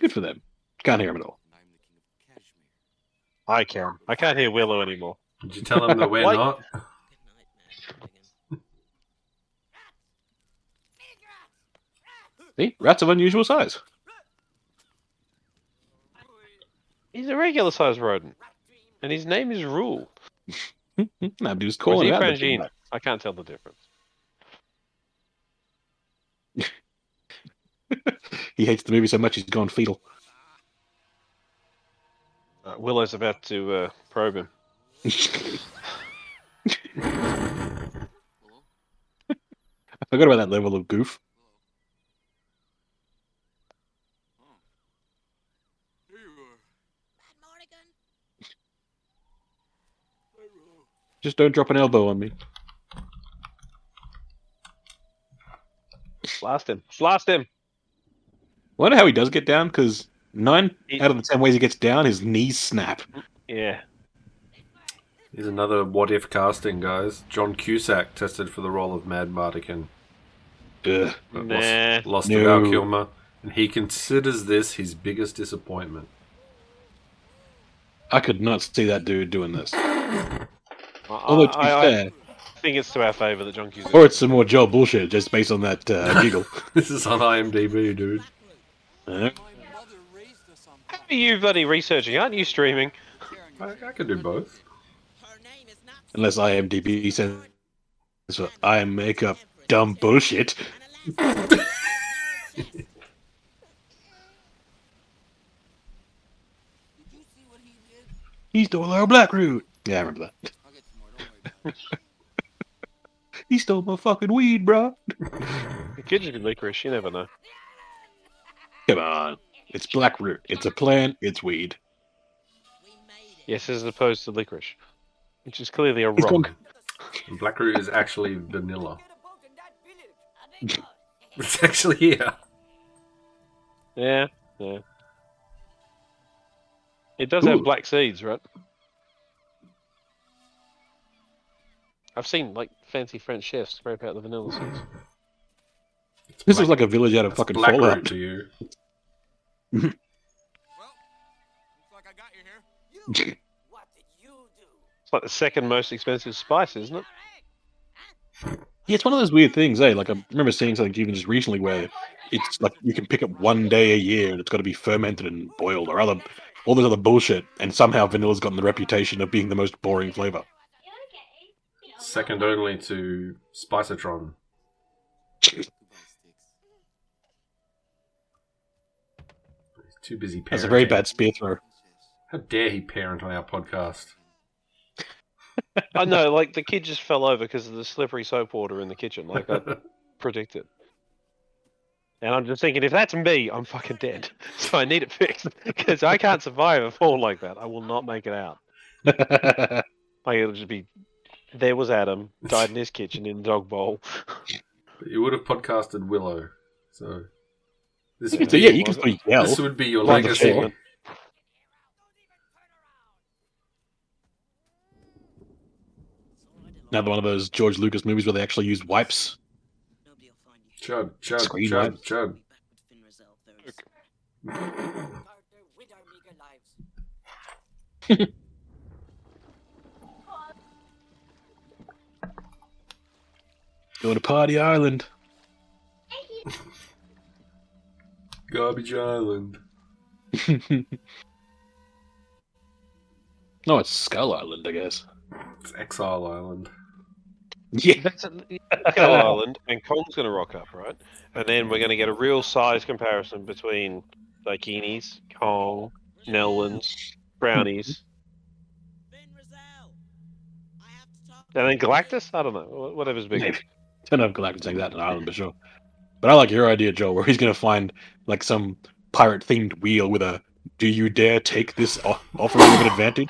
Speaker 2: Good for them. Can't hear him at all.
Speaker 6: I'm the king of Kashmir.
Speaker 3: I can. I can't hear Willow anymore.
Speaker 1: Did you tell him that we're
Speaker 3: Like-
Speaker 1: not?
Speaker 5: good nightmare.
Speaker 2: See? Rats of unusual size.
Speaker 3: He's a regular sized rodent,
Speaker 5: Rat dream.
Speaker 3: and his name is Rule.
Speaker 2: no, but he was
Speaker 3: Or is
Speaker 2: Hmm, calling
Speaker 3: he
Speaker 2: it out.
Speaker 3: Frangine?
Speaker 2: there.
Speaker 3: I can't tell the difference.
Speaker 2: He hates the movie so much he's gone fetal.
Speaker 3: Uh, Willow's about to uh, probe him.
Speaker 2: I forgot about that level of goof.
Speaker 6: Here you are. Hi, Willow.
Speaker 2: Just don't drop an elbow on me.
Speaker 3: Blast him. Blast him.
Speaker 2: I wonder how he does get down because nine
Speaker 3: He-
Speaker 2: out of the ten ways he gets down, his knees snap.
Speaker 3: Yeah.
Speaker 1: Here's another what if casting, guys. John Cusack tested for the role of Mad Mardigan.
Speaker 2: Ugh.
Speaker 1: but
Speaker 3: Nah.
Speaker 1: Lost, lost
Speaker 2: No.
Speaker 1: to Val Kilmer. And he considers this his biggest disappointment.
Speaker 2: I could not see that dude doing this.
Speaker 3: I,
Speaker 2: Although to be
Speaker 3: I- I
Speaker 2: fair,
Speaker 3: think it's to our favour that John Cusack.
Speaker 2: or it's some more Joel bullshit just based on that uh, giggle.
Speaker 1: This is on IMDb, dude.
Speaker 2: Uh,
Speaker 6: My mother raised us on
Speaker 3: How are you bloody researching? Aren't you streaming?
Speaker 1: I, I could do both.
Speaker 5: Her name is not.
Speaker 2: unless IMDb says for I make up dumb bullshit.
Speaker 5: And alas, yes.
Speaker 6: Did you see what he did?
Speaker 2: He stole our black root. Yeah, I remember that.
Speaker 6: I'll get some more, don't worry about it.
Speaker 2: He stole my fucking weed, bruh.
Speaker 3: It could just be licorice. You never know.
Speaker 2: Come on. It's black root. It's a plant. It's weed.
Speaker 3: Yes, as opposed to licorice, which is clearly a
Speaker 2: He's
Speaker 3: rock.
Speaker 2: gone-
Speaker 1: And Blackroot is actually vanilla.
Speaker 6: Get a boat in that
Speaker 8: A big
Speaker 6: village.
Speaker 8: boat.
Speaker 1: It's actually here.
Speaker 3: Yeah, yeah. It does
Speaker 1: Ooh.
Speaker 3: have black seeds, right? I've seen like fancy French chefs scrape out the vanilla seeds.
Speaker 2: This is like a village out of
Speaker 1: That's
Speaker 2: fucking
Speaker 1: Blackroot
Speaker 2: Fallout.
Speaker 1: to you.
Speaker 6: Well, looks like I got you here.
Speaker 8: What did you do?
Speaker 3: It's like the second most expensive spice, isn't it?
Speaker 2: Yeah, it's one of those weird things, eh? Like I remember seeing something even just recently where it's like you can pick up one day a year and it's got to be fermented and boiled or other all this other bullshit, and somehow vanilla's gotten the reputation of being the most boring flavor.
Speaker 1: Second only to Spicertron. He's too busy parenting.
Speaker 2: That's a very bad spear throw.
Speaker 1: How dare he parent on our podcast?
Speaker 3: I know, like the kid just fell over because of the slippery soap water in the kitchen, like I predicted. And I'm just thinking, if that's me, I'm fucking dead. So I need it fixed because I can't survive a fall like that. I will not make it out. Like it'll just be, there was Adam, died in his kitchen in a dog bowl.
Speaker 1: you would have podcasted Willow, so this
Speaker 2: You
Speaker 1: would
Speaker 2: can
Speaker 1: be,
Speaker 2: say, yeah, you can still yell.
Speaker 1: this would be your
Speaker 2: Like a
Speaker 1: legacy.
Speaker 2: fool. Another one of those George Lucas movies where they actually use wipes.
Speaker 5: Nobody'll find you.
Speaker 1: Chug, chug,
Speaker 2: Screen
Speaker 1: chug,
Speaker 2: wipes.
Speaker 1: chug.
Speaker 5: Be back with Finrazel Thursday.
Speaker 6: Start there with our meager lives.
Speaker 2: Go to Party Island.
Speaker 1: Garbage Island.
Speaker 2: No, it's Skull Island, I guess.
Speaker 1: It's Exile Island.
Speaker 2: Yeah.
Speaker 3: That's a, Skull Island, and Kong's going to rock up, right? And then we're going to get a real size comparison between Bikinis, Kong, Nelwyn's, Brownies,
Speaker 5: Finrazel! I have to talk
Speaker 3: and then Galactus? I don't know. wh- Whatever's big.
Speaker 2: Maybe. Don't know if Galactus takes that an island for sure. But I like your idea, Joel, where he's going to find like some pirate themed wheel with a do you dare take this o- offering of an advantage?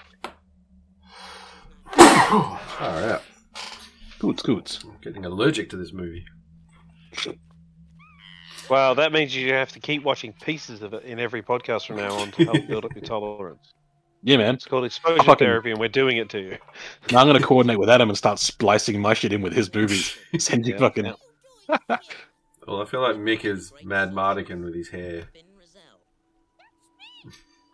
Speaker 1: Alright.
Speaker 2: Coots, coots.
Speaker 1: I'm getting allergic to this movie.
Speaker 3: Wow, that means you have to keep watching pieces of it in every podcast from now on to help build up your tolerance.
Speaker 2: Yeah, man.
Speaker 3: It's called exposure
Speaker 2: Fucking-
Speaker 3: therapy, and we're doing it to you.
Speaker 2: Now I'm going to coordinate with Adam and start splicing my shit in with his movies. Send you
Speaker 3: Yeah.
Speaker 2: fucking.
Speaker 1: Well, I feel like Mick is Mad Mardigan with his hair.
Speaker 5: Finrazel.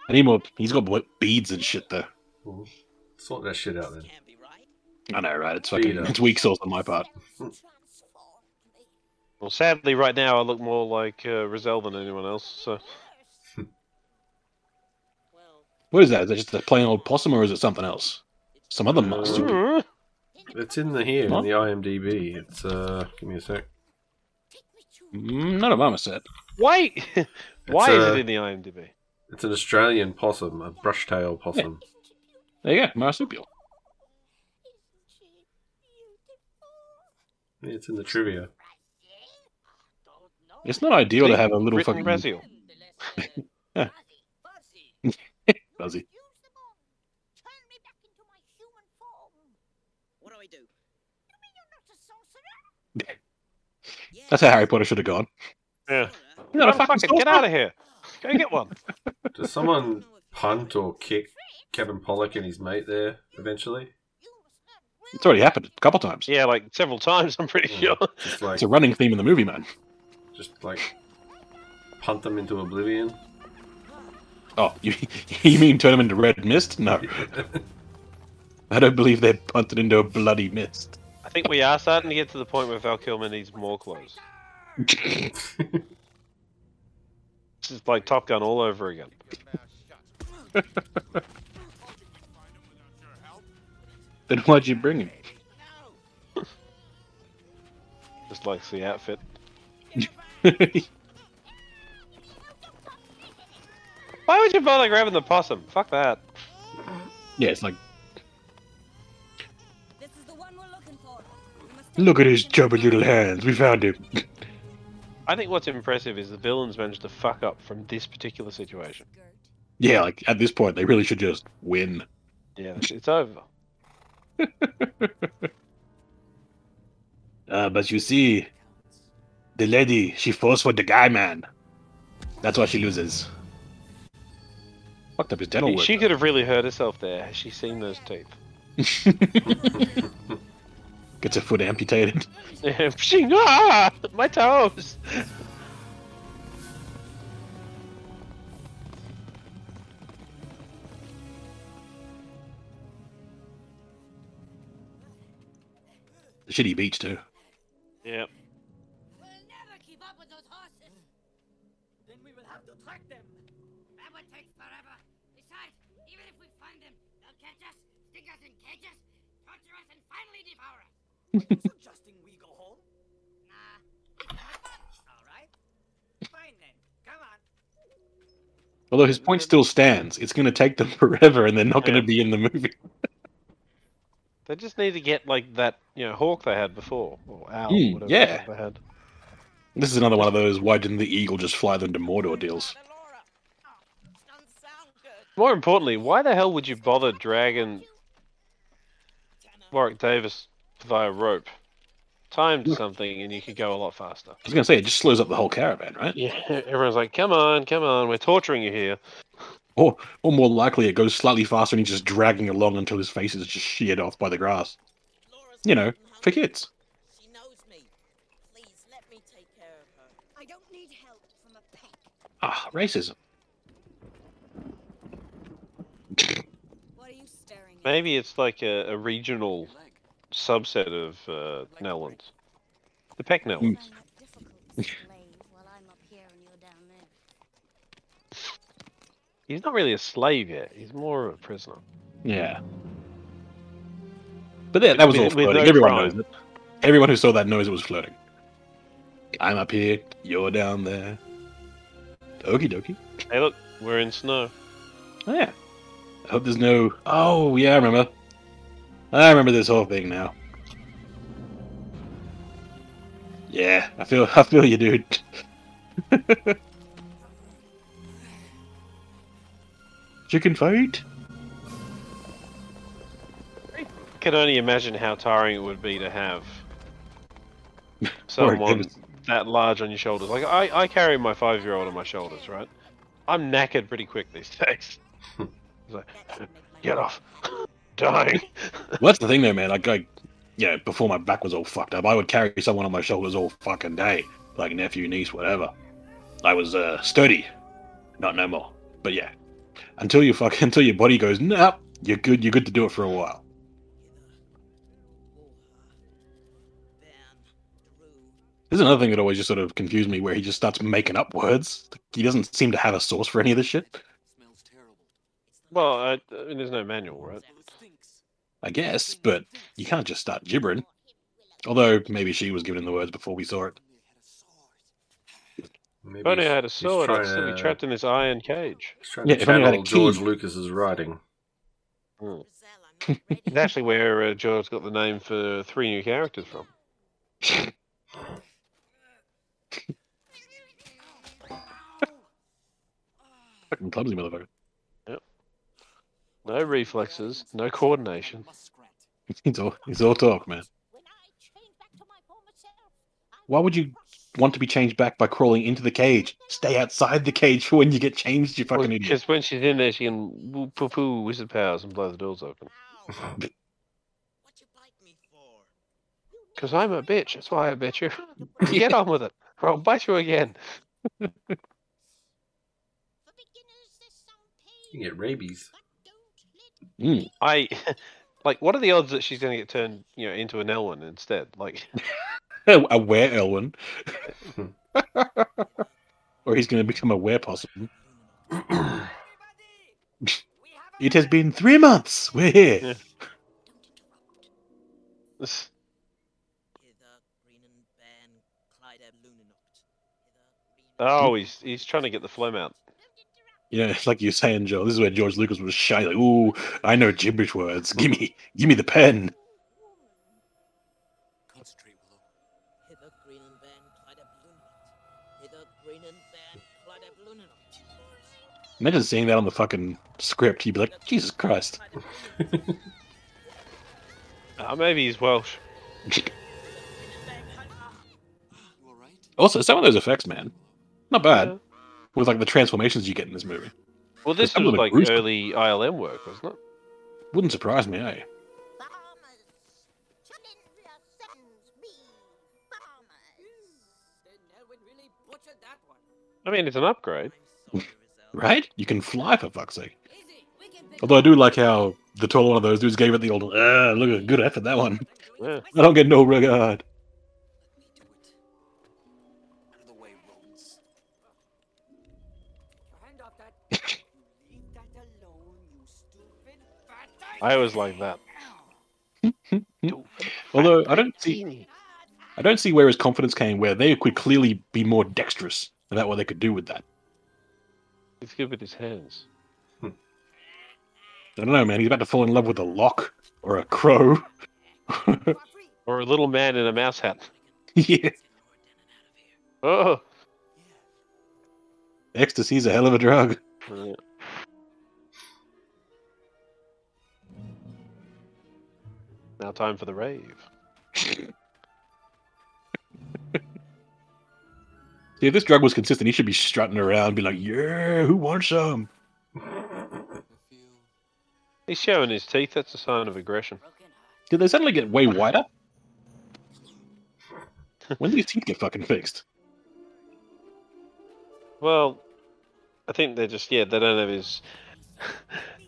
Speaker 2: I need more. He's got what, beads and shit though.
Speaker 1: Well, sort that shit out then.
Speaker 5: Can't be right.
Speaker 2: I know, right? It's fucking.
Speaker 1: Beater.
Speaker 2: It's weak sauce on my Hmm. part.
Speaker 3: Well, sadly, right now I look more like uh, Rizal than anyone else. So
Speaker 8: Hmm.
Speaker 5: Well,
Speaker 2: What is that? Is that just a plain old possum, or is it something else? Some other
Speaker 1: Uh,
Speaker 2: monster.
Speaker 3: Mm.
Speaker 1: It's in the here
Speaker 2: Huh?
Speaker 1: in the IMDb. It's uh, give me a sec.
Speaker 2: Mm, not a marmoset.
Speaker 3: wait, why is
Speaker 1: uh,
Speaker 3: it in the IMDb?
Speaker 1: It's an Australian possum, a brush-tail possum.
Speaker 2: There you go, marsupial.
Speaker 1: Yeah, it's in the trivia.
Speaker 2: It's not ideal to
Speaker 3: Big
Speaker 2: have a little
Speaker 3: Written
Speaker 2: fucking
Speaker 3: Brazil.
Speaker 2: Yeah. Fuzzy.
Speaker 8: Turn me back into my human form.
Speaker 5: what do I do?
Speaker 8: You're not a sorcerer.
Speaker 5: Yeah,
Speaker 2: That's how Harry Potter should have gone.
Speaker 3: Yeah.
Speaker 5: Laura,
Speaker 2: You're not a
Speaker 3: Oh,
Speaker 2: fucking
Speaker 3: fuck it, get out of here. Go get one.
Speaker 1: Does
Speaker 5: I don't
Speaker 1: someone
Speaker 5: know if you
Speaker 1: punt
Speaker 5: know
Speaker 1: or kick Kevin Pollock and his mate there eventually?
Speaker 8: You must learn
Speaker 2: It's already happened a couple times.
Speaker 3: Yeah, like several times. I'm pretty
Speaker 1: Yeah.
Speaker 3: sure.
Speaker 1: Just like
Speaker 2: It's a running theme in the movie, man.
Speaker 1: just like punt them into oblivion.
Speaker 2: Oh, you, you mean turn them into red mist? No. I don't believe they're punted into a bloody mist.
Speaker 3: I think we are starting to get to the point where Val Kilmer needs more clothes. This is like Top Gun all over again.
Speaker 2: Then why'd you bring him?
Speaker 3: Just likes the outfit. Why would you bother grabbing the possum? Fuck that.
Speaker 2: yeah, it's like,
Speaker 4: This is the one we're looking for. We must take
Speaker 2: look at his
Speaker 4: action.
Speaker 2: chubby little hands. We found him.
Speaker 3: I think what's impressive is the villains managed to fuck up from this particular situation.
Speaker 2: yeah, like at this point, they really should just win.
Speaker 3: Yeah, it's over.
Speaker 2: Uh, but you see, the lady, she falls for the guy man. That's why she loses. Fucked up his dental work.
Speaker 3: she
Speaker 2: though.
Speaker 3: could have really hurt herself there. Has she seen those teeth?
Speaker 2: Gets her foot amputated.
Speaker 3: Pshing, ah, my toes.
Speaker 2: Shitty beach, too.
Speaker 3: Yeah.
Speaker 8: We'll never keep up with those horses.
Speaker 6: Then we will have to track them.
Speaker 8: That would take forever. Besides, even if we find them, they'll catch us, stick us in cages, torture us, and finally devour us.
Speaker 6: Suggesting we go home?
Speaker 8: Nah.
Speaker 6: All right. Fine then. Come on.
Speaker 2: Although his point still stands. It's going to take them forever and they're not going to
Speaker 3: Yeah.
Speaker 2: be in the movie.
Speaker 3: They just need to get like that, you know, hawk they had before, or owl,
Speaker 2: Hmm,
Speaker 3: whatever
Speaker 2: yeah.
Speaker 3: they had.
Speaker 2: This is another one of those why didn't the eagle just fly them to Mordor deals?
Speaker 5: Not a Laura. Oh, doesn't sound good.
Speaker 3: More importantly, why the hell would you bother dragging Warwick Davis via rope? Timed something, and you could go a lot faster.
Speaker 2: I was going to say, it just slows up the whole caravan, right?
Speaker 3: Yeah, everyone's like, "Come on, come on, we're torturing you here."
Speaker 2: Or, or more likely, it goes slightly faster and he's just dragging along until his face is just sheared off by the grass.
Speaker 5: Laura's
Speaker 2: You know,
Speaker 5: gotten
Speaker 2: for
Speaker 5: hungry.
Speaker 2: kids.
Speaker 5: She knows me. Please let me take care of her.
Speaker 4: I don't need help from a pack.
Speaker 2: Ah, racism.
Speaker 4: What are you staring at?
Speaker 3: Maybe it's like a, a regional subset of uh, Nellands. The Peck Nellands.
Speaker 4: Find that difficult to explain while I'm up here and you're down there.
Speaker 1: Hmm.
Speaker 3: He's not really a slave yet. He's more of a prisoner.
Speaker 2: Yeah. But yeah, that was
Speaker 3: With-
Speaker 2: all
Speaker 3: with
Speaker 2: flirting.
Speaker 3: no
Speaker 2: Everyone
Speaker 3: crime.
Speaker 2: knows it. Everyone who saw that knows it was flirting. I'm up here, you're down there. Okie dokie.
Speaker 3: Hey, look, we're in snow.
Speaker 2: Oh, yeah. I hope there's no. Oh, yeah, I remember. I remember this whole thing now. Yeah, I feel I feel you, dude. Chicken fight?
Speaker 3: Can only imagine how tiring it would be to have someone
Speaker 2: goodness.
Speaker 3: that large on your shoulders. Like I, I carry my five-year-old on my shoulders, right? I'm knackered pretty quick these days. It's like,
Speaker 5: That would make my
Speaker 3: get off, dying.
Speaker 2: Well, that's the thing, though, man. Like, I, you know, before my back was all fucked up, I would carry someone on my shoulders all fucking day, like nephew, niece, whatever. I was uh, sturdy, not no more. But yeah, until you fuck, until your body goes, nope, you're good. You're good to do it for a while.
Speaker 5: Then through.
Speaker 2: There's another thing that always just sort of confused me, where he just starts making up words. He doesn't seem to have a source for any of this shit.
Speaker 6: Smells terrible.
Speaker 5: It's the
Speaker 3: well, I, I mean, there's no manual, right?
Speaker 5: It
Speaker 6: stinks.
Speaker 2: I guess, but you can't just start gibbering. Although maybe she was giving him the words before we saw it.
Speaker 6: Only had a sword.
Speaker 1: Maybe he's- he's trying
Speaker 3: If I knew how to sew it, I'd still be
Speaker 1: to-
Speaker 3: trapped in this iron cage.
Speaker 1: he's trying
Speaker 2: Yeah,
Speaker 1: to
Speaker 2: if I knew how to
Speaker 1: channel George
Speaker 2: key.
Speaker 1: Lucas's writing.
Speaker 3: Hmm.
Speaker 5: Giselle, I'm not ready.
Speaker 3: It's actually where uh, George got the name for three new characters from.
Speaker 2: Fucking clumsy motherfucker.
Speaker 3: No reflexes, no coordination.
Speaker 6: Muskrat.
Speaker 2: He's all, he's all talk, man.
Speaker 8: When I change back to my former self, I
Speaker 2: Why would you want to be changed back by crawling into the cage. Stay outside the cage for when you get changed, you fucking idiot.
Speaker 3: Because when she's in there, she can woo- poo poo wizard powers and blow the doors open.
Speaker 5: Ow. What you bite me for?
Speaker 3: Because I'm a bitch. That's why I bet you. Get on with it. Or I'll bite you again.
Speaker 8: For beginners, there's some
Speaker 1: You
Speaker 8: pain,
Speaker 1: get rabies.
Speaker 8: but don't let
Speaker 2: Mm.
Speaker 3: I. Hmm. Like, what are the odds that she's going to get turned, you know, into an Elwyn instead? Like,
Speaker 2: A were Elwin. or he's going to become a were possum. It has been three months. We're here.
Speaker 8: don't interrupt.
Speaker 3: this-
Speaker 5: Hither, Greenen, Ben, Clyde, Luninoct. Hither, Greenen-
Speaker 3: oh, he's he's trying to get the phlegm out.
Speaker 8: Don't interrupt.
Speaker 2: You know, it's like you're saying, Joel, this is where George Lucas was shy. Like, ooh, I know gibberish words. Give me, give me the pen.
Speaker 6: Concentrate, Willow.
Speaker 5: Hither, Greenen, Ben, Clyde, Luninoct. Hither, Greenen, Ben, Clyde, Luninoct.
Speaker 8: Let me
Speaker 2: Imagine seeing that on the fucking script. You'd be like, Jesus Christ.
Speaker 3: Uh, maybe he's Welsh.
Speaker 6: You alright?
Speaker 2: also, some of those effects, man, not bad.
Speaker 3: Yeah.
Speaker 2: With like the transformations you get in this movie,
Speaker 3: Well, this
Speaker 2: Some
Speaker 3: was
Speaker 2: of them are
Speaker 3: like
Speaker 2: gruesome.
Speaker 3: early ILM work, wasn't it?
Speaker 2: wouldn't surprise me, eh?
Speaker 7: Bombers. Challenge your sentence, be bombers.
Speaker 5: Nelwyn really butchered that one.
Speaker 3: I mean, it's an upgrade.
Speaker 2: Right? You can fly for fuck's sake.
Speaker 8: Easy, we can pick
Speaker 2: Although I do like how the taller one of those dudes gave it the old, ah, look at good effort that one.
Speaker 3: Yeah.
Speaker 2: I don't get no regard.
Speaker 6: Let me do it. Out of the way, Rhodes.
Speaker 5: Your hand off that. Leave that alone, you stupid fat
Speaker 3: I always like that.
Speaker 2: Although I don't see, I don't see where his confidence came, where they could clearly be more dexterous about what they could do with that.
Speaker 3: He's good with his hands.
Speaker 2: I don't know, man. He's about to fall in love with a lock or a crow.
Speaker 3: Or a little man in a mouse hat.
Speaker 2: yeah,
Speaker 3: Oh!
Speaker 2: ecstasy's a hell of a drug.
Speaker 3: Yeah. Now, time for the rave.
Speaker 2: See, if this drug was consistent, he should be strutting around, be like, "Yeah, who wants some?"
Speaker 6: I feel
Speaker 3: He's showing his teeth. That's a sign of aggression.
Speaker 8: broken heart.
Speaker 2: Did they suddenly get way wider? when did his teeth get fucking fixed?
Speaker 3: Well, I think they're just yeah. They don't have his.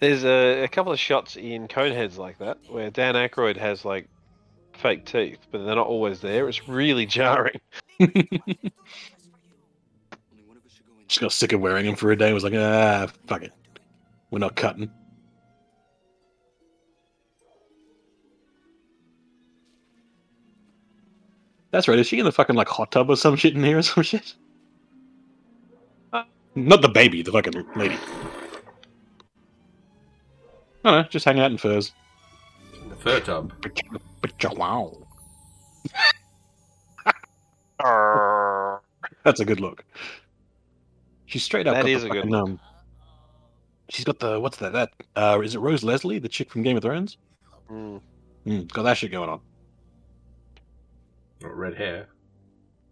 Speaker 3: There's a, a couple of shots in Coneheads like that where Dan Aykroyd has like fake teeth, but they're not always there. It's really jarring.
Speaker 6: only one of us should go in.
Speaker 2: Just got sick of wearing them for a day. and Was like, ah, fuck it, we're not cutting. That's right. Is she in the fucking like hot tub or some shit in here or some shit? Uh, Not the baby, the fucking lady. No, no, just hanging out in furs.
Speaker 1: The fur tub.
Speaker 2: But wow. That's a good look. She's straight up.
Speaker 3: That
Speaker 2: got
Speaker 3: is
Speaker 2: the
Speaker 3: a good
Speaker 2: fucking, Um, she's got the what's that? That uh, is it Rose Leslie, the chick from Game of Thrones?
Speaker 3: Mm.
Speaker 2: Mm, got that shit going on.
Speaker 1: Got red hair.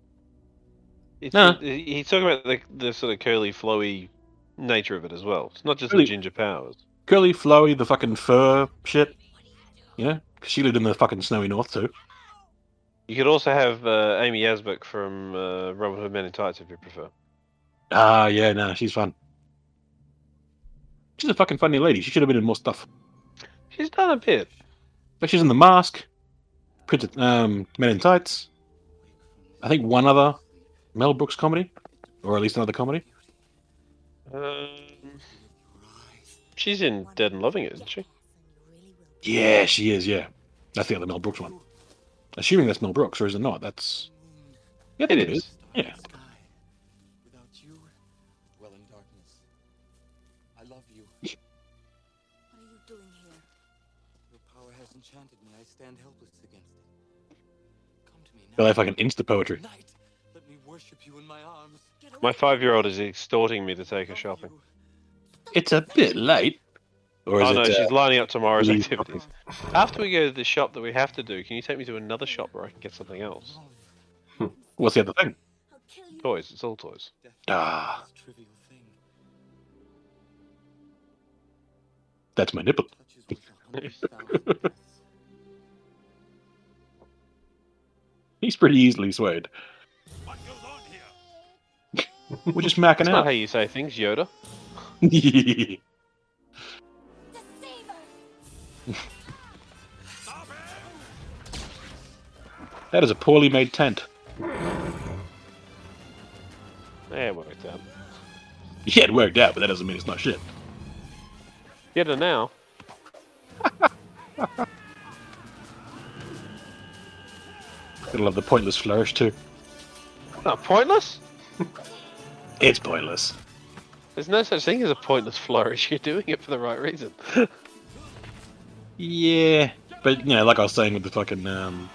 Speaker 3: It's,
Speaker 2: No.
Speaker 3: he- He's talking about the, the sort of curly, flowy nature of it as well. It's not just
Speaker 2: Really?
Speaker 3: the ginger powers.
Speaker 2: Curly, flowy, the fucking fur shit. You know, 'Cause she lived in the fucking snowy north too.
Speaker 3: You could also have uh, Amy Asbeck from uh, Robin Hood Men in Tights if you prefer.
Speaker 2: Ah, yeah, no, she's fun. She's a fucking funny lady. She should have been in more stuff.
Speaker 3: She's done a bit.
Speaker 2: But she's in the mask, printed um, Men in Tights. I think one other Mel Brooks comedy, or at least another comedy.
Speaker 3: Um, she's in Dead and Loving It, isn't she?
Speaker 2: Yeah, she is. Yeah, that's the other Mel Brooks one. Assuming that's Mel Brooks, or is it not? That's yeah, I think it is. Yeah,
Speaker 6: Sky. Without you, well, in darkness. I love you.
Speaker 4: What are you doing here?
Speaker 6: Your power has enchanted me. I stand helpless against it. Come to me now.
Speaker 2: they're like fucking insta poetry.
Speaker 6: Night, let me worship you in my arms.
Speaker 4: Get away.
Speaker 3: My five-year-old is extorting me to take her
Speaker 6: Love
Speaker 3: shopping.
Speaker 6: you.
Speaker 2: It's a bit late, or is
Speaker 3: Oh
Speaker 2: it?
Speaker 3: no,
Speaker 2: uh,
Speaker 3: she's lining up tomorrow's
Speaker 2: leave-
Speaker 3: activities. After we go to the shop that we have to do, can you take me to another shop where I can get something else?
Speaker 6: Love,
Speaker 2: What's the other thing?
Speaker 4: I'll kill you.
Speaker 3: Toys. It's all toys.
Speaker 6: death,
Speaker 2: Ah.
Speaker 6: is a trivial thing.
Speaker 2: That's my nipple.
Speaker 6: Touches worth a hundred thousand deaths.
Speaker 2: He's pretty easily swayed. We're just macking
Speaker 3: That's not
Speaker 2: out.
Speaker 3: how you say things, Yoda.
Speaker 2: that is a poorly made tent.
Speaker 3: Yeah, it worked out.
Speaker 2: Yeah, it worked out, but that doesn't mean it's not shit.
Speaker 3: Get her now.
Speaker 2: Gotta love the pointless flourish too.
Speaker 3: Not pointless.
Speaker 2: It's pointless.
Speaker 3: There's no such thing as a pointless flourish. You're doing it for the right reason.
Speaker 2: Yeah, but you know, like I was saying with the fucking um,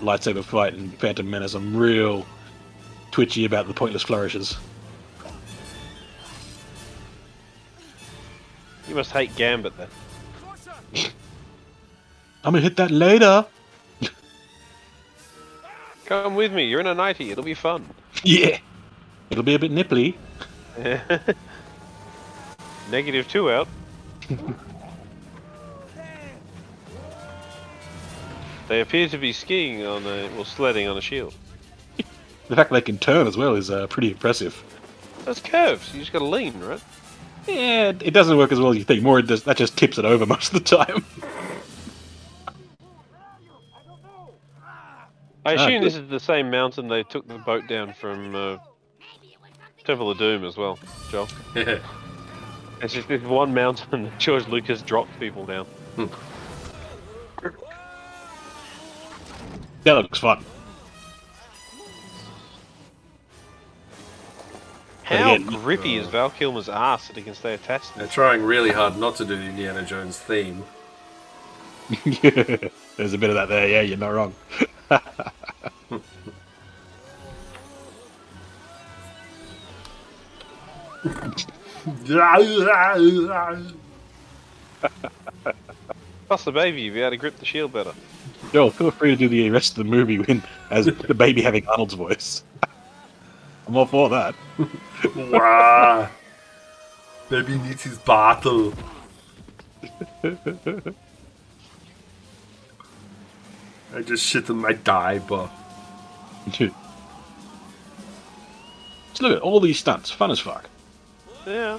Speaker 2: lightsaber fight and Phantom Menace, I'm real twitchy about the pointless flourishes.
Speaker 3: You must hate Gambit then.
Speaker 2: I'm gonna hit that later.
Speaker 3: Come with me. You're in a nighty. It'll be fun.
Speaker 2: Yeah. It'll be a bit nipply.
Speaker 3: Negative two out. they appear to be skiing on a well sledding on a shield.
Speaker 2: The fact they can turn as well is uh, pretty impressive.
Speaker 3: That's curves. You just gotta lean, right?
Speaker 2: Yeah, it doesn't work as well as you think. More, it does, that just tips it over most of the time.
Speaker 3: I
Speaker 2: Ah,
Speaker 3: assume
Speaker 2: good.
Speaker 3: this is the same mountain they took the boat down from uh,
Speaker 8: Maybe it was something.
Speaker 3: Temple of Doom as well, Joel.
Speaker 1: Yeah.
Speaker 3: It's just this one mountain that George Lucas dropped people down.
Speaker 2: That looks fun.
Speaker 3: How
Speaker 2: again,
Speaker 3: grippy is Val Kilmer's ass that he can stay attached to
Speaker 1: They're
Speaker 3: this?
Speaker 1: trying really hard not to do the Indiana Jones theme.
Speaker 2: There's a bit of that there. Yeah, you're not wrong.
Speaker 3: Plus the baby, you'd be able to grip the shield better.
Speaker 2: Joel, feel free to do the rest of the movie when, as the baby having Arnold's voice. I'm all for that.
Speaker 1: wow. Baby needs his bottle. I just shit in my diaper.
Speaker 2: Just look at all these stunts. Fun as fuck.
Speaker 3: Yeah.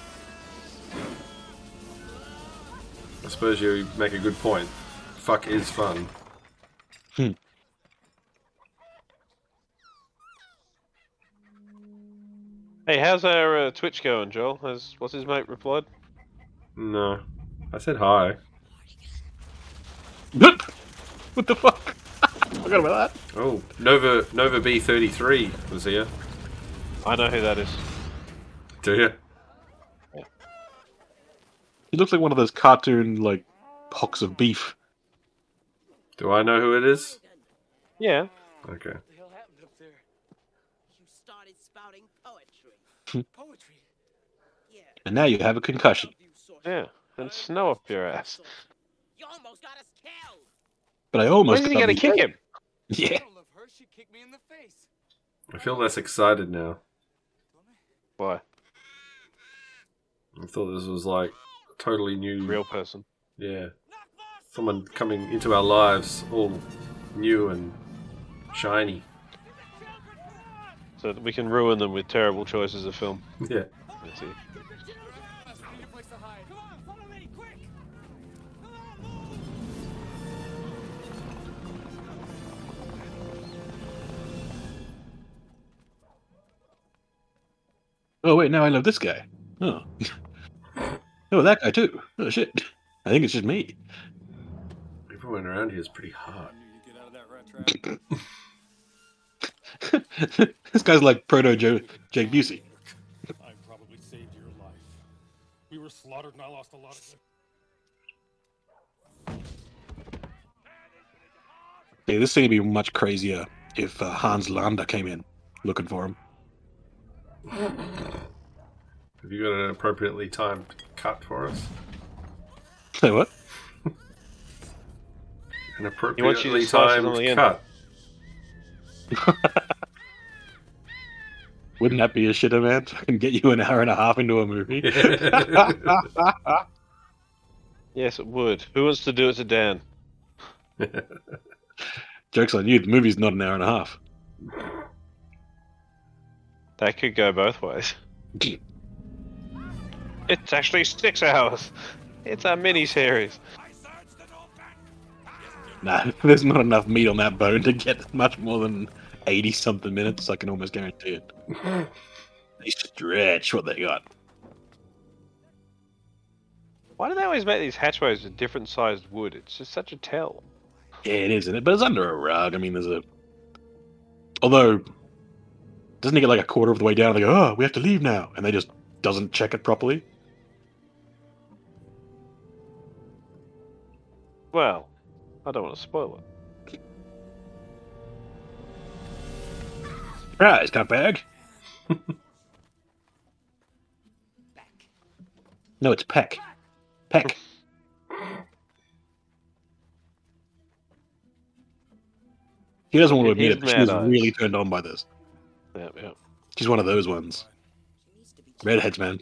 Speaker 1: I suppose you make a good point. Fuck is fun.
Speaker 3: Hey, how's our uh, Twitch going, Joel? Has what's his mate replied?
Speaker 1: No. I said hi.
Speaker 2: Nope. What the fuck? Forgot about that.
Speaker 1: Oh, Nova Nova B33 was here.
Speaker 3: I know who that is.
Speaker 1: Do you?
Speaker 2: He looks like one of those cartoon like hocks of beef.
Speaker 1: Do I know who it is?
Speaker 3: Yeah.
Speaker 1: Okay.
Speaker 6: What the hell happened up there?
Speaker 5: You started spouting poetry.
Speaker 6: Poetry.
Speaker 5: Yeah.
Speaker 2: And now you have a concussion.
Speaker 5: love you, Sorcerer.
Speaker 3: Yeah. And snow up your ass.
Speaker 5: You almost got us killed.
Speaker 2: But I almost.
Speaker 3: When are
Speaker 2: got
Speaker 3: you gonna
Speaker 2: the-
Speaker 3: kick him?
Speaker 2: Yeah.
Speaker 6: I don't love her. She kicked me in the face.
Speaker 1: I feel less excited now.
Speaker 3: Why?
Speaker 1: I thought this was like a totally new
Speaker 3: Real person.
Speaker 1: Yeah. Someone coming into our lives all new and shiny.
Speaker 3: So that we can ruin them with terrible choices of film.
Speaker 1: Yeah.
Speaker 3: That's it.
Speaker 2: Oh wait, now I love this guy. Oh. oh, that guy too. Oh shit. I think it's just me.
Speaker 1: Everyone around here is pretty hot.
Speaker 2: this guy's like proto Joe Jake Busey.
Speaker 9: I probably saved your life. We were slaughtered and I lost a lot of
Speaker 2: Yeah, this scene would be much crazier if uh, Hans Landa came in looking for him.
Speaker 1: Have you got an appropriately timed cut for us?
Speaker 2: Say what?
Speaker 1: An
Speaker 3: He wants you
Speaker 1: appropriately
Speaker 3: to slice it on
Speaker 1: timed
Speaker 3: the end.
Speaker 1: cut.
Speaker 2: Wouldn't that be a shitter, man? I can get you an hour and a half into a movie.
Speaker 3: Yes, it would. Who wants to do it to Dan?
Speaker 2: Joke's on you. The movie's not an hour and a half.
Speaker 3: That could go both ways. It's actually six hours. It's a mini series.
Speaker 2: nah, there's not enough meat on that bone to get much more than 80 something minutes. I can almost guarantee it. they stretch what they got.
Speaker 3: Why do they always make these hatchways with different sized wood? It's just such a tell.
Speaker 2: Yeah, it is, isn't it? But it's under a rug. I mean, there's a. Although, doesn't he get like a quarter of the way down? They go, "Oh, we have to leave now," and they just doesn't check it properly.
Speaker 3: Well, I don't want to spoil it.
Speaker 2: Surprise, cutbag. no, it's Peck. Peck. He doesn't want to admit
Speaker 3: It is
Speaker 2: it, but
Speaker 3: mad
Speaker 2: she's
Speaker 3: eyes.
Speaker 2: really turned on by this.
Speaker 3: Yeah, yeah.
Speaker 2: She's one of those ones.
Speaker 5: She needs to be
Speaker 2: Redheads, man.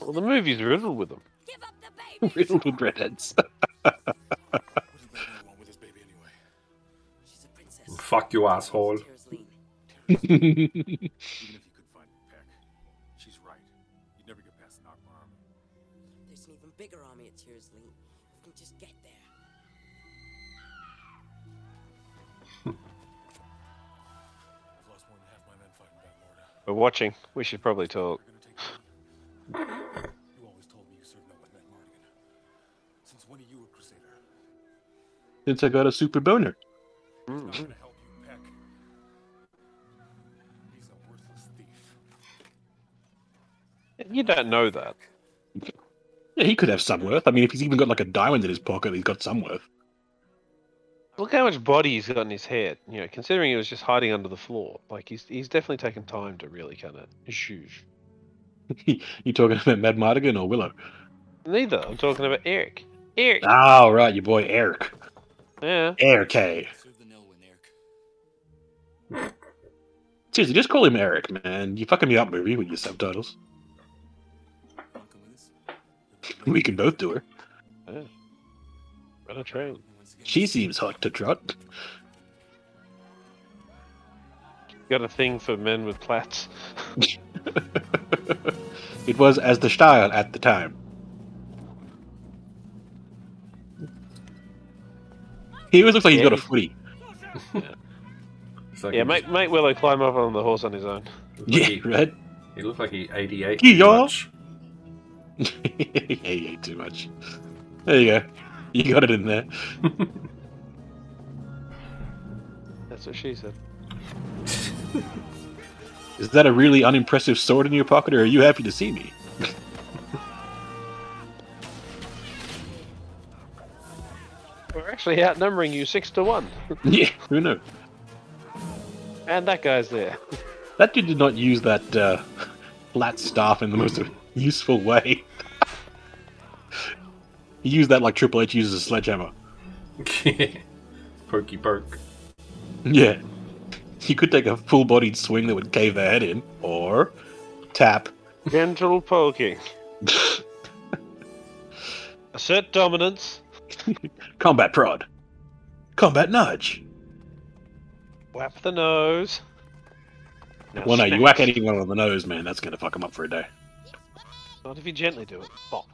Speaker 3: Well, the movie's riddled with them.
Speaker 8: Give up the baby!
Speaker 2: Riddled with redheads.
Speaker 9: What does Magneto want with this baby anyway?
Speaker 5: She's a princess.
Speaker 1: Fuck you, asshole.
Speaker 5: Tears lean.
Speaker 9: Even if you could find Peck, she's right. You'd never get past the Nagmar army.
Speaker 5: There's an even bigger army at Tears Lean. If we can just get there.
Speaker 9: I've lost more than half my men fighting Batlorda.
Speaker 3: We're watching. We should probably talk.
Speaker 9: They're gonna take. you always told me you served no one met Mardigan. Since when are you a crusader?
Speaker 2: Since I got a super boner.
Speaker 9: I'm not gonna help you, Peck. He's a worthless thief.
Speaker 3: You don't know that.
Speaker 2: Yeah, he could have some worth. I mean, if he's even got like a diamond in his pocket, he's got some worth.
Speaker 3: Look how much body he's got in his head. You know, considering he was just hiding under the floor, like he's he's definitely taken time to really kind of zhuzh.
Speaker 2: you talking about Mad Mardigan or Willow?
Speaker 3: Neither. I'm talking about Eric. Eric.
Speaker 2: Oh, right, your boy Eric.
Speaker 3: Yeah.
Speaker 2: Eric. eh?
Speaker 6: Serve the Nelwyn, Eric.
Speaker 2: Seriously, just call him Eric, man. You fucking me up, movie, with your subtitles.
Speaker 6: Wanna come with us?
Speaker 2: We can both do her.
Speaker 3: Run a train.
Speaker 6: Once again,
Speaker 2: She seems hot to trot.
Speaker 3: Got a thing for men with plaits.
Speaker 2: It was as the style at the time. He always looks like he's got a footy.
Speaker 1: It's like
Speaker 3: Yeah,
Speaker 1: he
Speaker 3: make make Willow climb up on the horse on his own.
Speaker 1: looked like
Speaker 2: Yeah,
Speaker 1: he-
Speaker 2: right?
Speaker 1: He looked like he 88.
Speaker 2: Yeah.
Speaker 1: too much.
Speaker 2: he ate too much. There you go. You got it in there.
Speaker 3: That's what she said.
Speaker 2: Is that a really unimpressive sword in your pocket, or are you happy to see me?
Speaker 3: We're actually outnumbering you six to one,
Speaker 2: yeah, who knows?
Speaker 3: and that guy's there.
Speaker 2: That dude did not use that uh, flat staff in the most useful way. he used that like Triple H uses a sledgehammer.
Speaker 1: Pokey poke.
Speaker 2: Yeah. You could take a full bodied swing that would cave their head in, or tap.
Speaker 3: Gentle poking. Assert dominance.
Speaker 2: Combat prod. Combat nudge.
Speaker 3: Whap the nose. Now
Speaker 2: Well, no, you
Speaker 3: smack.
Speaker 2: whack anyone on the nose, man, that's going to fuck them up for a day.
Speaker 3: Not if you gently do it. Bop.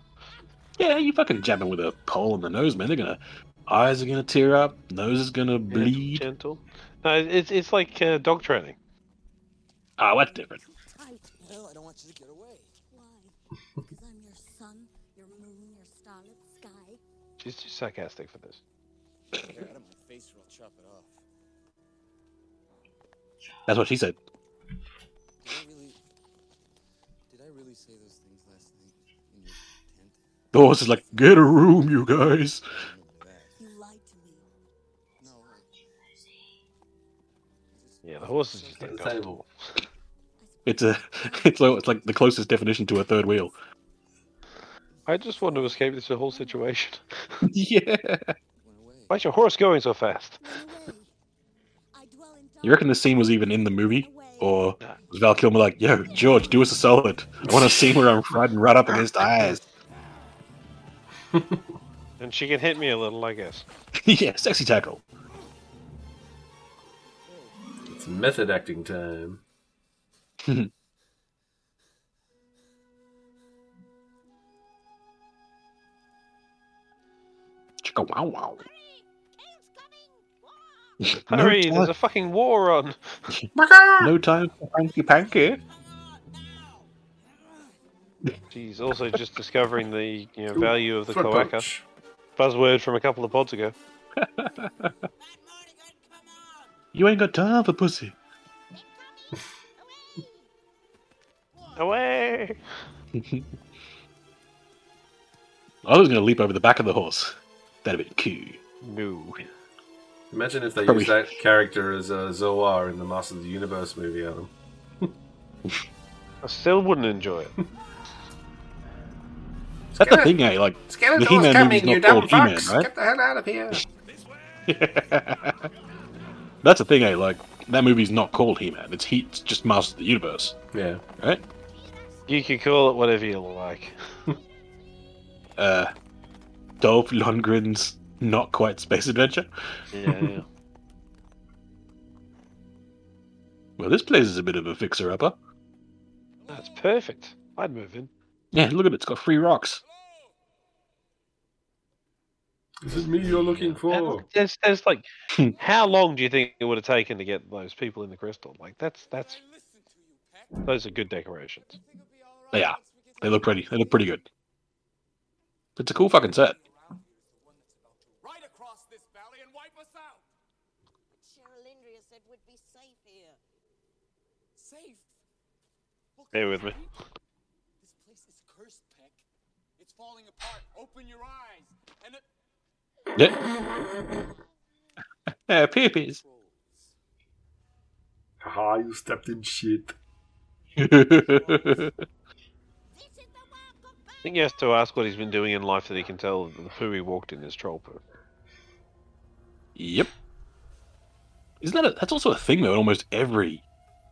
Speaker 2: Yeah, you fucking jab them with a pole in the nose, man. They're going to. Eyes are going to tear up, nose is going to bleed.
Speaker 3: Gentle. No, it's it's like uh, dog training.
Speaker 2: Ah, that's different.
Speaker 6: Hell, I don't want you to get away.
Speaker 4: Why? Because I'm your sun, your moon, your starlit sky.
Speaker 3: She's too sarcastic for this.
Speaker 6: Get out of my face or I'll chop it off.
Speaker 2: That's what she said.
Speaker 6: Did I really, did I really say those things last night in your tent?
Speaker 2: The horse is like, get a room, you guys.
Speaker 6: I remember that.
Speaker 4: You lied to me.
Speaker 6: No. I-
Speaker 3: Yeah, the horse is just uncomfortable.
Speaker 2: It's a, it's like, it's like the closest definition to a third wheel.
Speaker 3: I just want to escape this whole situation.
Speaker 2: yeah.
Speaker 6: Went away.
Speaker 3: Why's your horse going so fast?
Speaker 4: Run away. I dwell in dark.
Speaker 2: You reckon the scene was even in the movie, or was Val Kilmer like, "Yo, George, do us a solid. I want a scene where I'm riding right up against eyes."
Speaker 3: And she can hit me a little, I guess.
Speaker 2: yeah, sexy tackle.
Speaker 1: It's method acting time.
Speaker 2: Chicka wow wow.
Speaker 7: King's coming!
Speaker 2: No,
Speaker 3: Hurry,
Speaker 2: time-
Speaker 3: there's a fucking war on.
Speaker 2: no time for hanky panky.
Speaker 3: She's also just discovering the you know,
Speaker 1: Ooh,
Speaker 3: value of the
Speaker 1: Throat
Speaker 3: cloaca.
Speaker 1: punch.
Speaker 3: Buzzword from a couple of pods ago.
Speaker 2: You ain't got time for pussy.
Speaker 3: Away!
Speaker 2: I was gonna leap over the back of the horse. That'd have been cool.
Speaker 3: No.
Speaker 1: Imagine if they
Speaker 2: Probably-
Speaker 1: used that character as uh, Zoar in the Master of the Universe movie, Adam.
Speaker 3: I still wouldn't enjoy it.
Speaker 2: That's the thing, eh? Like, the He-Man
Speaker 1: Skeletor's
Speaker 2: movie's
Speaker 1: coming,
Speaker 2: not
Speaker 1: you dumb
Speaker 2: called He-Man,
Speaker 1: fox!
Speaker 2: right?
Speaker 1: Get the hell out of here!
Speaker 2: That's the thing, eh? Like, that movie's not called He-Man. It's He. It's just Master of the Universe,
Speaker 1: Yeah.
Speaker 2: right?
Speaker 3: You can call it whatever you like.
Speaker 2: Uh, Dolph Lundgren's not quite space adventure.
Speaker 3: Yeah.
Speaker 2: Well, this place is a bit of a fixer-upper.
Speaker 3: That's perfect. I'd move in.
Speaker 2: Yeah, look at it. It's got free rocks.
Speaker 1: This is me you're looking
Speaker 3: And
Speaker 1: for.
Speaker 3: look, There's, there's like, how long do you think it would have taken to get those people in the crystal? Like that's that's those are good decorations.
Speaker 2: They are. They look pretty. They look pretty good. It's a cool fucking set.
Speaker 9: Right across this valley and wipe us out.
Speaker 5: Cheryl Indria said we'd be safe here.
Speaker 6: Safe. Look,
Speaker 3: Bear with me.
Speaker 6: This place is cursed, Peck. It's falling apart. Open your eyes. And it
Speaker 2: Yeah. Uh, peepees.
Speaker 1: Haha, you stepped in shit.
Speaker 7: This is the world
Speaker 3: I think you have to ask what he's been doing in life that he can tell who he walked in as troll poo.
Speaker 2: yep. Isn't that a, that's also a thing though in almost every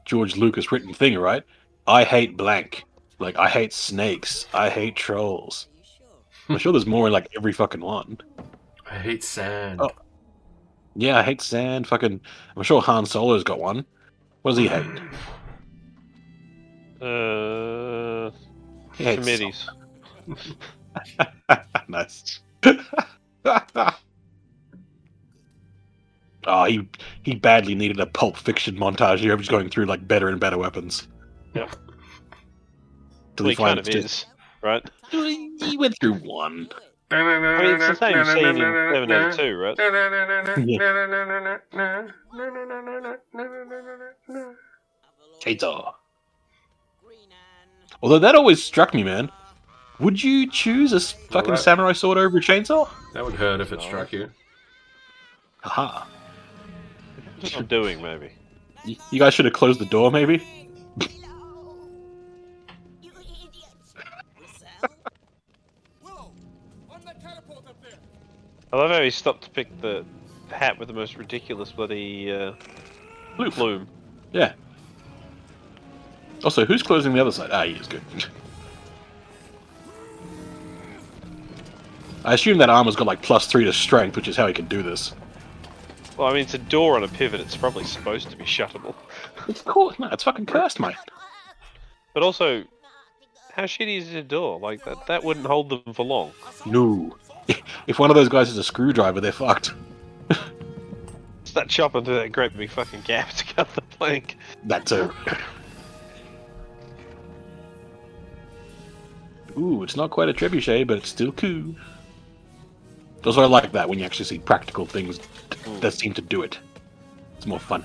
Speaker 2: George Lucas written thing, right? I hate blank. Like I hate snakes. I hate trolls.
Speaker 5: Are you sure?
Speaker 2: I'm sure there's more in like every fucking one.
Speaker 1: I hate sand.
Speaker 2: Oh. Yeah, I hate sand. Fucking, I'm sure Han Solo's got one. What does he hate?
Speaker 3: Uh,
Speaker 2: He hates
Speaker 3: committees.
Speaker 2: nice. oh, he he badly needed a Pulp Fiction montage here. He's going through like better and better weapons.
Speaker 3: Yeah.
Speaker 2: Till
Speaker 3: Well,
Speaker 2: he,
Speaker 3: he kind
Speaker 2: finds
Speaker 3: of
Speaker 2: just-
Speaker 3: is, right?
Speaker 2: He he went through one.
Speaker 5: Do it.
Speaker 3: I mean, it's the same scene in Seven Eighty Two, right?
Speaker 2: Chainsaw.
Speaker 5: Green Anne.
Speaker 2: Although that always struck me, man. Would you choose a s- fucking
Speaker 1: that-
Speaker 2: samurai sword over a chainsaw?
Speaker 1: That would hurt if it struck you.
Speaker 2: Haha.
Speaker 3: That's what I'm doing maybe.
Speaker 2: You you guys should have closed the door, maybe.
Speaker 7: You idiots.
Speaker 5: Rizal?
Speaker 9: Willow, on that catapult up there.
Speaker 3: I love how he stopped to pick the hat with the most ridiculous bloody uh,
Speaker 2: Blue
Speaker 3: plume.
Speaker 2: Yeah. Also, who's closing the other side? Ah, he is good. I assume that armor's got like plus three to strength, which is how he can do this.
Speaker 3: Well, I mean, it's a door on a pivot. It's probably supposed to be shuttable.
Speaker 2: It's cool. No, it's fucking cursed, mate.
Speaker 3: But also, how shitty is your door? Like that, that wouldn't hold them for long.
Speaker 2: No. If one of those guys is a screwdriver, they're fucked.
Speaker 3: Start chopping through that great big fucking gap to cut the plank.
Speaker 2: That too. Ooh, it's not quite a trebuchet, but it's still cool. Also, I like that when you actually see practical things that seem to do it. It's more fun.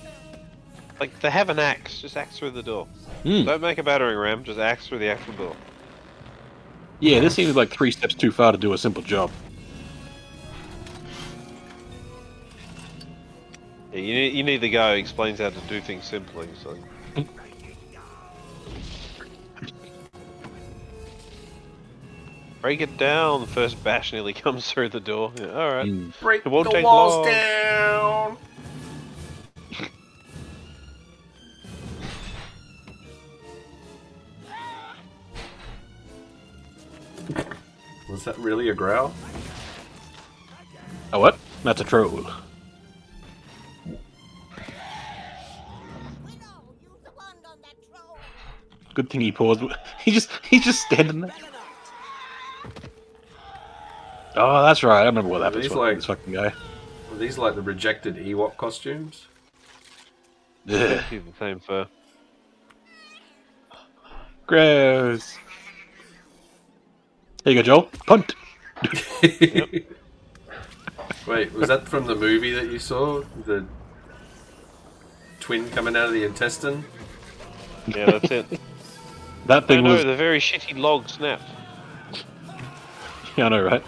Speaker 3: Like they have an axe, just axe through the door.
Speaker 2: Hmm.
Speaker 3: Don't make a battering ram, just axe through the actual door.
Speaker 2: Yeah, this seems like three steps too far to do a simple job.
Speaker 3: Yeah, you need, you need the guy who explains how to do things simply. So break it down. The first bash nearly comes through the door. Yeah, all right.
Speaker 2: Mm.
Speaker 1: Break
Speaker 3: It won't
Speaker 1: the
Speaker 3: take
Speaker 1: walls
Speaker 3: long.
Speaker 1: down! Was that really a growl?
Speaker 2: Oh, what? That's a troll.
Speaker 7: Willow, use the wand on that troll.
Speaker 2: Good thing he paused. He just he's just standing there. Oh, that's right. I remember what
Speaker 1: Yeah,
Speaker 2: happened
Speaker 1: he's
Speaker 2: to
Speaker 1: like-
Speaker 2: this fucking guy.
Speaker 1: Are these like the rejected Ewok costumes?
Speaker 2: Ugh,
Speaker 3: Do the same for.
Speaker 2: gross. Here you go, Joel. Punt.
Speaker 1: Wait, was that from the movie that you saw? The twin coming out of the intestine?
Speaker 3: Yeah, that's it.
Speaker 2: That
Speaker 3: I
Speaker 2: thing
Speaker 3: know
Speaker 2: was.
Speaker 3: the very shitty log snap.
Speaker 2: Yeah, I know, right?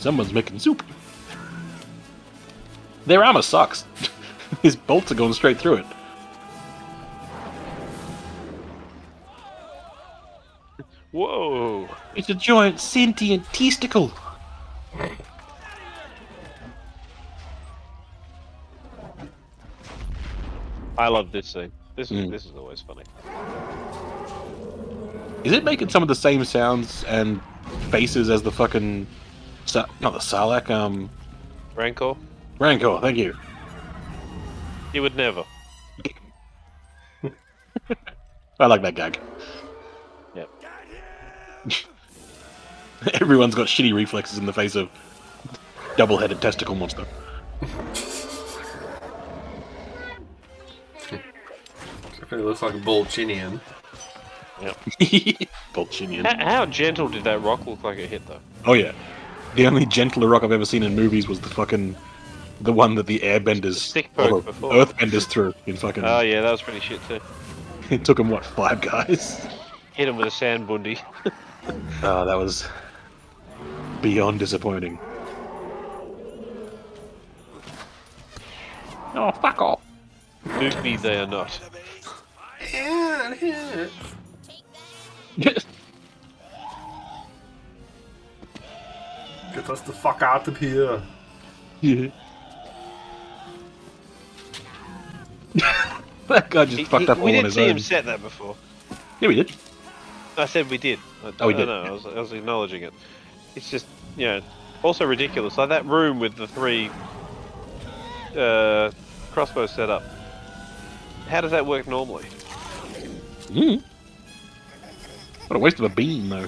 Speaker 2: Someone's making soup. Their armor sucks. His bolts are going straight through it.
Speaker 3: Whoa!
Speaker 2: It's a giant sentient testicle.
Speaker 3: I love this scene. This is
Speaker 2: Mm.
Speaker 3: this is always funny.
Speaker 2: Is it making some of the same sounds and faces as the fucking Sa- not the Sarlacc, um,
Speaker 3: Rancor,
Speaker 2: Rancor? Thank you.
Speaker 3: you would never.
Speaker 2: I like that gag.
Speaker 3: Yep.
Speaker 2: Everyone's got shitty reflexes in the face of double-headed testicle monster.
Speaker 1: Definitely looks like a Balchinian.
Speaker 2: Bolchinian.
Speaker 3: How, how gentle did that rock look like it hit though?
Speaker 2: Oh yeah. The only gentler rock I've ever seen in movies was the fucking the one that the airbenders
Speaker 3: Stick poke
Speaker 2: or the
Speaker 3: before.
Speaker 2: earthbenders threw in fucking
Speaker 3: Oh yeah, that was pretty shit too.
Speaker 2: it took them what five guys.
Speaker 3: Hit him with a sand bundy.
Speaker 2: Oh, that was beyond disappointing. Oh fuck off.
Speaker 3: Nuke me, they are not.
Speaker 7: Take that.
Speaker 1: Get us the fuck out of here.
Speaker 2: that guy just
Speaker 3: He-
Speaker 2: fucked
Speaker 3: he-
Speaker 2: up all
Speaker 3: we
Speaker 2: on
Speaker 3: didn't
Speaker 2: his
Speaker 3: see
Speaker 2: own.
Speaker 3: him set that before.
Speaker 2: Yeah, we did.
Speaker 3: I said we did. I,
Speaker 2: Oh, we
Speaker 3: I
Speaker 2: did.
Speaker 3: know, I was, I was acknowledging it. It's just, you know, also ridiculous. Like that room with the three uh, crossbows set up. How does that work normally?
Speaker 2: Mm. What a waste of a beam, though.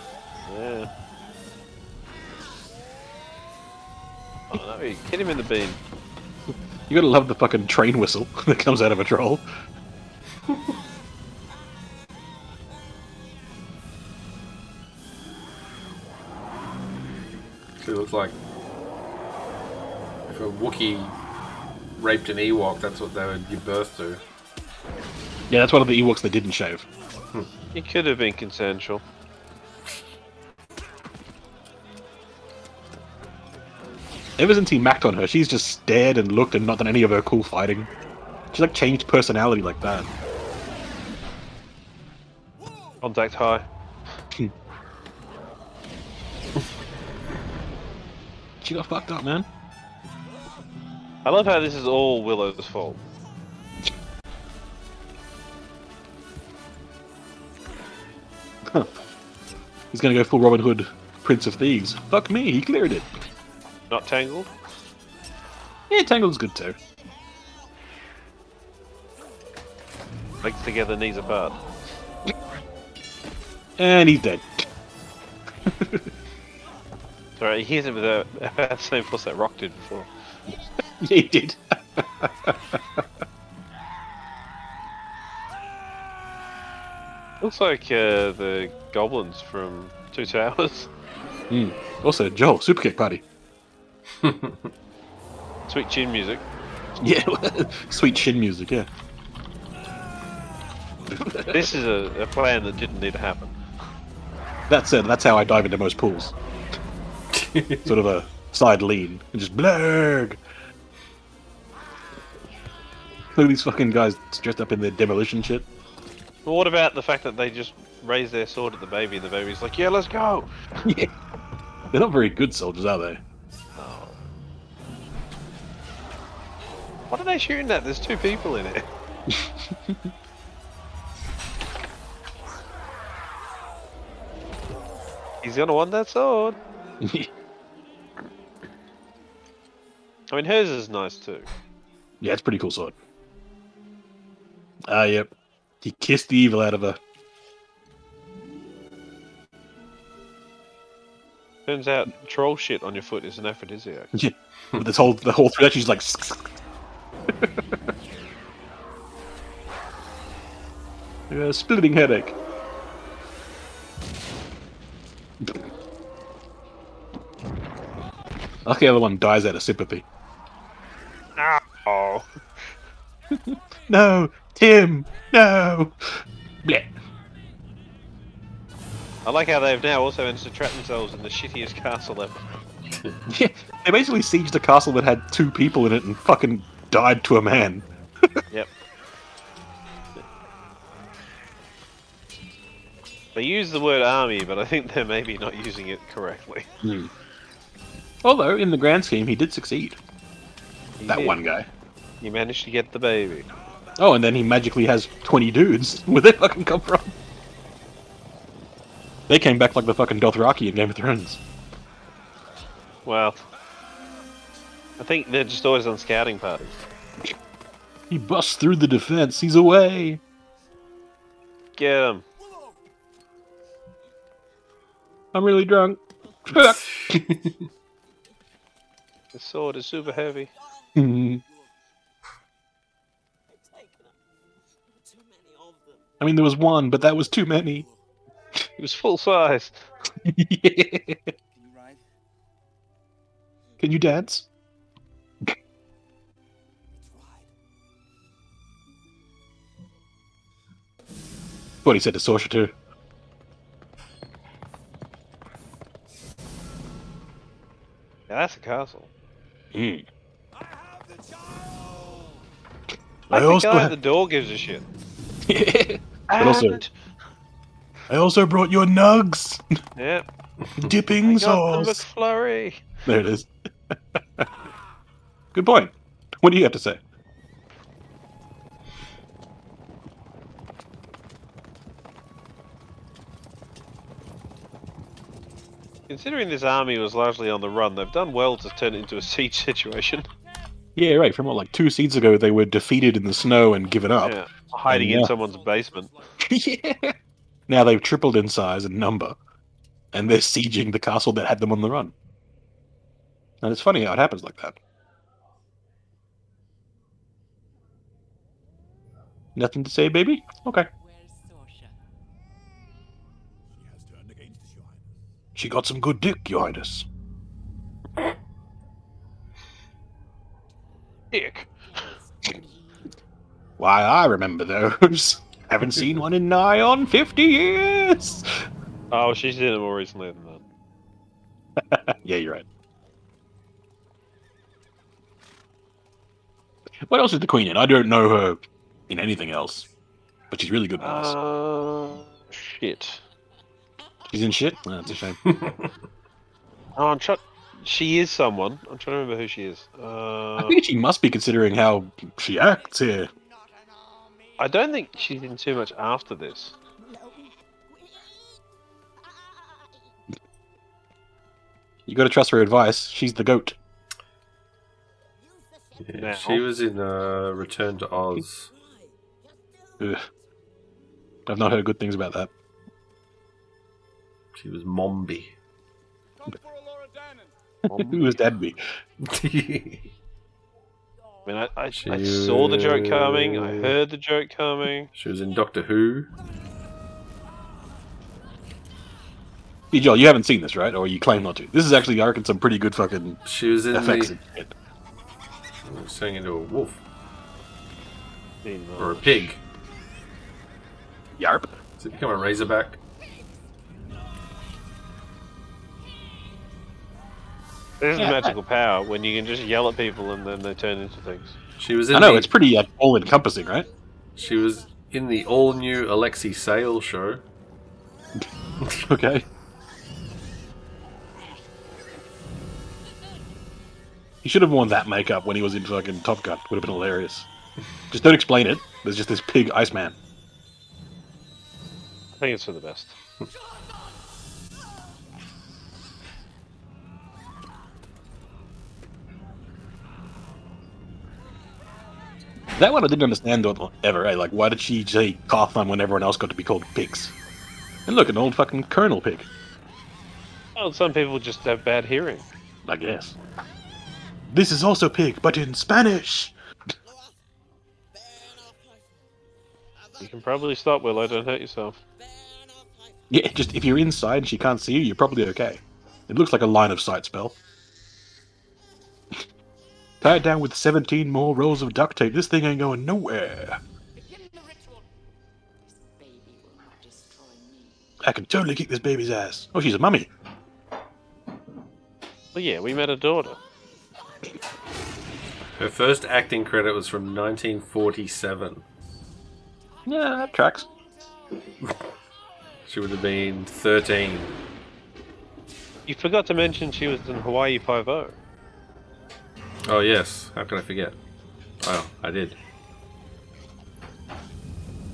Speaker 3: Yeah. Oh, no, you hit him in the beam.
Speaker 2: You gotta love the fucking train whistle that comes out of a troll.
Speaker 1: She looks like if a Wookiee raped an Ewok, that's what they would give birth to.
Speaker 2: Yeah, that's one of the Ewoks they didn't shave.
Speaker 3: It could have been consensual.
Speaker 2: Ever since he macked on her, she's just stared and looked and not done any of her cool fighting. She's like changed personality like that.
Speaker 3: Contact high.
Speaker 2: She got fucked up, man.
Speaker 3: I love how this is all Willow's fault.
Speaker 2: He's gonna go full Robin Hood, Prince of Thieves. Fuck me, he cleared it.
Speaker 3: Not Tangled?
Speaker 2: Yeah, Tangled's good too.
Speaker 3: Legs together, knees apart.
Speaker 2: And he's dead.
Speaker 3: Sorry, he hit him with a, about the same force that Rock did before.
Speaker 2: Yeah, he did.
Speaker 3: Looks like uh, the goblins from Two Towers.
Speaker 2: Hmm. Also, Joel, super kick party.
Speaker 3: Sweet chin music.
Speaker 2: Yeah, sweet shin music, yeah.
Speaker 3: This is a, a plan that didn't need to happen.
Speaker 2: That's it. That's how I dive into most pools. sort of a side lean and just blurg. Look at these fucking guys dressed up in their demolition shit.
Speaker 3: But what about the fact that they just raise their sword at the baby and the baby's like, yeah, let's go!
Speaker 2: yeah. They're not very good soldiers, are they?
Speaker 3: What are they shooting at? There's two people in it. He's gonna want that sword. I mean, hers is nice too.
Speaker 2: yeah, it's a pretty cool sword. Ah, yep. He kissed the evil out of her.
Speaker 3: Turns out troll shit on your foot is an aphrodisiac.
Speaker 2: With this whole the whole thread, she's like. a splitting headache. Lucky the other one dies out of sympathy.
Speaker 3: Oh.
Speaker 2: No, Tim, no. Blech.
Speaker 3: I like how they've now also managed to trap themselves in the shittiest castle ever.
Speaker 2: Yeah, they basically sieged a castle that had two people in it and fucking died to a man.
Speaker 3: Yep. They use the word army, but I think they're maybe not using it correctly.
Speaker 2: Although, in the grand scheme, he did succeed.
Speaker 3: You
Speaker 2: that
Speaker 3: did.
Speaker 2: one guy.
Speaker 3: You managed to get the baby.
Speaker 2: Oh, and then he magically has 20 dudes. Where they fucking come from? They came back like the fucking Dothraki in Game of Thrones.
Speaker 3: Well, I think they're just always on scouting parties.
Speaker 2: He busts through the defense. He's away.
Speaker 3: Get them.
Speaker 2: I'm really drunk.
Speaker 3: The sword is super heavy.
Speaker 2: Mhm.
Speaker 5: I've taken up too many of them.
Speaker 2: I mean, there was one, but that was too many.
Speaker 3: It was full size.
Speaker 6: Can you ride?
Speaker 2: Can you dance?
Speaker 6: Let's ride.
Speaker 2: 40 said to Sorsha too.
Speaker 3: Now that's a castle. Hmm.
Speaker 2: I
Speaker 3: I think
Speaker 2: also
Speaker 3: guy at
Speaker 2: have-
Speaker 3: the door gives a shit.
Speaker 2: But also-
Speaker 3: And-
Speaker 2: I also brought your nugs,
Speaker 3: yeah, I
Speaker 2: dipping
Speaker 3: got the
Speaker 2: sauce.
Speaker 3: McFlurry.
Speaker 2: There it is. Good point. What do you have to say?
Speaker 3: Considering this army was largely on the run, they've done well to turn it into a siege situation.
Speaker 2: Yeah, right. From what, like two seeds ago, they were defeated in the snow and given up.
Speaker 3: Yeah, hiding in
Speaker 2: Yeah.
Speaker 3: someone's basement.
Speaker 2: Yeah. Now they've tripled in size and number, and they're sieging the castle that had them on the run. And it's funny how it happens like that. Nothing to say, baby? Okay.
Speaker 5: Where's
Speaker 9: She
Speaker 5: Sorsha?
Speaker 9: has turned against us, Your Highness.
Speaker 2: She got some good dick, Your Highness.
Speaker 3: Dick.
Speaker 2: Why, I remember those. Haven't seen one in nigh on 50 years.
Speaker 3: Oh, she's did it more recently than that.
Speaker 2: yeah, you're right. What else is the queen in? I don't know her in anything else, but she's really good in this.
Speaker 3: Uh, shit.
Speaker 2: She's in shit. Oh, that's a shame.
Speaker 3: Oh, I'm trying. She is someone. I'm trying to remember who she is. Uh,
Speaker 2: I think she must be considering how she acts here.
Speaker 3: I don't think she's in too much after this.
Speaker 4: No. Wait.
Speaker 2: You got to trust her advice. She's the goat.
Speaker 4: Use the ship.
Speaker 1: Yeah,
Speaker 3: Now.
Speaker 1: She was in uh, Return to Oz.
Speaker 4: Just do
Speaker 2: Ugh. I've not heard good things about that.
Speaker 1: She was Mombi.
Speaker 9: Come for Laura Dannon.
Speaker 2: Who was that be?
Speaker 3: I mean, I, I, I
Speaker 1: She-
Speaker 3: saw the joke coming. I heard the joke coming.
Speaker 1: she was in Doctor Who.
Speaker 2: Hey, Joel, you haven't seen this, right? Or you claim not to. This is actually, I reckon, some pretty good fucking
Speaker 1: She was in
Speaker 2: effects.
Speaker 1: the turning into a wolf
Speaker 3: Been, uh,
Speaker 1: or a pig.
Speaker 2: Yarp.
Speaker 1: Does it become a razorback?
Speaker 3: This is magical power when you can just yell at people and then they turn into things.
Speaker 1: She was in.
Speaker 2: I know,
Speaker 1: the,
Speaker 2: it's pretty like, all encompassing, right?
Speaker 1: She was in the all-new Alexi Sale show.
Speaker 2: Okay. He should have worn that makeup when he was in fucking Top Gun. Would have been hilarious. Just don't explain it. There's just this pig Iceman.
Speaker 3: I think it's for the best.
Speaker 2: That one I didn't understand though, ever, eh? Like, why did she say Carthon when everyone else got to be called pigs? And look, an old fucking Colonel pig,
Speaker 3: Well, some people just have bad hearing.
Speaker 2: I guess. This is also pig, but in Spanish!
Speaker 5: Laura, burn our pipe.
Speaker 3: You can probably stop, Willow. Don't hurt yourself.
Speaker 5: Burn our pipe.
Speaker 2: Yeah, just if you're inside and she can't see you, you're probably okay. It looks like a line of sight spell. Tie it down with 17 more rolls of duct tape. This thing ain't going nowhere.
Speaker 5: Begin the ritual. This baby will not destroy me.
Speaker 2: I can totally kick this baby's ass. Oh, she's a mummy.
Speaker 3: Well, yeah, we met a daughter.
Speaker 1: Her first acting credit was from 1947.
Speaker 2: Yeah, that tracks.
Speaker 1: She would have been 13.
Speaker 3: You forgot to mention she was in Hawaii Five O.
Speaker 1: Oh, yes. How could I forget? Oh, I did.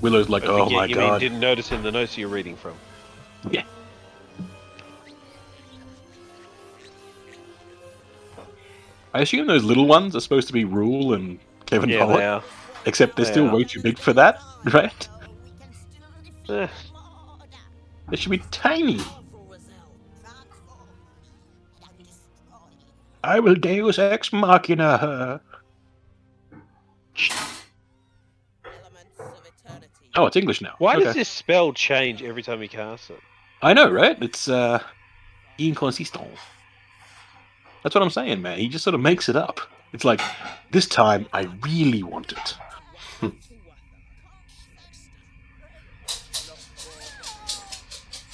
Speaker 2: Willow's like, oh
Speaker 3: you,
Speaker 2: my
Speaker 3: you mean
Speaker 2: god.
Speaker 3: didn't notice in the notes you're reading from?
Speaker 2: Yeah. I assume those little ones are supposed to be Rule and Kevin
Speaker 3: yeah,
Speaker 2: Pollock,
Speaker 3: they are.
Speaker 2: except they're
Speaker 3: They
Speaker 2: still
Speaker 3: are.
Speaker 2: way too big for that, right?
Speaker 4: We can still defeat
Speaker 3: Eh,
Speaker 4: order.
Speaker 2: They should be tiny.
Speaker 4: Transform and destroy.
Speaker 2: I will Deus Ex Machina her.
Speaker 5: Elements of eternity.
Speaker 2: Oh, it's English now.
Speaker 3: why
Speaker 2: Okay.
Speaker 3: does this spell change every time he casts it?
Speaker 2: I know, right? It's uh, inconsistent. That's what I'm saying, man. He just sort of makes it up. It's like, this time I really want it.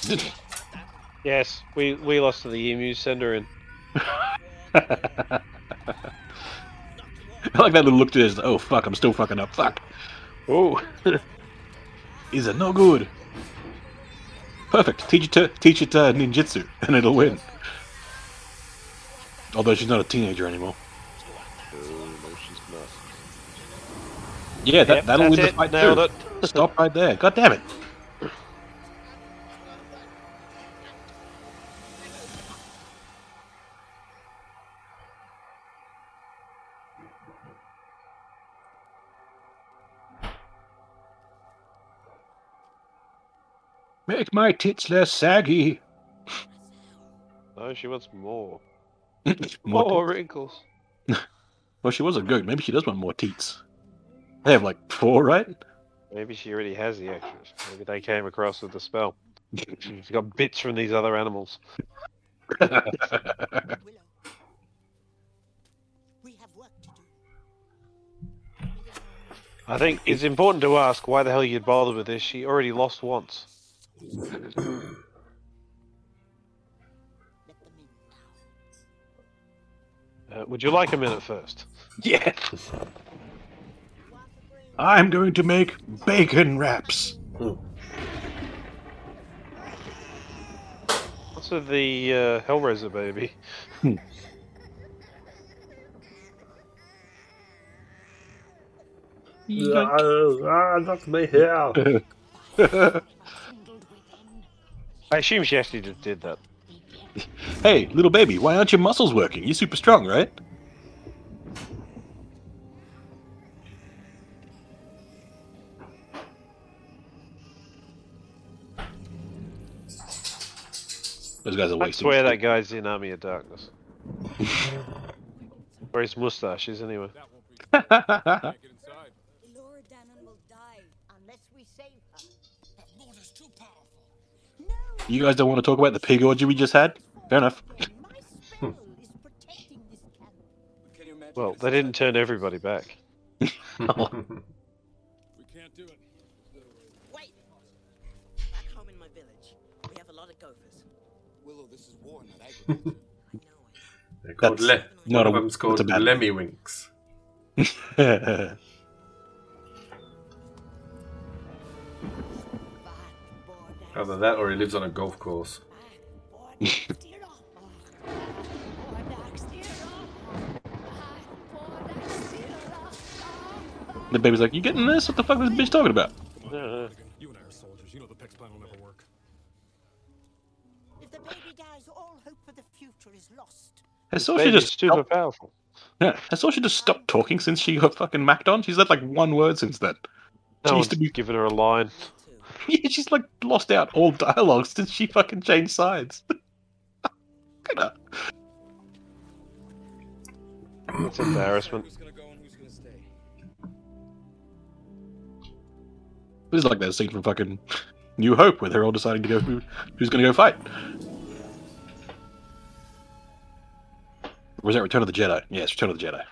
Speaker 3: Yes, we we lost to the emu. Send her in.
Speaker 2: I like that little look to his. Oh fuck! I'm still fucking up. Fuck. Oh, is it no good? Perfect. Teach it to teach it uh, ninjutsu, and it'll win. Although she's not a teenager anymore. Yeah, that,
Speaker 3: Yep,
Speaker 2: that'll
Speaker 3: that's
Speaker 2: win the
Speaker 3: it,
Speaker 2: fight
Speaker 3: nailed
Speaker 2: too.
Speaker 3: it.
Speaker 2: Stop right there. God damn it. Make my tits less saggy.
Speaker 3: No, she wants more.
Speaker 2: More
Speaker 3: More wrinkles.
Speaker 2: Well, she was a goat. Maybe she does want more teats. They have like four, right?
Speaker 3: Maybe she already has the extras. Maybe they came across with the spell. She's got bits from these other animals.
Speaker 4: Willow. We have work to do.
Speaker 3: I think it's important to ask why the hell you'd bother with this. She already lost once.
Speaker 4: Let them in now.
Speaker 3: Uh, would you like a minute first?
Speaker 2: yeah. I'm going to make bacon wraps.
Speaker 3: Also, the uh, Hellraiser baby.
Speaker 1: not me here.
Speaker 4: Kindled within.
Speaker 3: I assume she actually just did that.
Speaker 2: Hey, little baby, why aren't your muscles working? You're super strong, right? Those guys are
Speaker 3: I
Speaker 2: wasting.
Speaker 3: swear that guy's in Army of Darkness. or his mustache is anyway.
Speaker 9: That won't be.
Speaker 2: guy.
Speaker 9: Get inside.
Speaker 4: Elora Dannon will die unless we save her.
Speaker 6: That mortar's too powerful.
Speaker 4: No,
Speaker 2: you guys don't want to talk about the pig orgy we just had? Fair enough.
Speaker 4: my spell is protecting this camp.
Speaker 6: Can you imagine?
Speaker 3: Well,
Speaker 6: if
Speaker 3: they
Speaker 6: it's-
Speaker 3: didn't turn everybody back.
Speaker 9: We can't do it.
Speaker 5: Wait! Back home in my village, we have a lot of gophers.
Speaker 6: Willow, this is war, not agriculture.
Speaker 5: I know it.
Speaker 1: They're called
Speaker 2: That's
Speaker 1: le-
Speaker 2: not
Speaker 1: one
Speaker 2: a-
Speaker 1: of them's called
Speaker 2: that's a bad-
Speaker 1: Lemmywinks.
Speaker 4: Back, border.
Speaker 1: Either that or he lives on a golf course.
Speaker 4: Back, border. Steer off. Border, steer off. Back, border, steer off.
Speaker 2: the baby's like, you getting this? What the fuck is this bitch talking about?
Speaker 9: Come on,
Speaker 3: Yeah.
Speaker 9: Mulligan. You and I are soldiers. You know the Peck's plan will never work.
Speaker 4: If the baby dies, all hope for the future is lost.
Speaker 2: Has
Speaker 3: Baby's
Speaker 2: Sorsha just
Speaker 3: super
Speaker 2: stopped,
Speaker 3: powerful.
Speaker 2: yeah, has Sorsha just stopped talking since she got fucking macked on? She's had like one word since then.
Speaker 3: No
Speaker 2: She
Speaker 3: one's
Speaker 2: used to be-
Speaker 3: giving her a line.
Speaker 5: Me too.
Speaker 2: Yeah, she's like lost out all dialogue since she fucking changed sides. Look at her.
Speaker 3: It's embarrassment.
Speaker 6: who's gonna go and who's gonna stay?
Speaker 2: This is like that scene from fucking New Hope where they're all deciding to go who, who's going to go fight. Or was that Return of the Jedi? Yes, Return of the Jedi.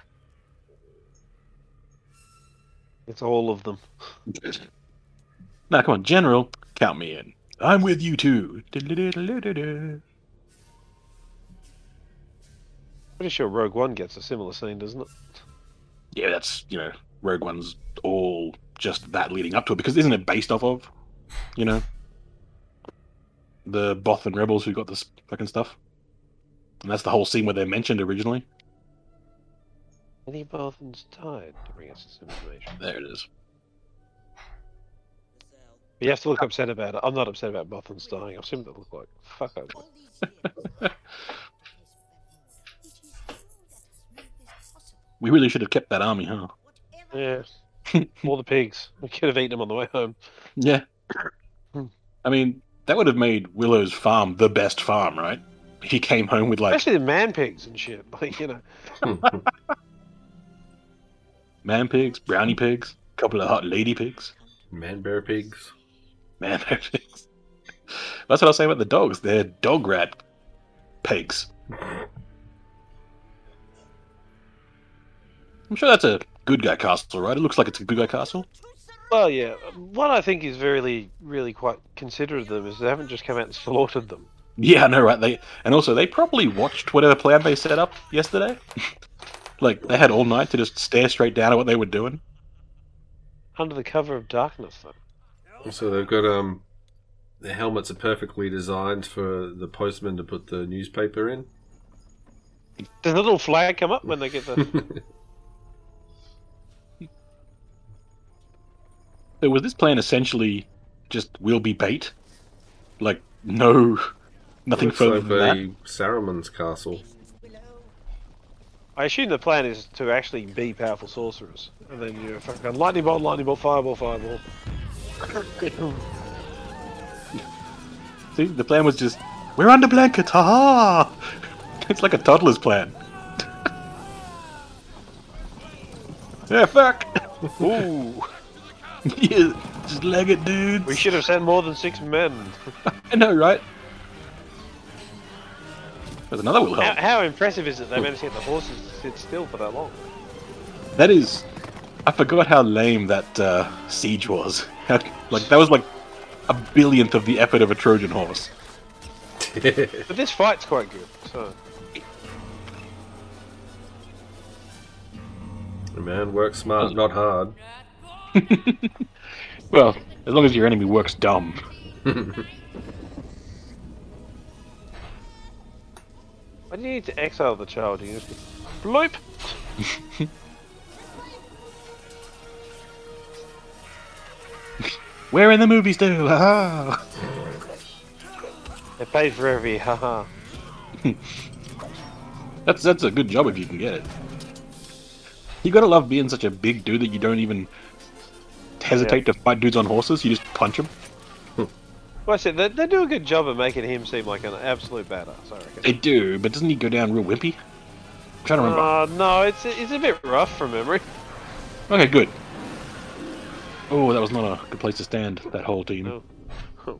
Speaker 3: It's all of them.
Speaker 2: Now, come on, General, count me in. I'm with you too. Du-du-du-du-du-du.
Speaker 3: Pretty sure Rogue One gets a similar scene, doesn't it?
Speaker 2: Yeah, that's you know, Rogue One's all just that leading up to it because isn't it based off of, you know? the Bothan rebels who got this fucking stuff. And that's the whole scene where they're mentioned originally.
Speaker 3: Any Bothans died to bring us this information.
Speaker 2: There it is.
Speaker 5: Giselle.
Speaker 3: You have to look upset about it. I'm not upset about Bothans dying. I've seen what they look like. Fuck over.
Speaker 4: All these years. It is you that has made this possible.
Speaker 2: We really should have kept that army, huh?
Speaker 4: Whatever
Speaker 3: Yeah. All the pigs. We could have eaten them on the way home.
Speaker 2: Yeah.
Speaker 3: Hmm.
Speaker 2: I mean, that would have made Willow's farm the best farm, right? If he came home with like
Speaker 3: Especially the man pigs and shit. Like, you know.
Speaker 1: Hmm.
Speaker 2: man pigs, brownie pigs, a couple of hot lady pigs,
Speaker 1: Man bear pigs.
Speaker 2: man bear pigs. That's what I was saying about the dogs. They're dog rat pigs. I'm sure that's a good guy castle, right? It looks like it's a good guy castle.
Speaker 3: Well, yeah. What I think is really, really quite considerate of them is they haven't just come out and slaughtered them.
Speaker 2: Yeah, I know, right? They and also they probably watched whatever plan they set up yesterday. like they had all night to just stare straight down at what they were doing.
Speaker 3: Under the cover of darkness, though.
Speaker 1: Also, they've got um, the helmets are perfectly designed for the postman to put the newspaper in.
Speaker 3: Does the little flag come up when they get the.
Speaker 2: So was this plan essentially just will be bait? Like no, nothing
Speaker 1: Looks
Speaker 2: further
Speaker 1: like
Speaker 2: than
Speaker 1: a
Speaker 2: that.
Speaker 1: Saruman's castle.
Speaker 3: I assume the plan is to actually be powerful sorcerers. And then you fucking lightning bolt, lightning bolt, fireball, fireball.
Speaker 2: See, the plan was just we're under blankets, haha. It's like a toddler's plan. yeah, fuck.
Speaker 3: Ooh.
Speaker 2: yeah, just leg it, dudes.
Speaker 3: We should have sent more than six men.
Speaker 2: I know, right? There's another will
Speaker 3: How,
Speaker 2: help.
Speaker 3: how impressive is it they managed to get the horses to sit still for that long?
Speaker 2: That is, I forgot how lame that uh, siege was. like that was like a billionth of the effort of a Trojan horse.
Speaker 3: But this fight's quite good, so.
Speaker 1: The man works smart, not hard.
Speaker 2: Well, as long as your enemy works dumb.
Speaker 3: I do you need to exile the child? You can just go, bloop!
Speaker 2: We're in the movies too. haha.
Speaker 3: They paid for every haha.
Speaker 2: that's that's a good job if you can get it. You gotta love being such a big dude that you don't even hesitate to fight dudes on horses. You just punch them.
Speaker 3: Well, I said they, they do a good job of making him seem like an absolute badass, I reckon.
Speaker 2: They do, but doesn't he go down real wimpy? I'm trying to remember.
Speaker 3: Uh, no, it's it's a bit rough from memory.
Speaker 2: Okay, good. Oh, that was not a good place to stand, that whole team.
Speaker 3: No.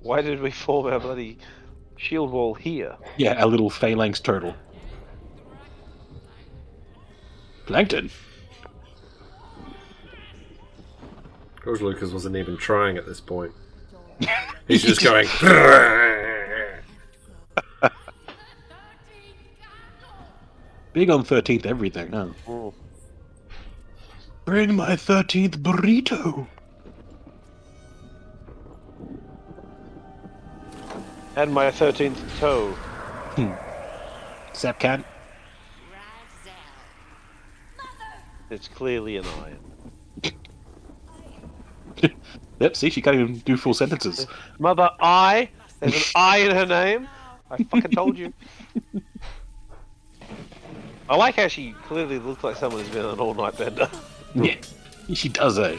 Speaker 3: Why did we form our bloody shield wall here?
Speaker 2: Yeah, a little phalanx turtle. Plankton?
Speaker 1: George Lucas wasn't even trying at this point.
Speaker 2: He's
Speaker 1: He's just going.
Speaker 2: Big on 13th everything, huh?
Speaker 3: Oh.
Speaker 2: Bring my 13th burrito!
Speaker 3: And my thirteenth toe.
Speaker 2: Sap cat?
Speaker 3: It's clearly an iron.
Speaker 2: Yep, see, she can't even do full sentences.
Speaker 3: Mother I. There's an I in her name. I fucking told you. I like how she clearly looks like someone who's been on an all night bender.
Speaker 2: yeah, she does, eh?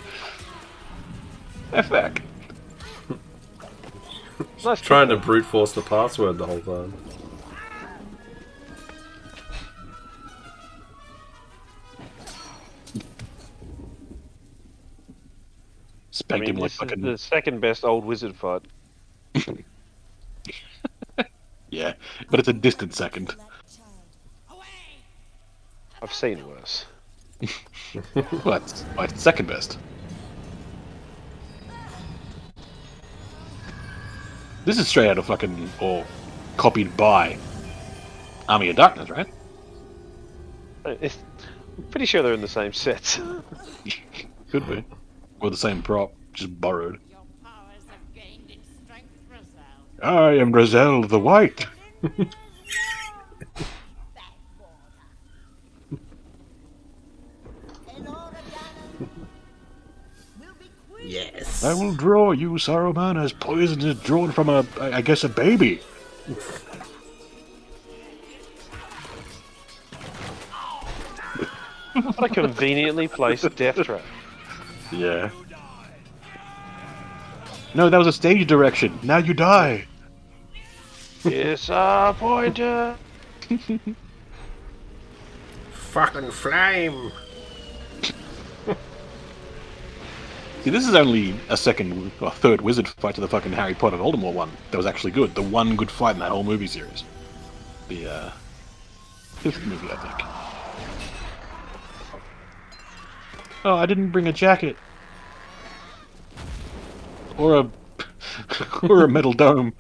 Speaker 2: Ah, fuck.
Speaker 3: Nice
Speaker 1: Trying to brute force the password the whole time.
Speaker 3: I
Speaker 2: Spanked
Speaker 3: mean,
Speaker 2: him like
Speaker 3: this is
Speaker 2: fucking.
Speaker 3: the second best old wizard fight.
Speaker 2: Yeah, but it's a distant second.
Speaker 3: I've seen worse.
Speaker 2: Well, that's my second best. This is straight out of fucking or copied by Army of Darkness, right?
Speaker 3: It's, I'm pretty sure they're in the same sets.
Speaker 2: Could be. Or the same prop, just borrowed.
Speaker 7: Your powers have gained in strength, Rosal.
Speaker 2: I am Grizel the White.
Speaker 1: Yes.
Speaker 2: I will draw you, Saruman, as poison is drawn from a, I I guess, a baby.
Speaker 3: What a conveniently placed death trap.
Speaker 2: Yeah. No, that was a stage direction. Now you die.
Speaker 3: Disappointed.
Speaker 1: Fucking flame.
Speaker 2: See, this is only a second or third wizard fight to the fucking Harry Potter Voldemort one that was actually good. The one good fight in that whole movie series. The uh, fifth movie, I think. Oh, I didn't bring a jacket. Or a or a metal dome.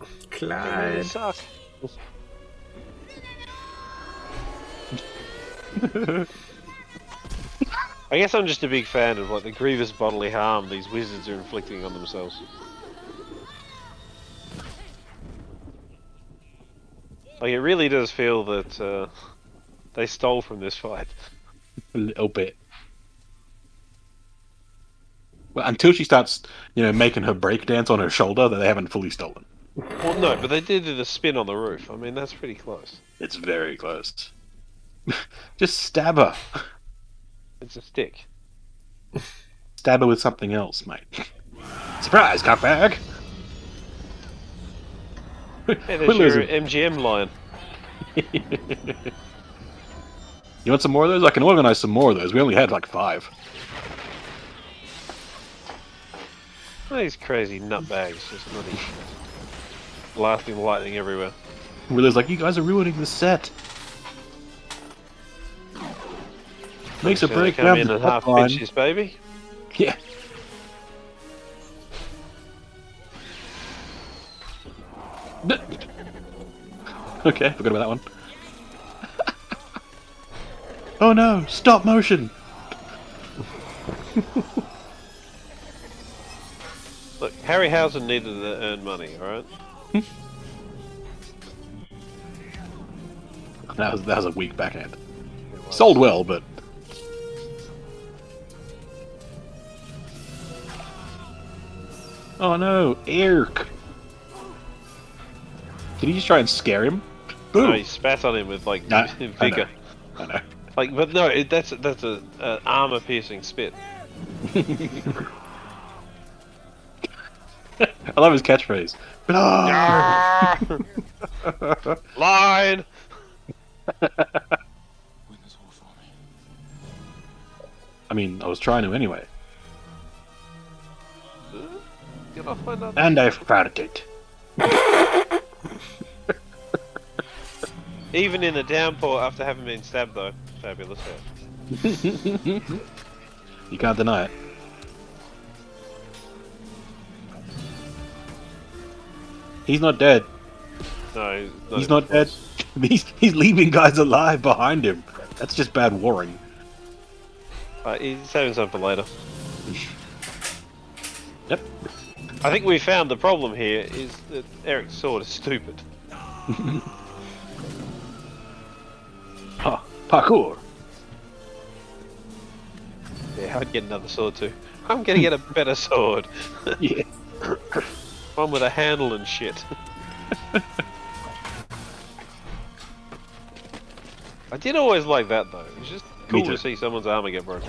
Speaker 3: They
Speaker 1: Clyde.
Speaker 3: suck. I guess I'm just a big fan of like the grievous bodily harm these wizards are inflicting on themselves. Like it really does feel that uh, they stole from this fight.
Speaker 2: a little bit. Well, until she starts, you know, making her breakdance on her shoulder that they haven't fully stolen.
Speaker 3: Well, no, but they did do the spin on the roof. I mean, that's pretty close.
Speaker 2: It's very close. Just stab her.
Speaker 3: It's a stick.
Speaker 2: Stab her with something else, mate. Surprise, cockbag!
Speaker 3: Hey,
Speaker 2: We're
Speaker 3: there's your
Speaker 2: losing.
Speaker 3: MGM line.
Speaker 2: You want some more of those? I can organize some more of those. We only had like five.
Speaker 3: These crazy nutbags just bloody blasting lightning everywhere.
Speaker 2: Riddler's like, you guys are ruining the set. Makes a
Speaker 3: So they
Speaker 2: break
Speaker 3: come
Speaker 2: down
Speaker 3: in
Speaker 2: the
Speaker 3: and half
Speaker 2: top line.
Speaker 3: pitch this baby.
Speaker 2: Yeah. Okay, forgot about that one. oh no, stop motion!
Speaker 3: Look, Harryhausen needed to earn money, alright?
Speaker 2: That was, that was a weak backhand. Sold well, but. Oh no, Eric! Did he just try and scare him?
Speaker 3: No,
Speaker 2: Boom!
Speaker 3: he spat on him with like
Speaker 2: No, I know.
Speaker 3: vigor.
Speaker 2: I know.
Speaker 3: Like, but no, it, that's that's a, a armor piercing spit.
Speaker 2: I love his catchphrase. Ah! Blah!
Speaker 3: Line.
Speaker 9: Win this war for me.
Speaker 2: I mean, I was trying to anyway.
Speaker 3: Get off my nut.
Speaker 2: And I farted.
Speaker 3: Even in a downpour after having been stabbed, though, fabulous. hair.
Speaker 2: You can't deny it. He's not dead.
Speaker 3: No, he's not,
Speaker 2: he's
Speaker 3: even
Speaker 2: not dead.
Speaker 3: close.
Speaker 2: He's, he's leaving guys alive behind him. That's just bad warring.
Speaker 3: Uh, he's saving some for later.
Speaker 2: Yep.
Speaker 3: I think we found the problem here is that Eric's sword is stupid.
Speaker 2: Ha, parkour.
Speaker 3: Yeah, I'd get another sword too. I'm gonna get a better sword.
Speaker 2: Yeah.
Speaker 3: One with a handle and shit. I did always like that though. It's just
Speaker 2: Me
Speaker 3: cool to
Speaker 2: too.
Speaker 3: see someone's armor get broken.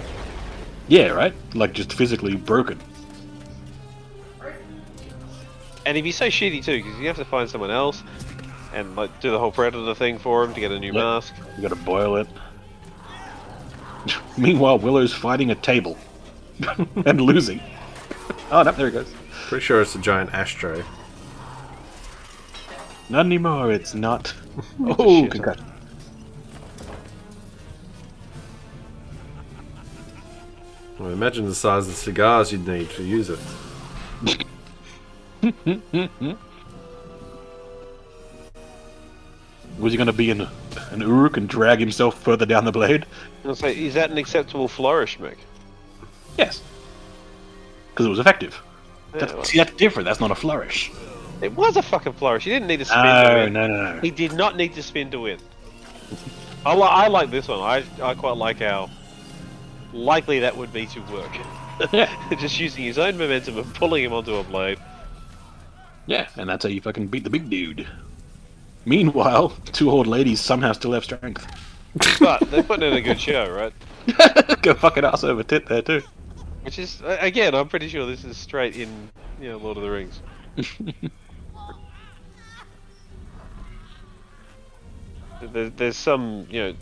Speaker 2: Yeah, right? Like just physically broken.
Speaker 3: And he'd be so shitty too, because you have to find someone else and like do the whole predator thing for him to get a new
Speaker 2: Yep.
Speaker 3: mask.
Speaker 2: You gotta boil it. Meanwhile, Willow's fighting a table and losing. Oh, no, there he goes.
Speaker 1: Pretty sure it's a giant ashtray.
Speaker 2: Not anymore, it's not. oh,
Speaker 3: shit.
Speaker 2: concussion.
Speaker 1: Well, imagine the size of the cigars you'd need to use it.
Speaker 2: Was he gonna be in and Uruk and drag himself further down the blade?
Speaker 3: I'll say, is that an acceptable flourish, Mick?
Speaker 2: Yes. Because it was effective.
Speaker 3: Yeah, well,
Speaker 2: That's, see, that's different. That's not a flourish.
Speaker 3: it was a fucking flourish. He didn't need to spin to
Speaker 2: Oh, No,
Speaker 3: win.
Speaker 2: no, no, no.
Speaker 3: He did not need to spin to win. I, li- I like this one. I, I quite like how likely that would be to work. Just using his own momentum and pulling him onto a blade.
Speaker 2: Yeah, and that's how you fucking beat the big dude. Meanwhile, two old ladies somehow still have strength.
Speaker 3: But they're putting in a good show, right?
Speaker 2: Go fucking ass over tit there too.
Speaker 3: Which is, a- again, I'm pretty sure this is straight in, you know, Lord of the Rings. there, there's some, you know,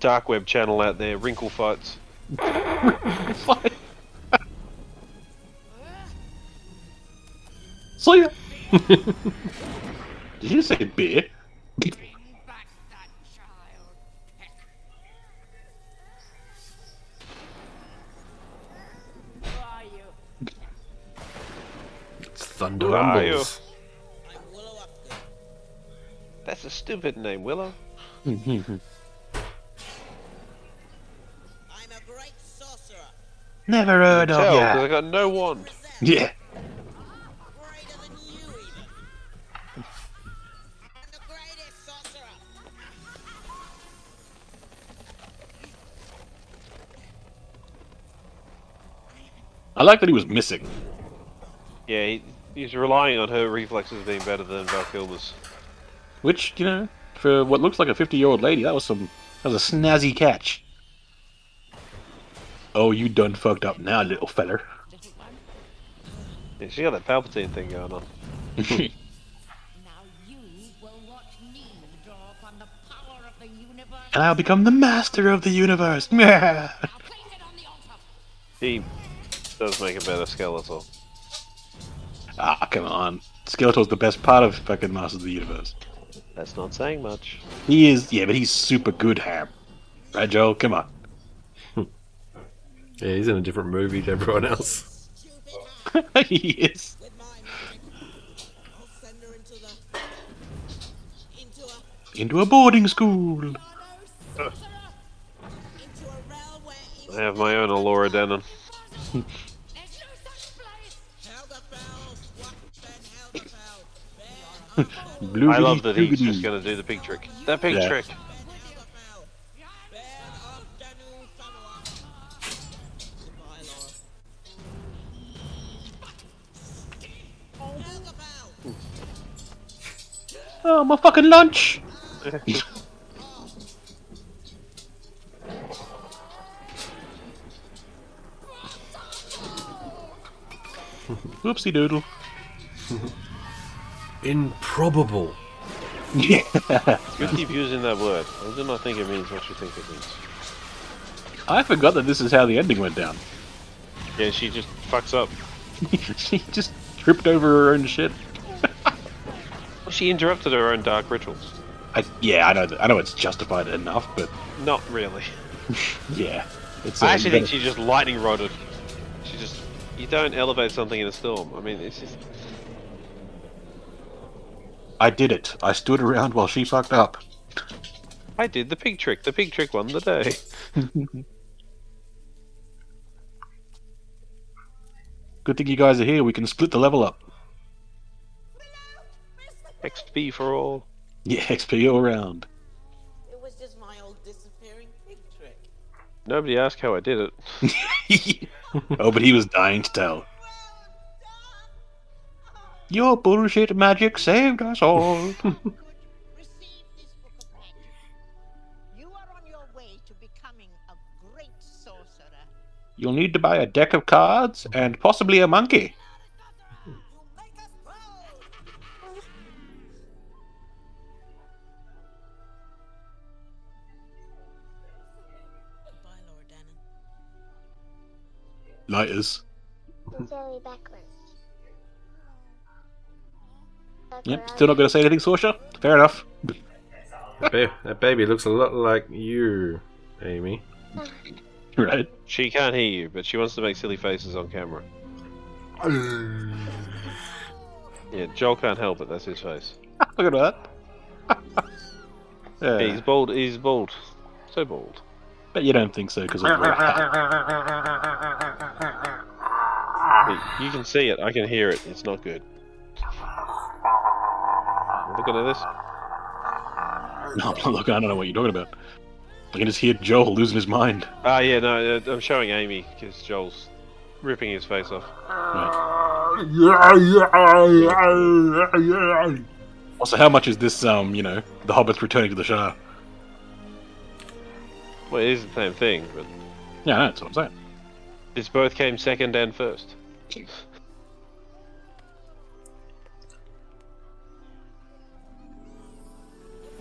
Speaker 3: dark web channel out there, wrinkle fights.
Speaker 2: See ya. Did you say beer?
Speaker 5: Bring back that child. Who are you?
Speaker 1: It's Thunder
Speaker 3: Where are
Speaker 1: Rumbles.
Speaker 6: I'm Willow Upgood.
Speaker 3: That's a stupid name, Willow.
Speaker 6: I'm a great sorcerer.
Speaker 2: Never heard
Speaker 3: Tell, 'cause I got no wand.
Speaker 6: Present
Speaker 2: Yeah.
Speaker 6: greater than you even. I'm the greatest sorcerer.
Speaker 2: I like that he was missing.
Speaker 3: Yeah, he, he's relying on her reflexes being better than Valkilma's.
Speaker 2: Which, you know, for what looks like a 50 year old lady, that was some. That was a snazzy catch. Oh, you done fucked up now, little feller.
Speaker 3: Yeah, she got that Palpatine thing going on.
Speaker 4: Now you will watch me draw upon the power of the universe.
Speaker 2: And I'll become the master of the universe.
Speaker 4: I'll place it on the altar.
Speaker 3: He does make a better Skeletor.
Speaker 2: ah, come on. Skeletor's the best part of fucking Master of the Universe.
Speaker 3: That's not saying much.
Speaker 2: He is, yeah, but he's super good, Ham. Right, Joel? Come on.
Speaker 1: Yeah, he's in a different movie to everyone else.
Speaker 6: Stupid hat.
Speaker 2: he is.
Speaker 6: With my magic, I'll send her into the. into a.
Speaker 2: Into a boarding school.
Speaker 6: into a realm where
Speaker 3: I have my own Alora Denon.
Speaker 4: There's no such place.
Speaker 6: Hell the bell, what Ben hell the bell, Ben
Speaker 2: Blue
Speaker 3: I love that he's just going to do the pig trick. That pig
Speaker 2: Yeah.
Speaker 3: trick.
Speaker 6: hell the bell, Ben of Danu Samoa. Goodbye, Laura. Hell the bell,
Speaker 2: Oh, my fucking lunch! Whoopsie doodle.
Speaker 1: Improbable.
Speaker 2: Yeah.
Speaker 3: You keep using that word. I do not think it means what you think it means.
Speaker 2: I forgot that this is how the ending went down.
Speaker 3: Yeah, she just fucks up.
Speaker 2: she just tripped over her own shit.
Speaker 3: Well, she interrupted her own dark rituals.
Speaker 2: I, yeah, I know. th- I know it's justified enough, but
Speaker 3: Not really.
Speaker 2: yeah, it's.
Speaker 3: I
Speaker 2: uh,
Speaker 3: actually
Speaker 2: you
Speaker 3: think she just lightning rodded. She just. You don't elevate something in a storm. I mean, it's just.
Speaker 2: gotta- I did it. I stood around while she fucked up.
Speaker 3: I did the pig trick. The pig trick won the day.
Speaker 2: Good thing you guys are here. We can split the level up.
Speaker 3: XP for all.
Speaker 2: Yeah, XP all around.
Speaker 6: it was just my old disappearing pig trick.
Speaker 3: Nobody asked how I did it.
Speaker 2: oh, but he was dying to tell. Your bullshit magic saved us all.
Speaker 10: Receive this book of magic. You are on your way to becoming a great sorcerer.
Speaker 2: You'll need to buy a deck of cards and possibly a monkey.
Speaker 6: You make us proud. Goodbye, Laura Dannon.
Speaker 2: Lighters.
Speaker 11: Sorry, backwards.
Speaker 2: Yep, still not going to say anything, Sorsha? Fair enough.
Speaker 1: That, ba- that baby looks a lot like you, Amy.
Speaker 2: Right.
Speaker 3: She can't hear you, but she wants to make silly faces on camera. Yeah, Joel can't help it. That's his face.
Speaker 2: Look at that. Yeah.
Speaker 3: He's bald. He's bald. So bald.
Speaker 2: But you don't think so because of
Speaker 3: You can see it. I can hear it. It's not good. Look at this.
Speaker 2: No, I'm not looking. I don't know what you're talking about. I can just hear Joel losing his mind.
Speaker 3: Ah, yeah. No, uh, I'm showing Amy because Joel's ripping his face off.
Speaker 2: Also, how much is this? Um, you know, the Hobbits returning to the Shire.
Speaker 3: Well, it is the same thing, but
Speaker 2: Yeah, I know, that's what I'm saying.
Speaker 3: it's both came second and first.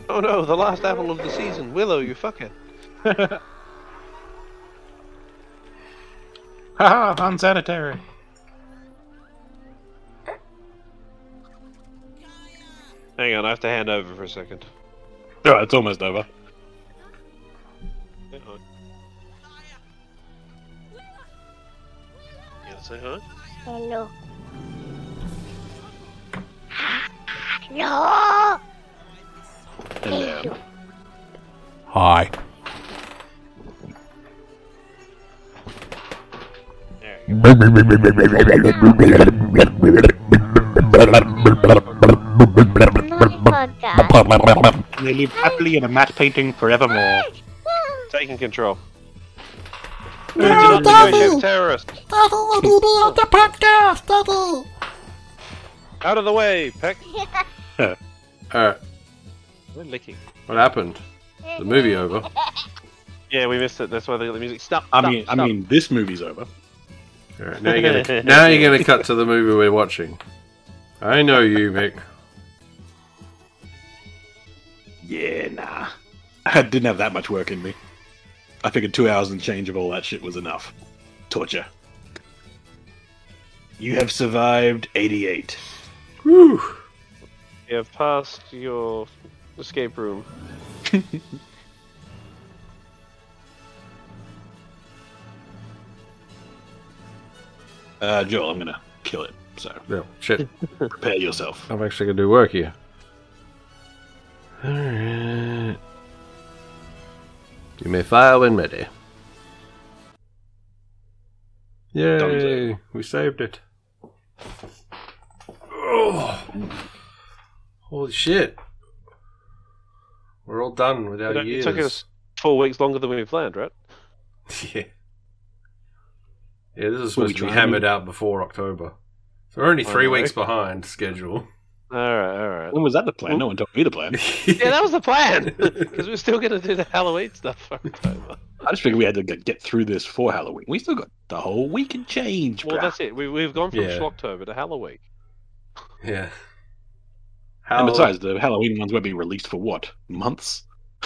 Speaker 3: Oh no, the last apple of the season, Willow, you fucker.
Speaker 2: Haha, unsanitary.
Speaker 3: Hang on, I have to hand over for a second.
Speaker 2: Alright, it's almost over.
Speaker 3: Say hi. You gonna say hi?
Speaker 12: Hello. No!
Speaker 2: Hello.
Speaker 13: Hi.
Speaker 2: They live happily in a matte painting forevermore.
Speaker 3: Taking control.
Speaker 13: No, Daddy!
Speaker 3: Terrorist!
Speaker 13: Daddy, you need me on the podcast, Daddy!
Speaker 3: Out of the way, Peck!
Speaker 1: Alright,
Speaker 3: We're licking.
Speaker 1: what happened? The movie over.
Speaker 3: Yeah, we missed it. That's why they got the music. Stop.
Speaker 2: I
Speaker 3: stop,
Speaker 2: mean, I
Speaker 3: stop.
Speaker 2: mean, this movie's over.
Speaker 1: Alright, now you're gonna now you're gonna cut to the movie we're watching. I know you, Mick.
Speaker 2: Yeah, nah. I didn't have that much work in me. I figured two hours and change of all that shit was enough. Torture. You have survived 88.
Speaker 1: Whew.
Speaker 3: You have passed your escape room.
Speaker 2: Uh, Joel, I'm gonna kill it. So
Speaker 1: No, shit.
Speaker 2: prepare yourself.
Speaker 1: I'm actually gonna do work here. Alright. You may fire when ready. Yay! We saved it. Oh, holy shit! We're all done with our
Speaker 3: It
Speaker 1: years.
Speaker 3: took us four weeks longer than we planned, right?
Speaker 1: Yeah. Yeah, this is
Speaker 2: Well, we
Speaker 1: supposed to be
Speaker 2: tried.
Speaker 1: hammered out before October. So we're only
Speaker 3: I
Speaker 1: three
Speaker 3: know.
Speaker 1: weeks behind schedule.
Speaker 3: All right, all right.
Speaker 2: When was that the plan? No one told me the plan.
Speaker 3: yeah, that was the plan because we're still going to do the Halloween stuff for October.
Speaker 2: I just figured we had to get, get through this for Halloween. We still got the whole week and change,
Speaker 3: Well,
Speaker 2: bruh.
Speaker 3: that's it. We, we've gone from
Speaker 1: Yeah.
Speaker 3: Schlocktober to Halloween.
Speaker 1: Yeah. How,
Speaker 2: And besides, the Halloween ones won't be released for what? Months?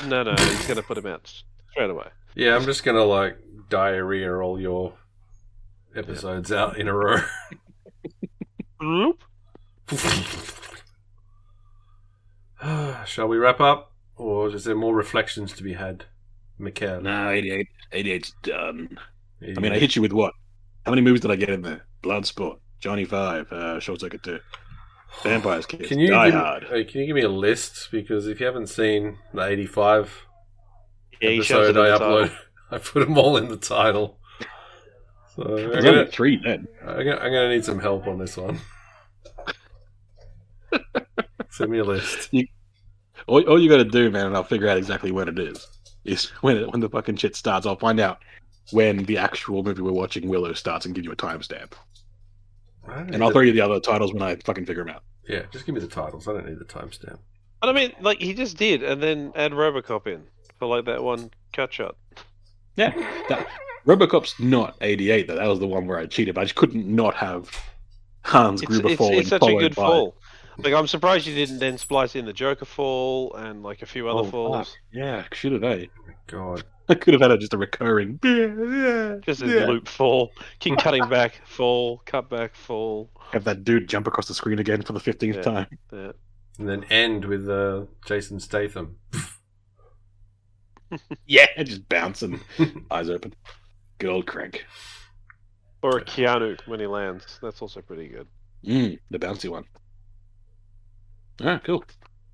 Speaker 3: No, no, he's going to put them out straight away.
Speaker 1: Yeah, I'm just gonna like diarrhea all your episodes out in a row.
Speaker 3: Bloop.
Speaker 1: Shall we wrap up, or is there more reflections to be had, Mikhail?
Speaker 2: No, 88. 88's done. I mean, I hit you with what? How many movies did I get in there? Bloodsport, Johnny Five, uh, Short Circuit Two, Vampires Kids,
Speaker 1: Can you
Speaker 2: Die
Speaker 1: give,
Speaker 2: Hard.
Speaker 1: uh, can you give me a list? Because if you haven't seen the 85
Speaker 3: Yeah, he shoves
Speaker 1: episode
Speaker 3: it in
Speaker 1: I
Speaker 3: the title.
Speaker 1: upload, I put them all in the title. So I'm
Speaker 2: There's
Speaker 1: gonna,
Speaker 2: only three then.
Speaker 1: I'm gonna- I'm gonna need some help on this one. Send me a list.
Speaker 2: All, all you got to do, man, and I'll figure out exactly when it is. Is when it, when the fucking shit starts. I'll find out when the actual movie we're watching Willow starts and give you a timestamp, and I'll throw you the other titles when I fucking figure them out.
Speaker 1: Yeah, just give me the titles. I don't need the timestamp.
Speaker 3: But I mean, like he just did, and then add Robocop in for like that one cut shot.
Speaker 2: Yeah, that, RoboCop's not 88 though. That was the one where I cheated. But I just couldn't not have Hans
Speaker 3: It's,
Speaker 2: Gruber
Speaker 3: it's,
Speaker 2: falling.
Speaker 3: it's such a
Speaker 2: followed
Speaker 3: good
Speaker 2: by-
Speaker 3: fall. Like I'm surprised you didn't then splice in the Joker fall and like a few other
Speaker 2: Oh, fuck.
Speaker 3: falls.
Speaker 2: Yeah, eh? should have I?
Speaker 1: God.
Speaker 2: I could have had a, just a recurring. Yeah,
Speaker 3: Just a
Speaker 2: yeah.
Speaker 3: loop fall. Keep cutting back, fall, cut back, fall.
Speaker 2: Have that dude jump across the screen again for the fifteenth
Speaker 3: Yeah.
Speaker 2: time.
Speaker 3: Yeah.
Speaker 1: And then end with uh, Jason Statham.
Speaker 2: Yeah, just bouncing, eyes open. Good old crank.
Speaker 3: Or a Keanu when he lands. That's also pretty good.
Speaker 2: Mm, the bouncy one. Ah, cool.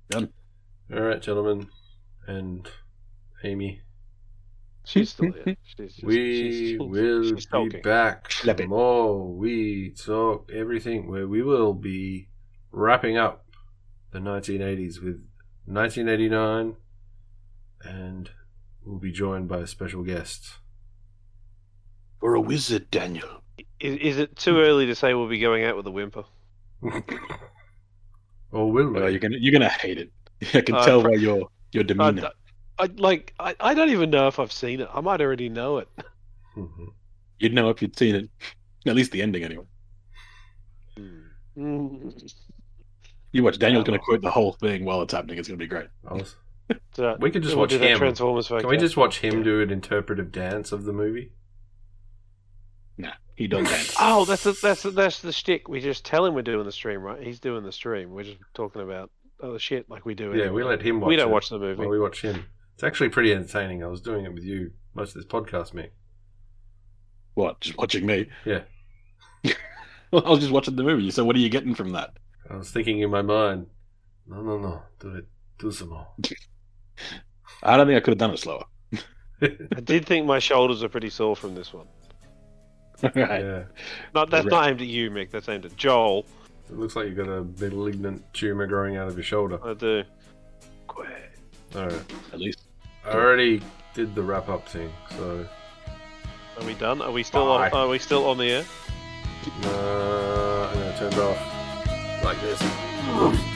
Speaker 2: Done.
Speaker 1: All right, gentlemen. and Amy.
Speaker 3: She's still here. She's just,
Speaker 1: we
Speaker 3: she's, still-
Speaker 1: will
Speaker 3: she's
Speaker 1: be
Speaker 3: talking.
Speaker 1: back tomorrow. We talk everything where we will be wrapping up the 1980s with 1989, and we'll be joined by a special guest.
Speaker 2: We're a wizard, Daniel.
Speaker 3: Is, is it too early to say we'll be going out with a whimper?
Speaker 1: Oh, will
Speaker 2: we? you're gonna you're gonna hate it. I can
Speaker 3: Uh,
Speaker 2: tell
Speaker 3: fr-
Speaker 2: by your your demeanor.
Speaker 3: I, I like. I, I don't even know if I've seen it. I might already know it.
Speaker 1: Mm-hmm.
Speaker 2: You'd know if you'd seen it. At least the ending, anyway.
Speaker 1: Hmm.
Speaker 3: Mm.
Speaker 2: You watch. Daniel's gonna quote the whole thing while it's happening. It's gonna be great.
Speaker 3: So,
Speaker 1: We could just
Speaker 3: we'll
Speaker 1: watch
Speaker 3: do that
Speaker 1: him.
Speaker 3: Transformers
Speaker 1: Can
Speaker 3: vocal.
Speaker 1: we just watch him do an interpretive dance of the movie?
Speaker 2: Nah, he does dance.
Speaker 3: Oh, that's the, that's the, that's the shtick. We just tell him we're doing the stream, right? He's doing the stream. We're just talking about other shit like we do.
Speaker 1: Yeah,
Speaker 3: anyway.
Speaker 1: we let him watch.
Speaker 3: We don't
Speaker 1: it
Speaker 3: watch the movie.
Speaker 1: while we watch him. It's actually pretty entertaining. I was doing it with you most of this podcast, mate.
Speaker 2: What? Just watching me?
Speaker 1: Yeah.
Speaker 2: Well, I was just watching the movie. So what are you getting from that?
Speaker 1: I was thinking in my mind, no, no, no, do it, do some more.
Speaker 2: I don't think I could have done it slower.
Speaker 3: I did think my shoulders are pretty sore from this one.
Speaker 2: right.
Speaker 1: Yeah,
Speaker 3: Not that's not aimed at you, Mick. That's aimed at Joel.
Speaker 1: it looks like you've got a malignant tumor growing out of your shoulder.
Speaker 3: I do.
Speaker 1: All right.
Speaker 2: At least.
Speaker 1: I already did the wrap up thing, so
Speaker 3: Are we done? Are we still on,
Speaker 1: Bye.
Speaker 3: are we still on the air?
Speaker 1: uh, I'm gonna turn it off like this.